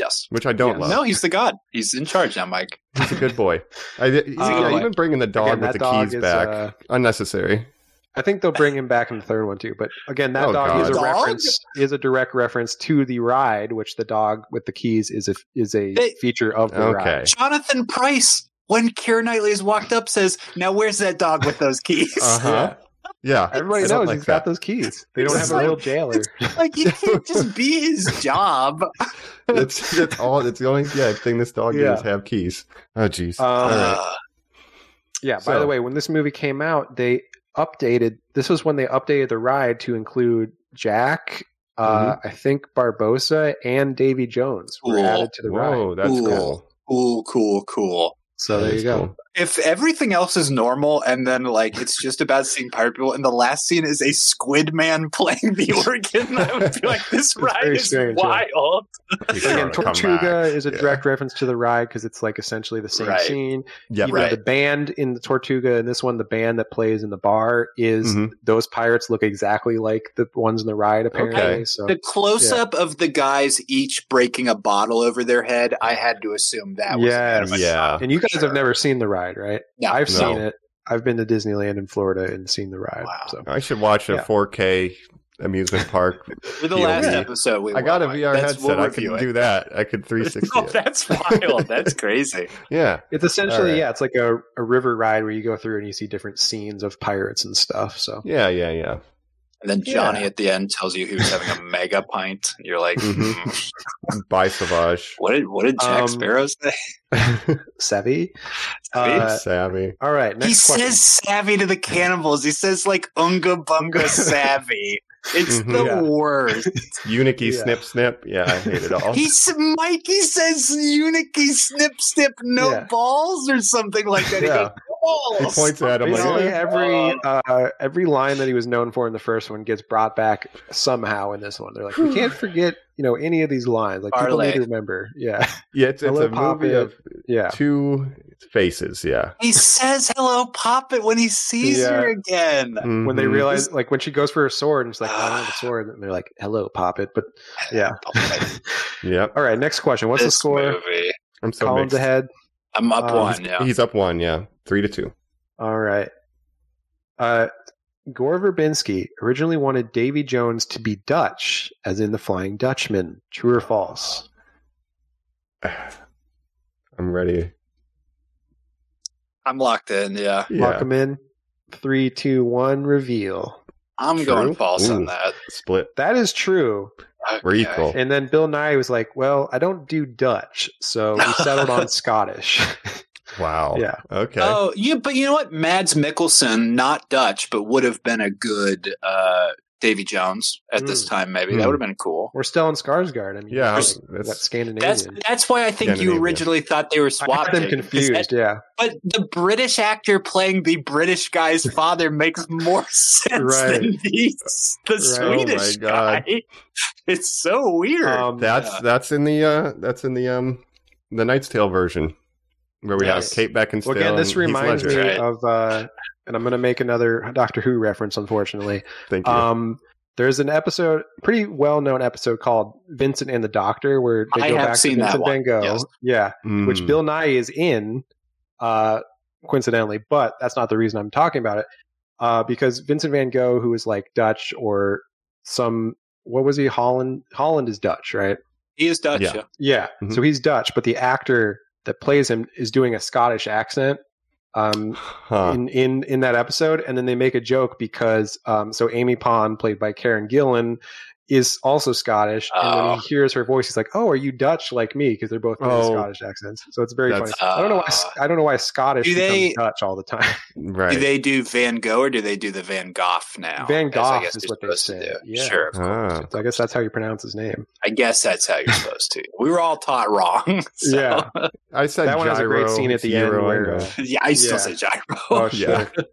Yes. which I don't Yes. love. No, he's the god. He's in charge now, Mike. He's a good boy. I, he's a good Uh, boy. even bringing the dog Again, with that the dog keys is, back uh, unnecessary. I think they'll bring him back in the third one too. But again, that Oh, dog is a God. reference is a direct reference to the ride, which the dog with the keys is a is a They- feature of the Okay, ride. Jonathan Price. When Keira Knightley is walked up, says, "Now where's that dog with those keys?" uh Uh-huh. huh, yeah. Everybody I don't knows like he's got that. those keys. They don't It's have a like- real jailer. Like you can't just be his job. That's, that's all. That's the only yeah thing this dog Yeah. does have keys. Oh jeez. Um, right. Uh, Yeah. by So- the way, when this movie came out, they updated. This was when they updated the ride to include Jack, uh, Mm-hmm. I think Barbosa, and Davy Jones were Cool. added to the ride. Whoa, that's Ooh. cool. cool, cool, cool. So That there you is go. cool. if everything else is normal and then like it's just about seeing pirate people and the last scene is a squid man playing the organ i would be like this ride very is strange, yeah. wild He's Again, gonna come back. Tortuga is a Yeah. direct reference to the ride because it's like essentially the same Right. scene. Yeah, Even right. the band in the Tortuga and this one, the band that plays in the bar is Mhm. those pirates look exactly like the ones in the ride apparently. Okay. So the close-up of the guys each breaking a bottle over their head i had to assume that was Yes. was Yeah. and you guys Sure. have never seen the ride, right? No. I've Oh, No. seen it. I've been to Disneyland in Florida and seen the ride. Wow. So I should watch a Yeah. 4K amusement park. For the POV. last episode, we I got a watched. VR That's headset. we'll I review could it. do that. I could 360 Oh, it. that's wild. That's crazy. Yeah. it's essentially Alright. yeah, it's like a, a river ride where you go through and you see different scenes of pirates and stuff. So Yeah, yeah, yeah. And then Johnny at the end tells you he was having a mega pint, and you're like, Mhm. "Hmm, By Savage. "What did what did Jack Um, Sparrow say?" savvy. Uh, Savvy. all right, next he question. says savvy to the cannibals. He says like unga bunga savvy. It's Mhm. the Yeah. worst. Unicky yeah. snip snip. Yeah, I hate it all. He's Mikey says Unicky snip snip no Yeah. balls or something like that. He Yeah. goes, balls. he points at him like, Basically, "Eh." every uh, every line that he was known for in the first one gets brought back somehow in this one. They're like, we can't forget, you know, any of these lines. Like people Parlay. need to remember. Yeah, yeah, it's, it's Hello, a movie of yeah. two faces. Yeah. he says hello poppet when he sees Yeah. her again. When they Mhm. realize, like when she goes for her sword, and it's like, I don't have a sword, and they're like, "Hello, pop it." But yeah. Yep. All right, next question. What's the This score? movie. I'm so Columns mixed. ahead. I'm up Uh, one. He's, Yeah. he's up one. Yeah. Three to two. All right. Uh, Gore Verbinski originally wanted Davy Jones to be Dutch, as in the Flying Dutchman. True or false? I'm ready. I'm locked in. Yeah. Lock Yeah. 'em in. Three, two, one. Reveal. I'm True? going false Ooh. on that. Split. That is true. We're Okay. equal. And then Bill Nye was like, "Well, I don't do Dutch, so we settled on Scottish." Wow. Yeah. Okay. Oh, yeah, but you know what? Mads Mikkelsen, not Dutch, but would have been a good uh, Davy Jones at this Mm. time. Maybe Mm. that would have been cool. We're still in Skarsgård. I mean, yeah. I like, was- that's, that's, Scandinavian. That's that's why I think you Scandinavia. originally thought they were I swap got them confused. yeah, but the British actor playing the British guy's father makes more sense Right. than the, the Right. Oh my Swedish God. guy. It's so weird. um, that's that's in the uh that's in the um the Knight's Tale version where we Yes. have Kate Beckinsale. well, again, and this Heath reminds me Ledger. Right. of, uh, and I'm going to make another Doctor Who reference, unfortunately. Thank you. Um, there's an episode, pretty well-known episode called "Vincent and the Doctor," where they I go have back seen to that Vincent one, Van Gogh. yes. Yeah, Mm. which Bill Nye is in, uh, coincidentally, but that's not the reason I'm talking about it. Uh, because Vincent van Gogh, who is like Dutch or some, what was he? Holland. Holland is Dutch, right? he is Dutch. yeah. yeah. Yeah. Mhm. So he's Dutch, but the actor that plays him is doing a Scottish accent. Um, Huh. in, in in that episode, and then they make a joke because um, so Amy Pond, played by Karen Gillan, is also Scottish, and when Oh. he hears her voice, he's like, "Oh, are you Dutch like me?" Because they're both doing Oh. Scottish accents, so it's very funny. That's- I don't know why Uh, I don't know why Scottish do becomes they- Dutch all the time. right. Do they do Van Gogh or do they do the Van Gogh now? Van As I Gogh guess is you're what they supposed to say, do. yeah. Sure. Ah. So I guess that's how you pronounce his name. I guess that's how you're supposed to. We were all taught wrong. So, yeah. Yeah, I said that one has a great gyro, scene at the end gyro, where. gyro. uh, I still Yeah. say gyro. Oh, Yeah. sure.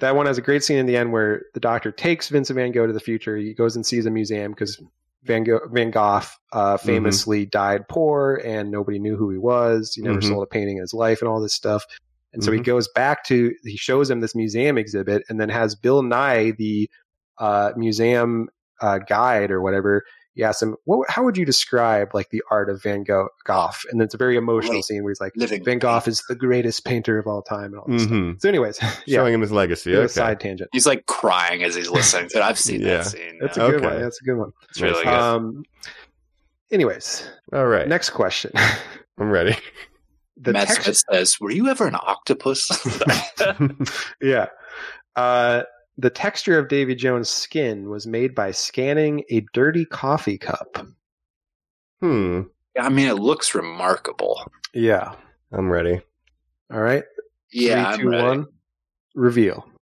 that one has a great scene in the end where the doctor takes Vincent Van Gogh to the future. He goes and sees a museum because Van Gogh, Van Gogh uh, famously died poor and nobody knew who he was. He never Mhm. sold a painting in his life and all this stuff. And so he goes back to he shows him this museum exhibit and then has Bill Nye, the uh, museum uh, guide or whatever. He asks him, what, "How would you describe like the art of Van Gogh?" And it's a very emotional Right. scene where he's like, Living "Van Gogh is the greatest painter of all time," and all this stuff. Mhm. So, anyways, yeah, Showing him his legacy. bit of a Okay. side tangent. He's like crying as he's listening to it. I've seen Yeah. Oh. that scene. That's yeah. a good Okay. one. That's a good one. It's really good. Um, anyways, All right. next question. I'm ready. The Matt text- Smith says, "Were you ever an octopus?" yeah, uh, the texture of Davy Jones' skin was made by scanning a dirty coffee cup. hmm. I mean, it looks remarkable. Yeah. I'm ready. All right. Yeah, Three, I'm two, ready. one. Reveal. I'm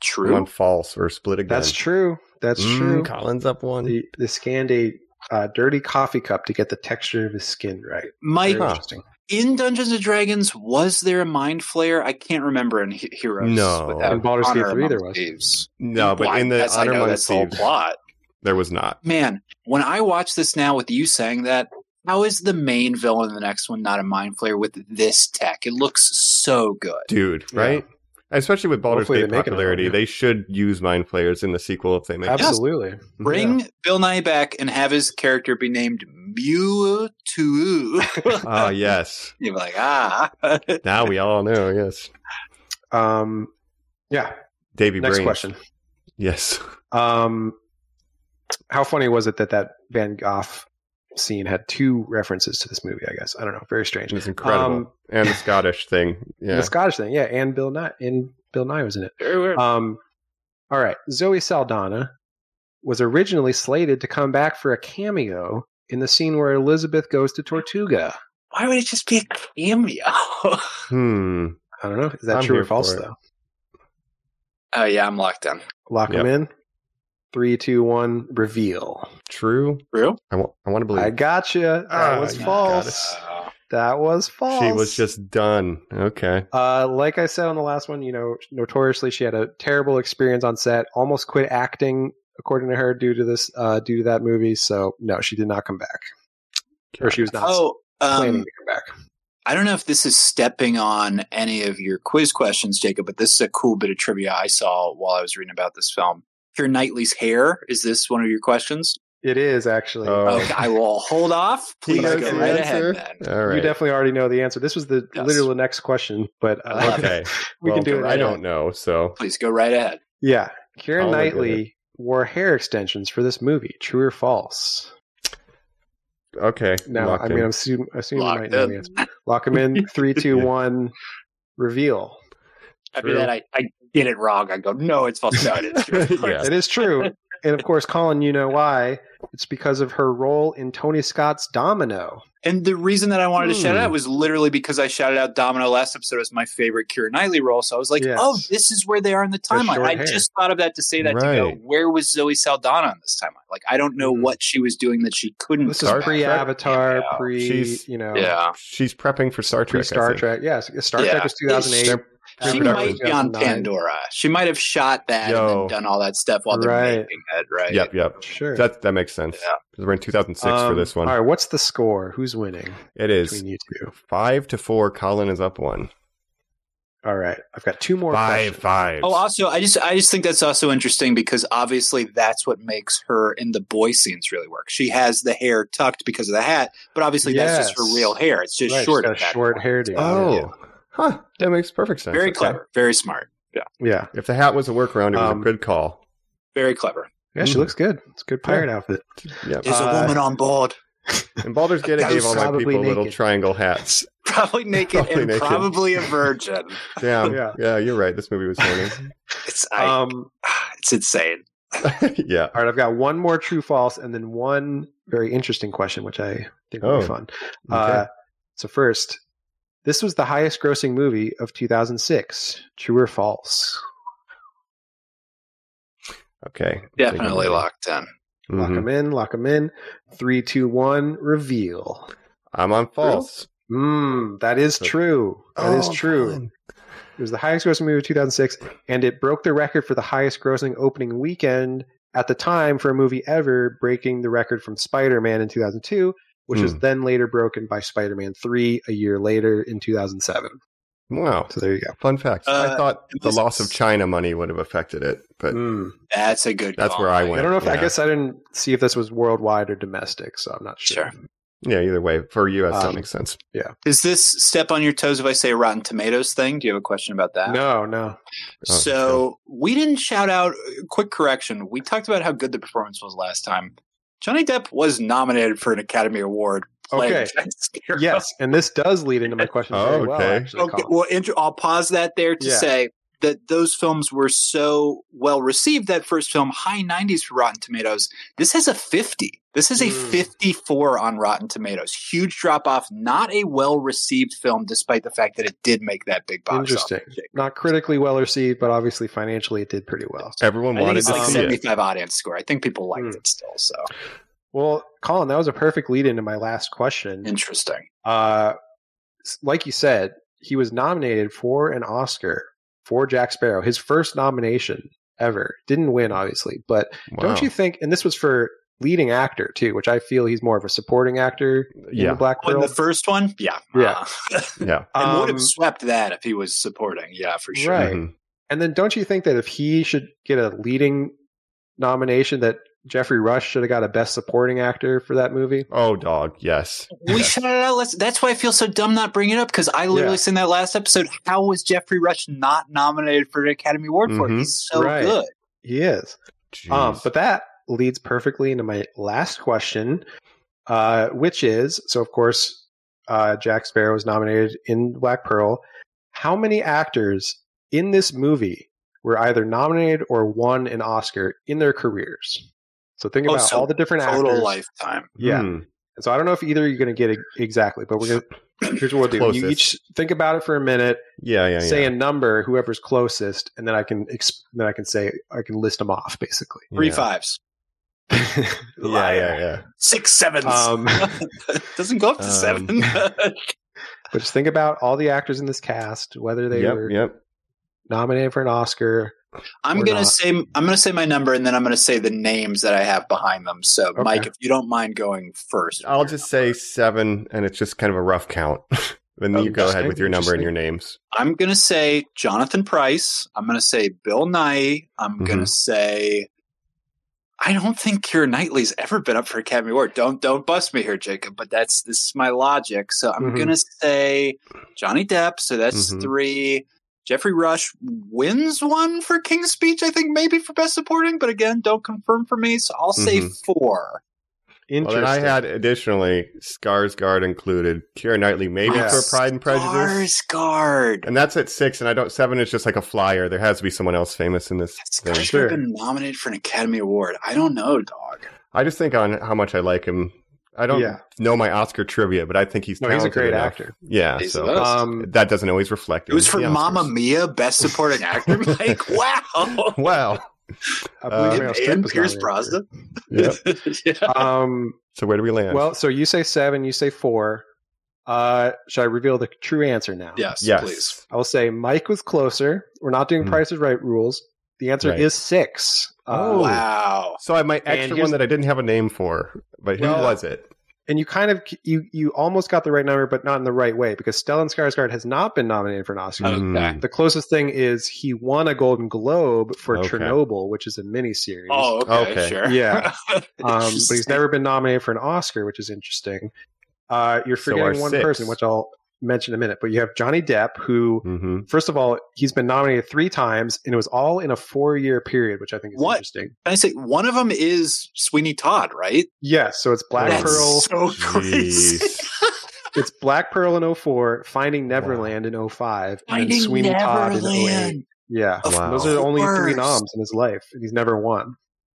True. on false or split again. That's true. That's Mm, true. Collins up one. They, they scanned a uh, dirty coffee cup to get the texture of his skin right. Mike, Very Huh. interesting. in Dungeons and Dragons, was there a mind flayer? I can't remember in He- Heroes. No. without In Baldur's Gate Honor 3 there Among was. Thieves. no, but in the Yes, I Honor know, Among that's the whole Thieves, plot. there was not. Man, when I watch this now with you saying that, how is the main villain in the next one not a mind flayer with this tech? It looks so good. Dude, Yeah. right? Especially with Baldur's Hopefully they Gate make another one, popularity, yeah. they should use mind players in the sequel if they make it. Absolutely. Bring Bill Nye back and have his character be named Mewtwo. Ah, yes. You'd be like, ah. uh, Now we all know, yes. Um, yeah. Davy Next Brains. question. Yes. Um, how funny was it that that Van Gogh scene had two references to this movie? I guess I don't know. Very strange. It's incredible. Um, and the Scottish thing. Yeah. The Scottish thing, yeah, and Bill Nye and Bill Nye was in it. Very weird. Um, all right, Zoe Saldana was originally slated to come back for a cameo in the scene where Elizabeth goes to Tortuga. Why would it just be a cameo? oh hmm. I don't know. Is that I'm true or here false for it. though? yeah, I'm locked in. Lock them in. Three, two, one. Reveal. True. True. I want to believe. I gotcha. That Ah, was you false. That was false. She was just done. Okay. Uh, like I said on the last one, you know, notoriously she had a terrible experience on set, almost quit acting, according to her, due to this, uh, due to that movie. So no, she did not come back, or she was not Oh, planning um, to come back. I don't know if this is stepping on any of your quiz questions, Jacob, but this is a cool bit of trivia I saw while I was reading about this film. Your Knightley's hair is this one of your questions? It is actually. Uh, Oh. Okay, I will hold off. He Please go knows the right answer? ahead then. All right. You definitely already know the answer. This was the Yes. literally next question, but uh, okay. we Well, can do it. I don't know. So Please go right ahead. Yeah, Karen I'll look at Knightley wore hair extensions for this movie. True or false? okay. No, locked I mean in. I'm assuming, assuming you Locked might know the in. answer. Lock them in. Three, two, Yeah. one. Reveal. After True. that, I, I get it wrong. I go, no, it's false. No, it is true. Of course. Yeah. It is true. and of course, Colin, you know why? It's because of her role in Tony Scott's Domino. And the reason that I wanted to shout it Hmm. out was literally because I shouted out Domino last episode as my favorite Kira Knightley role. So I was like, Yes. oh, this is where they are in the The timeline. short I hair. just thought of that to say that to go, Right. where was Zoe Saldana in this timeline? Like, I don't know Mhm. what she was doing that she couldn't. This is Star come Trek? pre Avatar, Yeah. pre, She's- you know, back. Yeah. She's prepping for Star pre Trek. I Star think. Trek. Yes, Star Yeah. Trek was 2008. They're- She Avatar might was be on 2009. Pandora. She might have shot that and Yo. then done all that stuff while they're Right. making it, right? Yep. Yep. Sure. That that makes sense. Yeah. 'Cause We're in 2006 for Um, this one. All right, what's the score? Who's winning It is between you two? five to four. Colin is up one. All right, I've got two more. Five questions. five. Oh, also, I just I just think that's also interesting because obviously that's what makes her in the boy scenes really work. She has the hair tucked because of the hat, but obviously that's Yes. just her real hair. It's just Right, she's short. got a at that short point. hairdo. Oh. Huh. That makes perfect sense. Very Okay. clever, very smart, yeah, If the hat was a workaround, it was Um, a good call. very clever. yeah. She Mhm. looks good. It's a good pirate outfit. Yep. There's Uh, a woman on board, And Baldur's Gate I That gave was all my probably people little naked. triangle hats. probably naked Probably and naked. probably a virgin. Damn. Yeah. yeah. you're right. This movie was horny. It's I, um, it's insane. yeah. all right, I've got one more true false, and then one very interesting question, which I think will be Oh, fun. Uh, so first, this was the highest grossing movie of 2006. True or false? okay. Definitely locked in. Mhm. Lock 'em Lock them in. Lock them in. Three, two, one. Reveal. I'm on false. Mm, that is true. That is Oh, true. Colin. It was the highest grossing movie of 2006, and it broke the record for the highest grossing opening weekend at the time for a movie ever, breaking the record from Spider Man in 2002, which was Hmm. then later broken by Spider Man 3 a year later in 2007. Wow. So there you go. Fun fact. I Uh, thought the this- loss of China money would have affected it, but Mm. That's a good. that's call. where I I went. don't know if I Yeah. guess I didn't see if this was worldwide or domestic, so I'm not sure. Sure. Yeah, either way, for U.S., that Um, makes sense. Does this step on your toes if I say Rotten Tomatoes thing? Do you have a question about that? No, no. Oh, So we didn't shout out. uh, Quick correction: we talked about how good the performance was last time. Johnny Depp was nominated for an Academy Award. playing Okay. Jack Sparrow. Yes, and this does lead into my question very well. Oh, Okay. Actually, Okay. Colin. Well, int- I'll pause that there to Yeah. say that those films were so well received. That first film, high nineties for Rotten Tomatoes. This has a fifty. This is a Mm. fifty-four on Rotten Tomatoes. Huge drop off. Not a well received film, despite the fact that it did make that big box Interesting. office. Not critically well received, but obviously financially it did pretty well. Everyone I think wanted it's to like see it. Hmm. seventy-five audience score. I think people liked Mm. it still. So Well, Colin, that was a perfect lead into my last question. interesting. Uh, s- like you said, he was nominated for an Oscar for Jack Sparrow, his first nomination ever. Didn't win, obviously, but Wow. don't you think? And this was for leading actor too, which I feel he's more of a supporting actor. in the Yeah. Black When Pearl. the first one, yeah, Yeah. Uh, Yeah. and Um, would have swept that if he was supporting, yeah, for sure. Right. Mhm. And then don't you think that if he should get a leading nomination that Jeffrey Rush should have got a Best Supporting Actor for that movie. Oh, dog. Yes. We shut it out. Let's, that's why I feel so dumb not bringing it up because I literally Yeah. seen that last episode. How was Jeffrey Rush not nominated for an Academy Award for it? Mhm. He's so Mm-hmm. Right. good. He is. Um, but that leads perfectly into my last question, uh, which is so, of course, uh, Jack Sparrow was nominated in Black Pearl. How many actors in this movie were either nominated or won an Oscar in their careers? So think Oh, about so all the different Total actors. lifetime. yeah. Hmm. And So I don't know if either you're going to get it exactly, but we're gonna, here's what we'll do. You Closest. each think about it for a minute, Yeah, yeah, yeah. say a number, whoever's closest, and then I can exp- then I can say I can list them off basically. Three yeah. fives. Yeah, yeah, yeah. Six sevens. Um, Doesn't go up to um, seven. But just think about all the actors in this cast, whether they yep, were yep. nominated for an Oscar. I'm We're gonna not. say I'm gonna say my number and then I'm gonna say the names that I have behind them. So Okay. Mike, if you don't mind going first, I'll just say seven, and it's just kind of a rough count. then you go ahead with your number and your names. I'm gonna say Jonathan Price. I'm gonna say Bill Nye. I'm Mhm. gonna say I don't think Keira Knightley's ever been up for Academy Award. Don't don't bust me here, Jacob. But that's this is my logic. So I'm Mhm. gonna say Johnny Depp. So that's Mhm. three. Jeffrey Rush wins one for King's Speech. I think maybe for Best Supporting, but again, don't confirm for me. So I'll say Mhm. four. Well, Interesting. then I had additionally Skarsgård included, Kira Knightley maybe Yes. for Pride and Prejudice, Skarsgård. and that's at six. And I don't seven is just like a flyer. There has to be someone else famous in this Skarsgård thing. Sure. been nominated for an Academy Award. I don't know, dog. I just think on how much I like him. I don't Yeah. know my Oscar trivia, but I think he's No, he's a talented great enough. actor. Yeah, He's so the best. Um, that doesn't always reflect. It was for the Oscars. Mamma Mia, Best Supporting Actor. Like, wow. Wow. I Uh, believe Meryl and, Streep and was Pierce nominated Brosnan. Yep. yeah. for- Um, So where do we land? well, so you say seven, you say four. Uh, should I reveal the true answer now? Yes, yes. please. I will say Mike was closer. We're not doing Hmm. Price is Right rules. The answer Right. is six. Oh. Uh, Wow. So I have my extra here's- one that I didn't have a name for, but who Well- was it? and you kind of you you almost got the right number, but not in the right way because Stellan Skarsgård has not been nominated for an Oscar. Okay. Mm. The closest thing is he won a Golden Globe for Okay. Chernobyl, which is a miniseries. Oh, okay, Okay. sure. Yeah. um, but he's Interesting. never been nominated for an Oscar, which is interesting. Uh, you're So forgetting are one six. person, which I'll mention in a minute. But you have Johnny Depp, who, hmm first of all, he's been nominated three times, and it was all in a four-year period, which I think is What? interesting. Can I say one of them is Sweeney Todd, right? Yes, so it's Black That's Pearl, so crazy. Jeez. it's Black Pearl in 04, Finding Neverland in 05, and then Finding Sweeney Todd in 08. Neverland. Yeah, Of Wow. those are the only three course. noms in his life, and he's never won.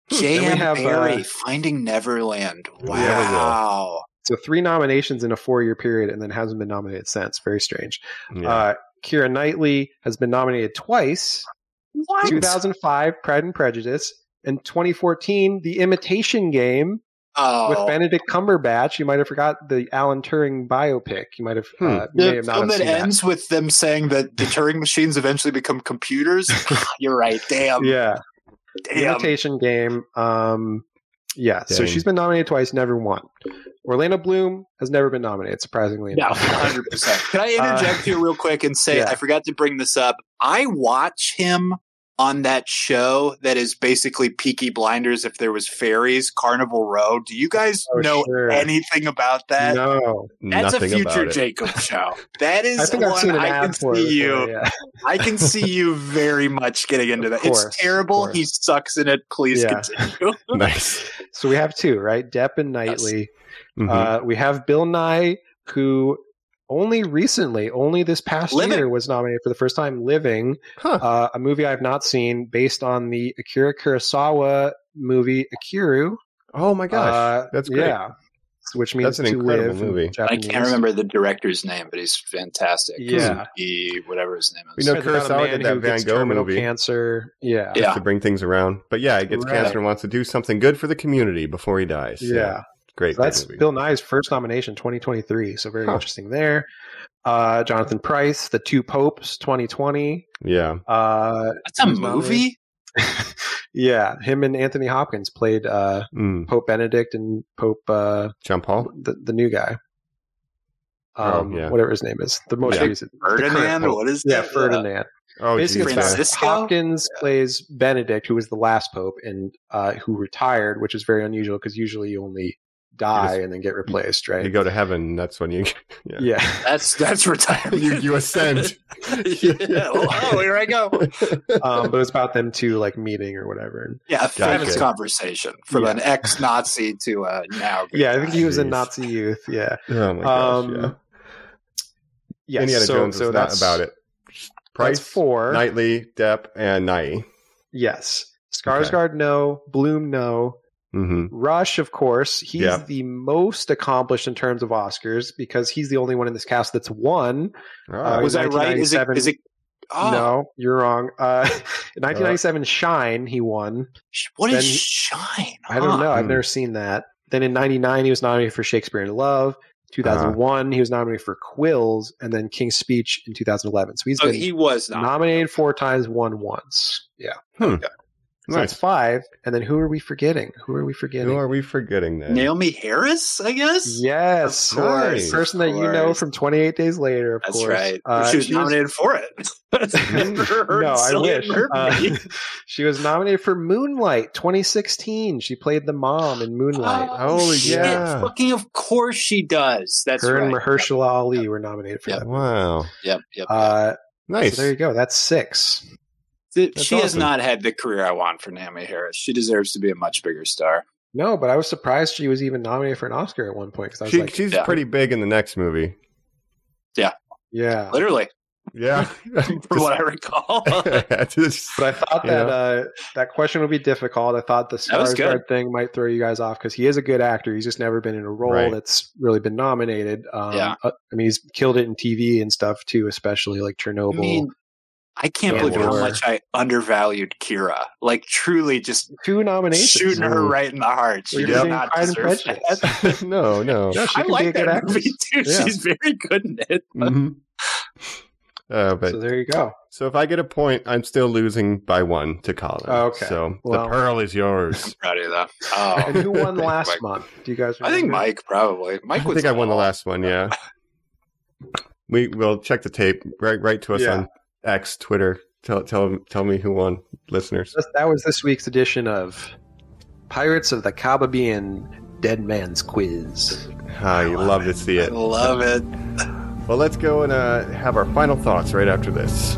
Then we J.M. have, Barry, uh, Finding Neverland. we have a- Wow. So three nominations in a four-year period, and then hasn't been nominated since. Very strange. Yeah. Uh, Kira Knightley has been nominated twice: What? 2005, Pride and Prejudice, and 2014, The Imitation Game oh. with Benedict Cumberbatch. You might have forgot the Alan Turing biopic. You might have, Hmm. uh, The may have not film have that seen that. ends with them saying that the Turing machines eventually become computers. Ah, You're right. Damn. Yeah, The damn. Imitation Game. Um, yeah, so Dang. she's been nominated twice, never won. Orlando Bloom has never been nominated, surprisingly No, enough. 100%. Can I interject here real quick and say Uh, yeah. I forgot to bring this up? I watch him on that show that is basically Peaky Blinders if there was fairies, Carnival Row. Do you guys Oh, know sure. anything about that? no, That's Nothing a about future it. Jacob show. That is I think I've one seen an I can ad for it. see you. before, yeah. I can see you very much getting into Of that. course, it's of terrible. He course. sucks in it. Please Yeah. continue. Nice. So we have two, right? Depp and Knightley. Mhm. Uh, we have Bill Nye, who only recently, only this past Living. year, was nominated for the first time. Living, Huh. uh, a movie I've not seen, based on the Akira Kurosawa movie Akiru. oh my gosh, Uh, that's great. Yeah, which means That's an to incredible live in movie. I I Japanese. can't remember the director's name, but he's fantastic. Yeah. Kazuki, whatever his name We is. know It's about a Kurosawa man did that who Van gets Gogh terminal movie. Cancer. Yeah. yeah. to bring things around, but yeah, he gets Right. cancer and wants to do something good for the community before he dies. Yeah. great. So that's great movie. Bill Nye's first nomination, 2023. So very Huh. interesting there. Uh, Jonathan Price, The Two Popes, 2020. yeah, Uh, That's a Who's nominated? movie? yeah, him and Anthony Hopkins played uh, mm. Pope Benedict and Pope uh, John Paul. the, the new guy, um, Oh, yeah. whatever his name is, the most Yeah. recent, the current Ferdinand? Pope. What is Yeah, that? Ferdinand. Oh, Basically, it's geez, yeah. about Francisco? Hopkins plays Benedict, who was the last pope and uh, who retired, which is very unusual because usually you only die just- and then get replaced, you right? go to heaven. That's when you yeah. yeah. That's that's retirement. you, you ascend. yeah. Oh, here I go. um, but it's about them two like meeting or whatever. And, Yeah, a feminist Gotcha. conversation from Yeah. an ex-Nazi to a now. good yeah, I think guy. he was in Jeez. Nazi youth. Yeah. Oh my gosh! Um, yeah. Yes, Indiana so, Jones so is not that's about it. Price Price, that's four. Knightley, Depp, and Nye. Yes. Skarsgård, no. Bloom, no. Mm-hmm. Rush, of course. He's Yeah. the most accomplished in terms of Oscars because he's the only one in this cast that's won. Uh, Was I right? Is it? 1997 Is it? Oh, No, you're wrong. Uh, in 1997, Shine, he won. sh- what Then- is shine? I don't huh? know. I've Hmm. never seen that. Then in 99, he was nominated for Shakespeare in Love. Uh-huh. 2001, he was nominated for Quills, and then King's Speech in 2011. So he's Oh, been he was not. nominated four times, won once. Yeah. Hmm. So that's Nice. five. And then who are we forgetting? Who are we forgetting? Who are we forgetting then? Naomi Harris, I guess. Yes, Of course, the person that you know course. from 28 Days Later. Of That's course, right. Uh, she was nominated for it. no, No, I wish. Uh, she was nominated for Moonlight 2016. She played the mom in Moonlight. Ah, Oh, shit. yeah. Fucking of course she does. That's Her right. and Mahershala Ali were nominated for Yep. that. Wow. Yep, yep. Uh, Nice. So there you go. That's six. Th- that's she has awesome. not had the career I want for Naomi Harris. She deserves to be a much bigger star. No, but I was surprised she was even nominated for an Oscar at one point because I was she, like, she's Yeah. pretty big in the next movie. yeah. Literally, Yeah. from what I recall. Just- But I thought You that know? uh, that question would be difficult. I thought the That was good. Skarsgård thing might throw you guys off because he is a good actor. He's just never been in a role Right. that's really been nominated. Um, Yeah. uh, I mean, he's killed it in TV and stuff too, especially like I Chernobyl. mean, I can't Yeah, believe how or- much I undervalued Kira. Like, truly, just Two nominations. shooting her Mm. right in the heart. She We're does doing not Pride and deserve Prejudice. that. no, no. Yeah, she I can be a like good that movie actress. too. Yeah. She's very good in it. Mhm. Uh, but So there you go. so if I get a point, I'm still losing by one to Colin. Oh, Okay. So Well- the pearl is yours. Proud of you, though. And Oh, who won last Mike. month? Do you guys? I think remember? Mike probably. Mike I was. think I won the last one. Yeah. We will check the tape. Write write to us Yeah. on X Twitter. Tell tell tell me who won, listeners. That- That was this week's edition of Pirates of the Caribbean Dead Man's Quiz. Ah, you love to see I it. love it. Well, let's go and uh, have our final thoughts right after this.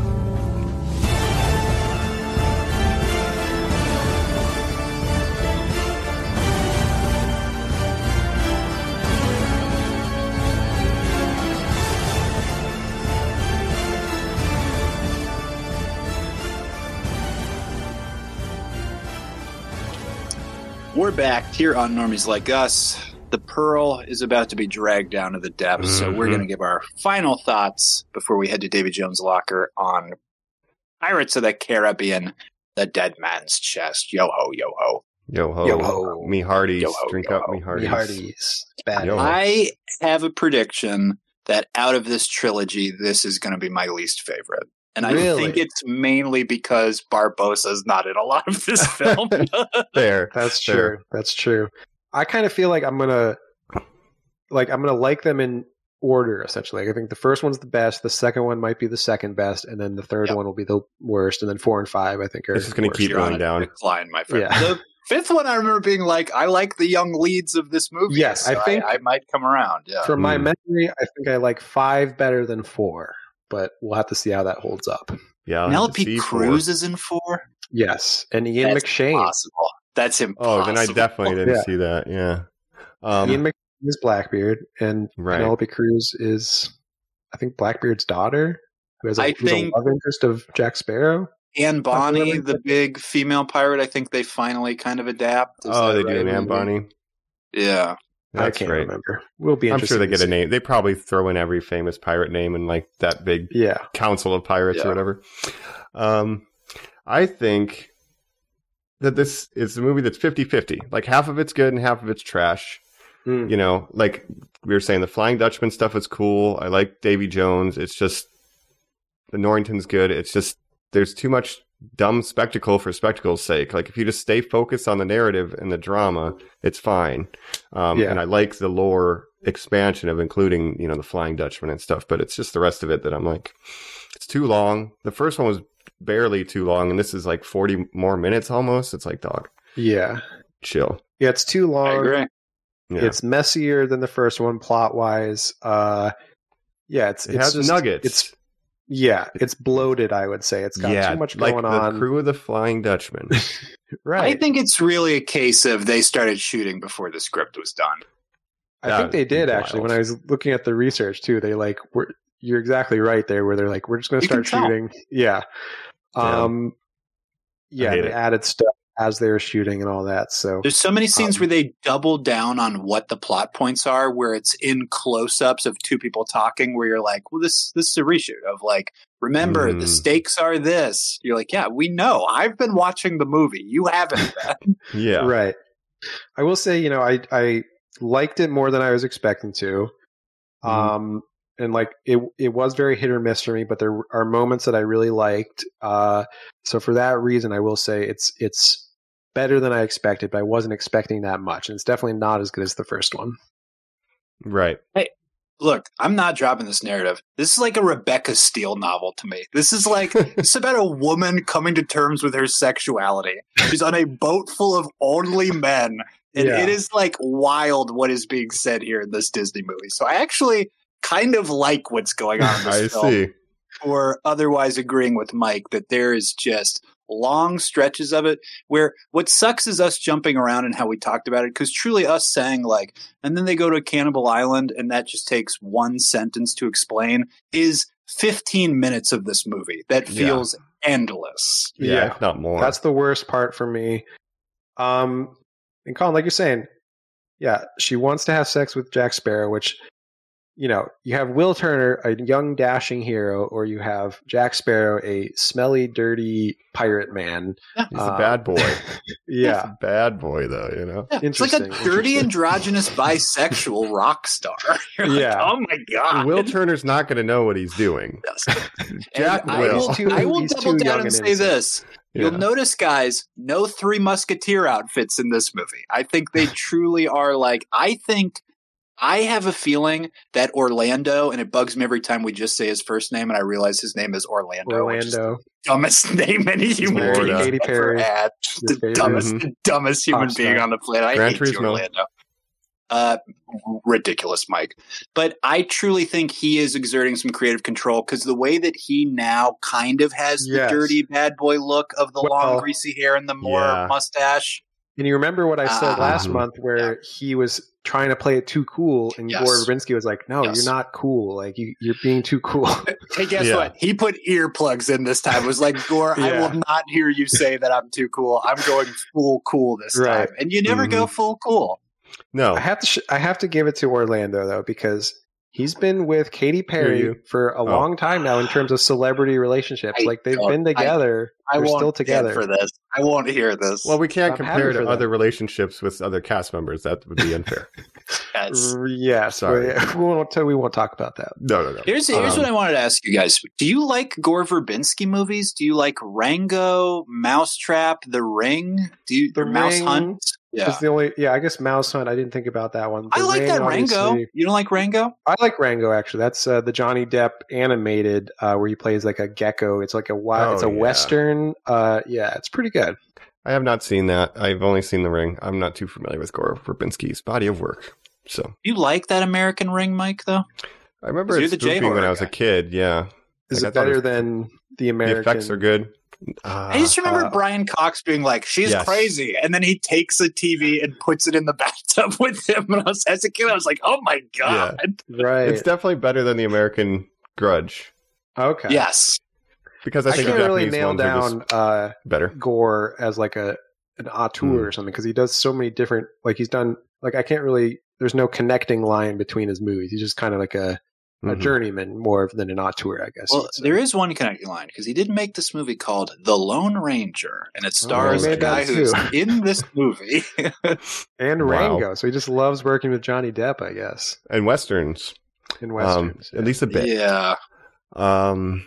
We're back here on Normies Like Us. The Pearl is about to be dragged down to the depths, so we're Mhm. going to give our final thoughts before we head to David Jones' locker on Pirates of the Caribbean, The Dead Man's Chest. Yo ho, yo ho. Yo ho, Yo ho. me hearties, Yo ho, drink yo up ho. me The hearties. Hardys. Bad. Yo. I have a prediction that out of this trilogy, this is going to be my least favorite. And I Really? think it's mainly because Barbosa's not in a lot of this film. There, That's true. Fair. That's true. I kind of feel like I'm gonna like I'm gonna like them in order essentially. Like, I think the first one's the best, the second one might be the second best, and then the third Yep. one will be the worst, and then four and five I think are This is gonna worst. keep You're on going a down. Decline, my friend. Yeah. The fifth one, I remember being like, I like the young leads of this movie. Yes, I so think- I, might come around. Yeah. From my Hmm. memory, I think I like five better than four, but we'll have to see how that holds up. yeah. I'll have to Penelope see for- Cruz is in four. Yes, and Ian That's McShane. Possible. That's impossible. Oh, then I definitely didn't Yeah. see that. Yeah. Um, Ian McShane is Blackbeard, and Right. Penelope Cruz is, I think, Blackbeard's daughter, who has a, I who's think- a love interest of Jack Sparrow. Anne Bonny, Definitely. the big female pirate. I think they finally kind of adapt. Is oh, that they right? Mm-hmm. do, man, Bonnie. Yeah. I That's can't right. remember. We'll be. I'm sure they get a interested name. They probably throw in every famous pirate name in like that big to see. Yeah, council of pirates Yeah. or whatever. Um, I think that this is a movie that's 50 50. Like half of it's good and half of it's trash. Mm. You know, like we were saying, the Flying Dutchman stuff is cool. I like Davy Jones. It's just the Norrington's good. It's just there's too much dumb spectacle for spectacle's sake. Like if you just stay focused on the narrative and the drama, it's fine. Um, Yeah. And I like the lore expansion of including you know the Flying Dutchman and stuff, but it's just the rest of it that I'm like, it's too long. The first one was barely too long, and this is like 40 more minutes almost. It's like, dog, Yeah. chill. Yeah, it's too long. I Oh, agree. Yeah. It's messier than the first one plot wise. Uh yeah, it's it it's has just- nuggets. It's yeah, it's bloated, I would say. It's got too much like going the on. crew of the Flying Dutchman. right. I think it's really a case of they started shooting before the script was done. I think Uh, they did wild. actually. When I was looking at the research too, they like were you're exactly right there where they're like, We're just gonna You can start tell. shooting. Yeah. Yeah. Um yeah, hate they it. added stuff as they were shooting and all that. So There's so many scenes Um, where they double down on what the plot points are, where it's in close-ups of two people talking, where you're like, "Well, this this is a reshoot of like, remember the Mm. stakes are this." You're like, "Yeah, we know. I've been watching the movie. You haven't." yeah. Right. I will say, you know, I I liked it more than I was expecting to. Mhm. Um and like it it was very hit or miss for me, but there are moments that I really liked. Uh so for that reason I will say it's it's better than I expected, but I wasn't expecting that much. And it's definitely not as good as the first one. Right. Look, I'm not dropping this narrative. This is like a Rebecca Steele novel to me. This is like it's about a woman coming to terms with her sexuality. She's on a boat full of only men. And Yeah. it is like wild what is being said here in this Disney movie. So I actually kind of like what's going on in this I film see. or otherwise agreeing with Mike that there is just long stretches of it where what sucks is us jumping around and how we talked about it because truly us saying like and then they go to cannibal island and that just takes one sentence to explain is 15 minutes of this movie that Yeah. feels endless Yeah, if not more. That's the worst part for me. Um, and Colin, like you're saying, yeah, she wants to have sex with Jack Sparrow, which, you know, you have Will Turner, a young dashing hero, or you have Jack Sparrow, a smelly, dirty pirate man. He's uh, a bad boy. He's Yeah, a bad boy, though, you know? Yeah, it's like a Interesting, dirty interesting. androgynous bisexual rock star You're like, Yeah. oh my god Will Turner's not going to know what he's doing. Jack And I will. will, He's too- I will he's double too down young and and say innocent. this Yeah. You'll notice, guys, no three musketeer outfits in this movie. I think they truly are like, I think, I have a feeling that Orlando, and it bugs me every time we just say his first name and I realize his name is Orlando. Which is the Orlando, dumbest name any human Florida. being has Katy ever Perry. had. Your The favorite. dumbest, the dumbest human Pop being star. on the planet. I Gran hate you, Turismo. Orlando. Uh, ridiculous, Mike. But I truly think he is exerting some creative control because the way that he now kind of has Yes. the dirty bad boy look of the long Well, greasy hair and the more yeah. mustache. and you remember what I said Ah. last Mhm. month, where he was trying to play it too cool, and Yes. Gore Verbinski was like, "No, Yes. you're not cool. Like you, you're being too cool." Hey, guess Yeah. what? He put earplugs in this time. It was like, Gore, I Yeah. will not hear you say that I'm too cool. I'm going full cool this Right. Mm-hmm. time. And you never go full cool. No. I have to sh- I have to give it to Orlando though because he's been with Katy Perry you. Oh. for a long time now in terms of celebrity relationships. I like they've don't- been I- together. I They're won't still stand together. for this. I won't hear this. Well, we can't I'm happy compare for to that. other relationships with other cast members. That would be unfair. Yes. R- yes, Sorry. we, we won't we won't talk about that. no, no, no. Here's here's Um, what I wanted to ask you guys. Do you like Gore Verbinski movies? Do you like Rango, Mousetrap, The Ring? Do you The or Mouse Ring Hunt? It's Yeah. the only yeah, I guess Mouse Hunt. I didn't think about that one. I The like Ring, that Rango. obviously. You don't like Rango? I like Rango actually. That's uh, the Johnny Depp animated uh, where he plays like a gecko. It's like a wild, Oh, it's a yeah. western. Uh, yeah, it's pretty good. I have not seen that. I've only seen The Ring. I'm not too familiar with Gore Verbinski's body of work. So You like that American Ring, Mike, though? I remember You're the it spoofing J-horror when I was guy. a kid. Yeah. Is Like, it I thought better was- than the American? The effects are good. Uh, I just remember uh, Brian Cox being like, "She's Yes. crazy," and then he takes a TV and puts it in the bathtub with him. And I was, as a kid, I was like, "Oh my god!" right. It's definitely better than the American Grudge okay. Yes, because I, I think can't the really Japanese nail ones are down just uh, better. Gore as like a an auteur Hmm. or something because he does so many different. Like he's done. Like I can't really. There's no connecting line between his movies. He's just kind of like a, a Mhm. journeyman more than an auteur, I guess. you Mm-hmm. Well, would say. there is one connecting line because he did make this movie called The Lone Ranger, and it stars he the made guy Oh, that who's too. in this movie. and Wow. Rango, so he just loves working with Johnny Depp, I guess, and westerns, in um, westerns. at least a bit. yeah, Um,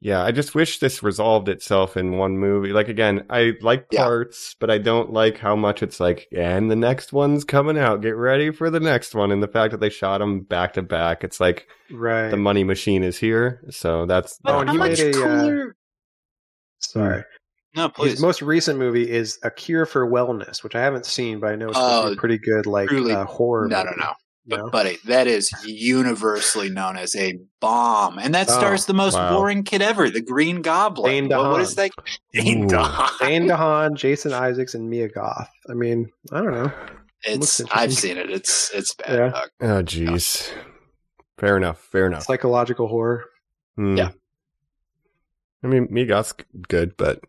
Yeah, I just wish this resolved itself in one movie. Like again, I like Yeah. parts, but I don't like how much it's like. And the next one's coming out. Get ready for the next one. And the fact that they shot them back to back, it's like Right. the money machine is here. So that's Oh, But and how he much made a, uh, cooler? Hmm. Sorry. No, His please. most recent movie is A Cure for Wellness, which I haven't seen, but I know it's supposed to be Oh, a pretty good, like truly. uh, horror. No, no, movie. no. But No? buddy, that is universally known as a bomb, and that Oh, stars the most wow. boring kid ever, the Green Goblin. Dane What- what DeHaan. is that? Ooh. Dane DeHaan. Dane DeHaan, Jason Isaacs, and Mia Goth. I mean, I don't know. It's Looks I've interesting. seen it. It's it's bad. Uh, Yeah. dog. oh, jeez. Fair enough. Fair enough. Psychological horror. Hmm. Yeah. I mean, Migos good, but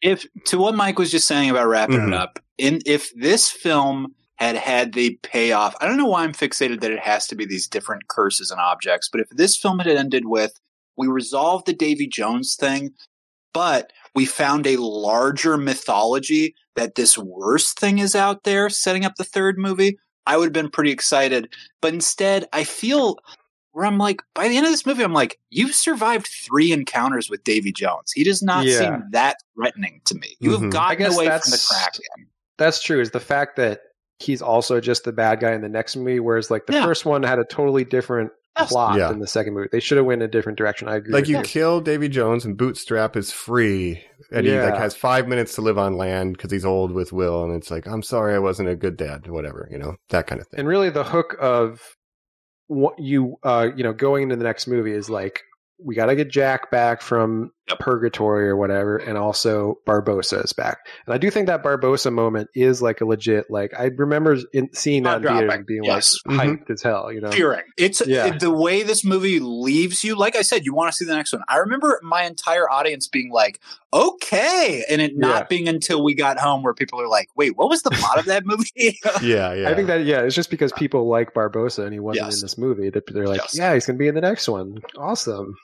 If to what Mike was just saying about wrapping Mhm. it up, in if this film had had the payoff, I don't know why I'm fixated that it has to be these different curses and objects, but if this film had ended with we resolved the Davy Jones thing, but we found a larger mythology that this worse thing is out there setting up the third movie, I would have been pretty excited. But instead, I feel where I'm like, by the end of this movie, I'm like, you've survived three encounters with Davy Jones. He does not Yeah. seem that threatening to me. You Mhm. have I gotten guess away from the that's- crack. That's true. Is the fact that he's also just the bad guy in the next movie, whereas like the Yeah. first one had a totally different Yes. plot Yeah. than the second movie. They should have went in a different direction. I agree. like with you kill Davy Jones and Bootstrap is free, and he like Yeah. has five minutes to live on land because he's old with Will, and it's like I'm sorry I wasn't a good dad, whatever, you know that kind of thing. and really the hook of what you uh you know going into the next movie is like we got to get jack back from Yep. purgatory or whatever and also barbosa is back and i do think that barbosa moment is like a legit like i remember in, seeing that in Jaw theaters dropping, and being yes. like hyped Mhm. as hell you know Fearing. It's Yeah. it- the way this movie leaves you. Like I said, you want to see the next one. I remember my entire audience being like, okay. And it not Yeah. being until we got home where people are like, wait, what was the plot of that movie? yeah, yeah. I think that yeah, it's just because people like Barbosa and he wasn't Yes. in this movie that they're like, Yes. yeah, he's gonna be in the next one. Awesome.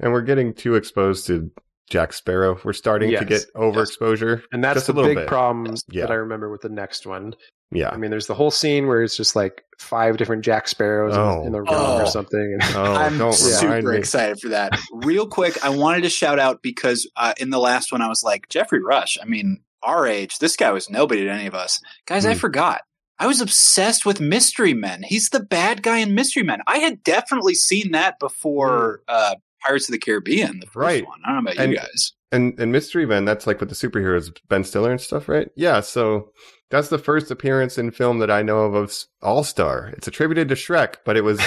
and we're getting too exposed to Jack Sparrow. We're starting to Yes. get overexposure. And that's Just a the little big bit. problem Yes. Yeah. that I remember with the next one. I Yeah. mean, there's the whole scene where it's just like five different Jack Sparrows in the- Oh. in the room Oh. or something. And Oh, I'm don't remind super me. excited for that. Real quick, I wanted to shout out because uh, in the last one, I was like, Jeffrey Rush, I mean, our age, this guy was nobody to any of us. Guys, I Hmm. forgot. I was obsessed with Mystery Men. He's the bad guy in Mystery Men. I had definitely seen that before uh, Pirates of the Caribbean, the first Hmm. Right. one. I don't know about And- you guys. And and Mystery Men, that's like with the superheroes, Ben Stiller and stuff, right? Yeah. So that's the first appearance in film that I know of of All Star. It's attributed to Shrek, but it was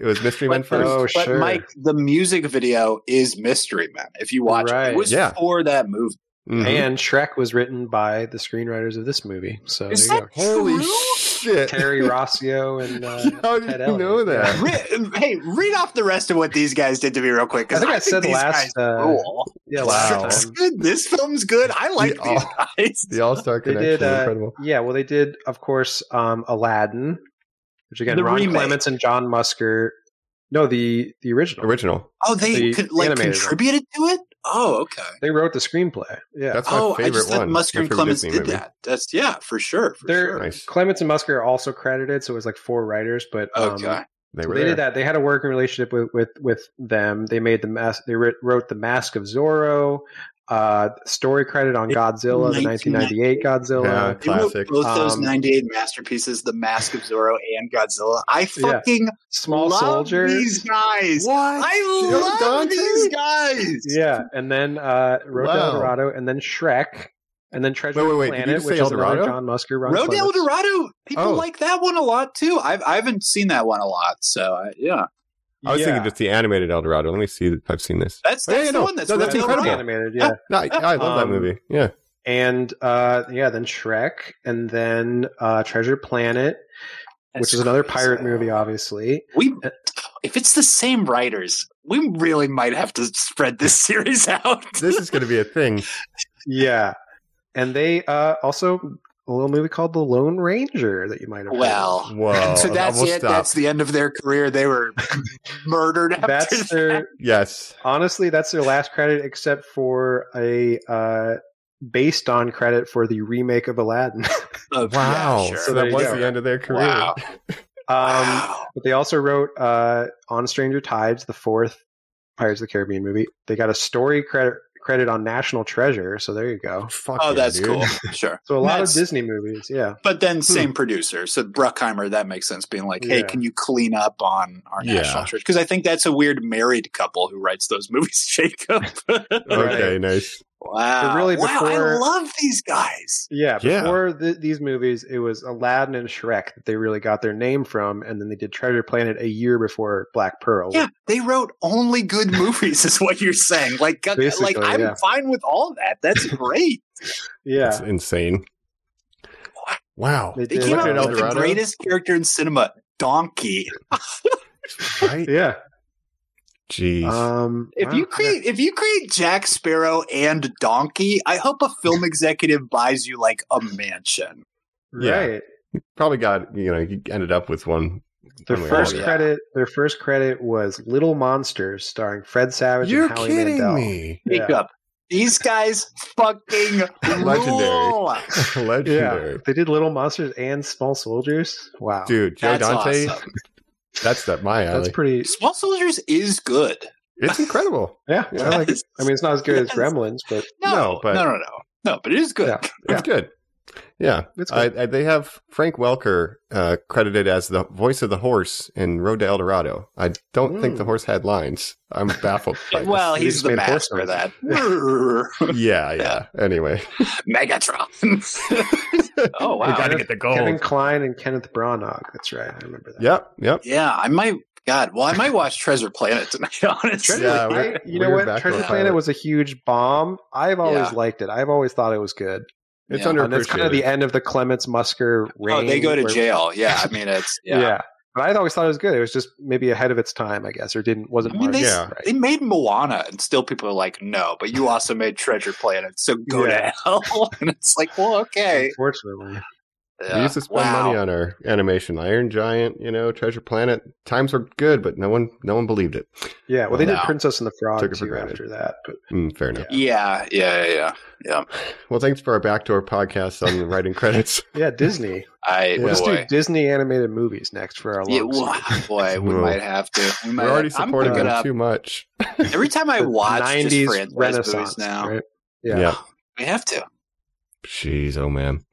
it was Mystery Men But, first. Oh, but sure. Mike, the music video is Mystery Men. If you watch it, Right. it was Yeah. for that movie. Oh, Mhm. and Shrek was written by the screenwriters of this movie. So Is there you that- go. Holy True? shit! Terry Rossio and uh, How did Ted you Elliott. know that? Yeah. Re- hey, read off the rest of what these guys did to me real quick. 'cause I think I said these last, guys uh, rule. Yeah, Wow. last time. Good. This film's good. I like Yeah. these guys. The All Star They connection, did. Uh, incredible. yeah, well, they did, of course, um, Aladdin, which again, The Ron remake. Clements and John Musker. No, the the original. Original. Oh, they The could, like animated one. contributed to it. Oh, okay. They wrote the screenplay. Yeah, That's my oh, I favorite just thought Musker one. My and favorite Clemens Disney did movie. that. That's yeah, for sure. For They're- sure. Nice. Clements and Musker are also credited, so it was like four writers, but um, Okay. They So were they there. did that. They had a working relationship with with with them. They made the mask. They writ- wrote the Mask of Zorro. Uh, story credit on Godzilla, the 1998 Yeah, Godzilla. They wrote classic. both those Um, 98 masterpieces, The Mask of Zorro and Godzilla. I fucking Small love Soldier. these guys. What? I Joe love Dante? these guys. Yeah, and then uh, Road to Wow. El Dorado, and then Shrek, and then Treasure Wait, wait, wait, did you Planet, say which El is another Dorado? John Musker. Ron Road to El Clements. Dorado. People Oh. like that one a lot too. I've I haven't seen that one a lot, so I, yeah, I was Yeah. thinking just the animated El Dorado. Let me see. if I've seen this. that's Oh, yeah, that's yeah, the no. one that's, No, Road that's to El incredible. Dorado. animated, yeah. No, I, I love Um, that movie. Yeah. And uh, yeah, then Shrek, and then uh, Treasure Planet, which That's is another crazy. pirate movie, obviously. We if it's the same writers, we really might have to spread this series out. This is going to be a thing. yeah and they uh also a little movie called the lone ranger that you might have heard of. well. Whoa. so that's we'll it. Stop. That's the end of their career. They were murdered. After that's that. their yes. honestly that's their last credit except for a uh based on credit for the remake of aladdin Oh, Wow. yeah, sure. So There that you was go. the end of their career. Wow. um Wow. but they also wrote uh on stranger tides the fourth Pirates of the Caribbean movie. They got a story credit credit on National Treasure, so there you go. Fuck Oh, yeah, that's dude. cool. Sure. So a lot That's- of Disney movies, yeah. But then same producer, so Bruckheimer, that makes sense. Being like, hey, Yeah. can you clean up on our Yeah. national church? Because I think that's a weird married couple who writes those movies, Jacob. Okay, uh, nice. wow, But really wow, I before- love these guys. Yeah, Yeah. before th these movies, it was Aladdin and Shrek that they really got their name from, and then they did Treasure Planet a year before Black Pearl. Yeah, they wrote only good movies, is what you're saying. Like, g- like Basically, I'm yeah. fine with all that. That's great. yeah. That's insane. Wow. They They did. came Look out at El with the Dorado. greatest character in cinema, Donkey. Right? Yeah. Jeez. Um, If wow, you yeah. create if you create Jack Sparrow and Donkey, I hope a film executive buys you like a mansion. Yeah. right, Probably got, you know, he ended up with one. their Oh my first God. credit, their first credit was Little Monsters, starring Fred Savage You're and Howie kidding Mandel. me. Yeah. Jacob, these guys fucking Legendary. rule. Legendary. Yeah, they did Little Monsters and Small Soldiers. Wow, Dude, Joe That's Dante, awesome. that's that my alley. that's pretty. Small Soldiers is good. it's incredible. Yeah, I like. it. I mean, it's not as good as Yes. Gremlins, but No, No, but- no, no, no, no, but it is good. Yeah. It's good. Yeah. it's I, good. I, they have Frank Welker uh, credited as the voice of the horse in Road to El Dorado. I don't think Mm. the horse had lines. I'm baffled. by this. Well, They he's just the made horse master of that. yeah, yeah. Anyway, Megatron. oh wow! get the Kevin Klein and Kenneth Branagh. That's right. I remember that. yep, yep. Yeah, I might. God, well, I might watch Treasure Planet tonight. Honestly, Yeah, I- we're- you we're know what? back Treasure on Planet pilot. was a huge bomb. I've always Yeah. liked it. I've always thought it was good. It's Yeah. underappreciated. And that's kind of the end of the Clements Musker reign. oh, they go to where- jail. Yeah, I mean, it's Yeah. yeah. But I'd always thought it was good. It was just maybe ahead of its time, I guess, or didn't wasn't. I mean, they, marketed Yeah. right. they made Moana, and still people are like, "No, but you also made Treasure Planet, so go Yeah. to hell." And it's like, well, okay. Unfortunately, We uh, Yeah. used to spend money on our animation, Iron Giant, you know, Treasure Planet. Times were good, but no one, no one believed it. yeah. Well, they did No. Princess and the Took Frog it for too granted. after that. But Mm, fair enough. Yeah, yeah, yeah. yeah. Well, thanks for our backdoor podcast on the writing credits. yeah, Disney. I Yeah. boy, Let's do Disney animated movies next for our long. Yeah, well, boy, we Well, might have to. We might We're already I'm supporting picking them up. too much. Every time I series. The watch just franchise movies now, right? Yeah. yeah. we have to. Jeez, oh man.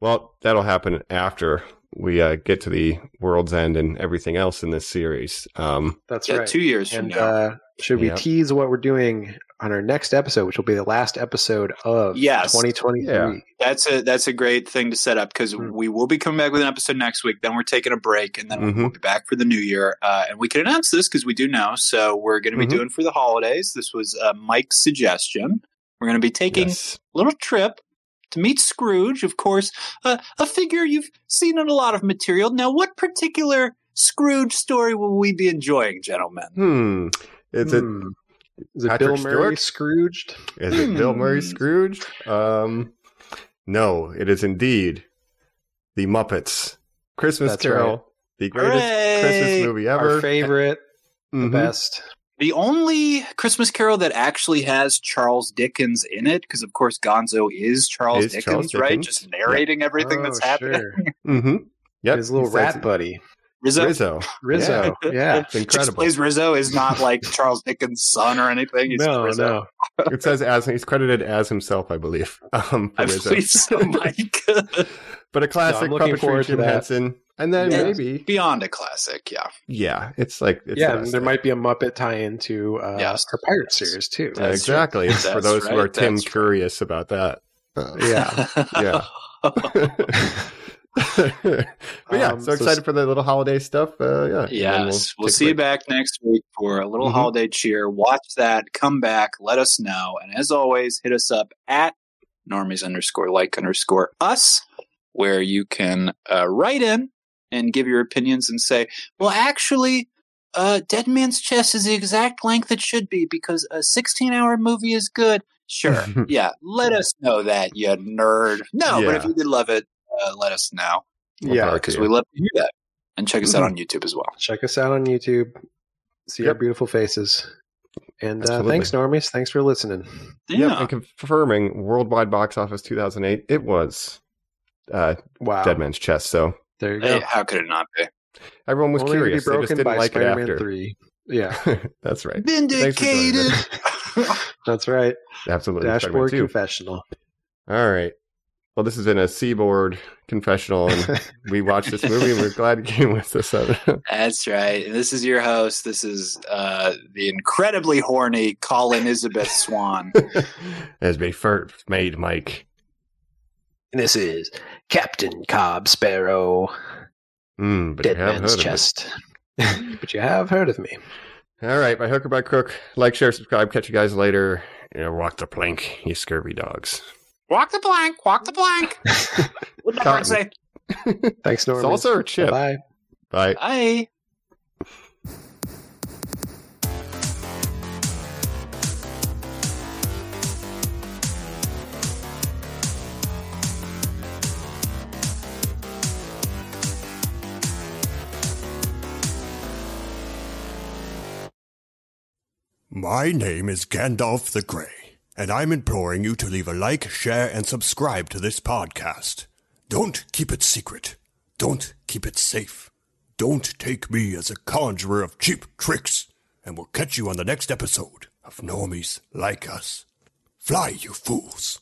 Well, that'll happen after we uh, get to the world's end and everything else in this series. Um, That's yeah, right. two years from and now. uh, should we Yeah. tease what we're doing on our next episode, which will be the last episode of Yes. 2023? Yeah. That's a that's a great thing to set up because Hmm. we will be coming back with an episode next week. Then we're taking a break, and then we'll Mhm. be back for the new year. Uh, and we can announce this because we do know. So we're going to be Mhm. doing for the holidays. This was uh, Mike's suggestion. We're going to be taking yes. a little trip to meet Scrooge, of course, uh, a figure you've seen in a lot of material. Now, what particular Scrooge story will we be enjoying, gentlemen? Hmm. Is it Hmm. Is it Patrick Bill Murray Stewart? Scrooged? is it Bill Murray Hmm. Scrooge? Um, no, it is indeed the Muppets Christmas That's Carol, right. the greatest Christmas Hooray! movie Our ever. favorite, Mhm. the best. The only Christmas Carol that actually has Charles Dickens in it, because of course Gonzo is Charles, Is Dickens, Charles right? Dickens. Just narrating everything Oh, that's happening. Sure. Mhm. Yep. His little he says rat buddy, Rizzo, Rizzo. Rizzo. Yeah. It's incredible. plays Rizzo is not like Charles Dickens' son or anything. He's No, Rizzo. no. it says as he's credited as himself, I believe. Um, for I Rizzo. believe so, Mike. but a classic No, I'm looking puppetry forward to Jim that. Henson. And then Yeah. maybe Beyond a classic, yeah. Yeah, it's like it's yeah, the and best there thing. might be a Muppet tie-in to uh, Yes. our pirate series too. Yeah, That's exactly. true. It's for That's those who right, are Tim that's right. curious about that. Uh, Yeah. yeah. but yeah, Um, so so excited for the little holiday stuff. Uh, yeah. and then Yes. We'll, take see you back break. next week for a little Mhm. holiday cheer. Watch that. Come back. Let us know. And as always, hit us up at normies underscore like underscore us, where you can uh, write in and give your opinions and say, well, actually, uh, Dead Man's Chest is the exact length it should be because a 16 hour movie is good. Sure. yeah. Let us know that, you nerd. No, but if Yeah. you did love it, uh, let us know We'll Yeah, talk to Mm-hmm. because you. we love to do that. And check us out on YouTube as well. Check us out on YouTube. See our Yep. beautiful faces. And uh, Absolutely. thanks, Normies. Thanks for listening. Yep, and confirming worldwide box office 2008, it was uh, Wow. Dead Man's Chest. So There you go. Hey, how could it not be? everyone was Only to be curious. They just broken didn't by like it Spider-Man after. 3. Yeah, That's right. Vindicated. that's right. Absolutely. Dashboard Segment two. confessional. All right. Well, this has been a seaboard confessional, and we watched this movie, and we're glad you came with us. on it. That's right. And this is your host. This is uh, the incredibly horny Colin Elizabeth Swan. As we first made Mike. This is Captain Cobb Sparrow, Mm, but Dead you have Man's heard of it. Chest. But you have heard of me. All right, by hook or by crook, like, share, subscribe. Catch you guys later. You know, walk the plank, you scurvy dogs. walk the plank. Walk the plank. What did I Cotton. say? Thanks, Norman. Salsa or chip? Bye. Bye. Bye. My name is Gandalf the Grey, and I'm imploring you to leave a like, share, and subscribe to this podcast. Don't keep it secret. Don't keep it safe. Don't take me as a conjurer of cheap tricks, and we'll catch you on the next episode of Normies Like Us. Fly, you fools!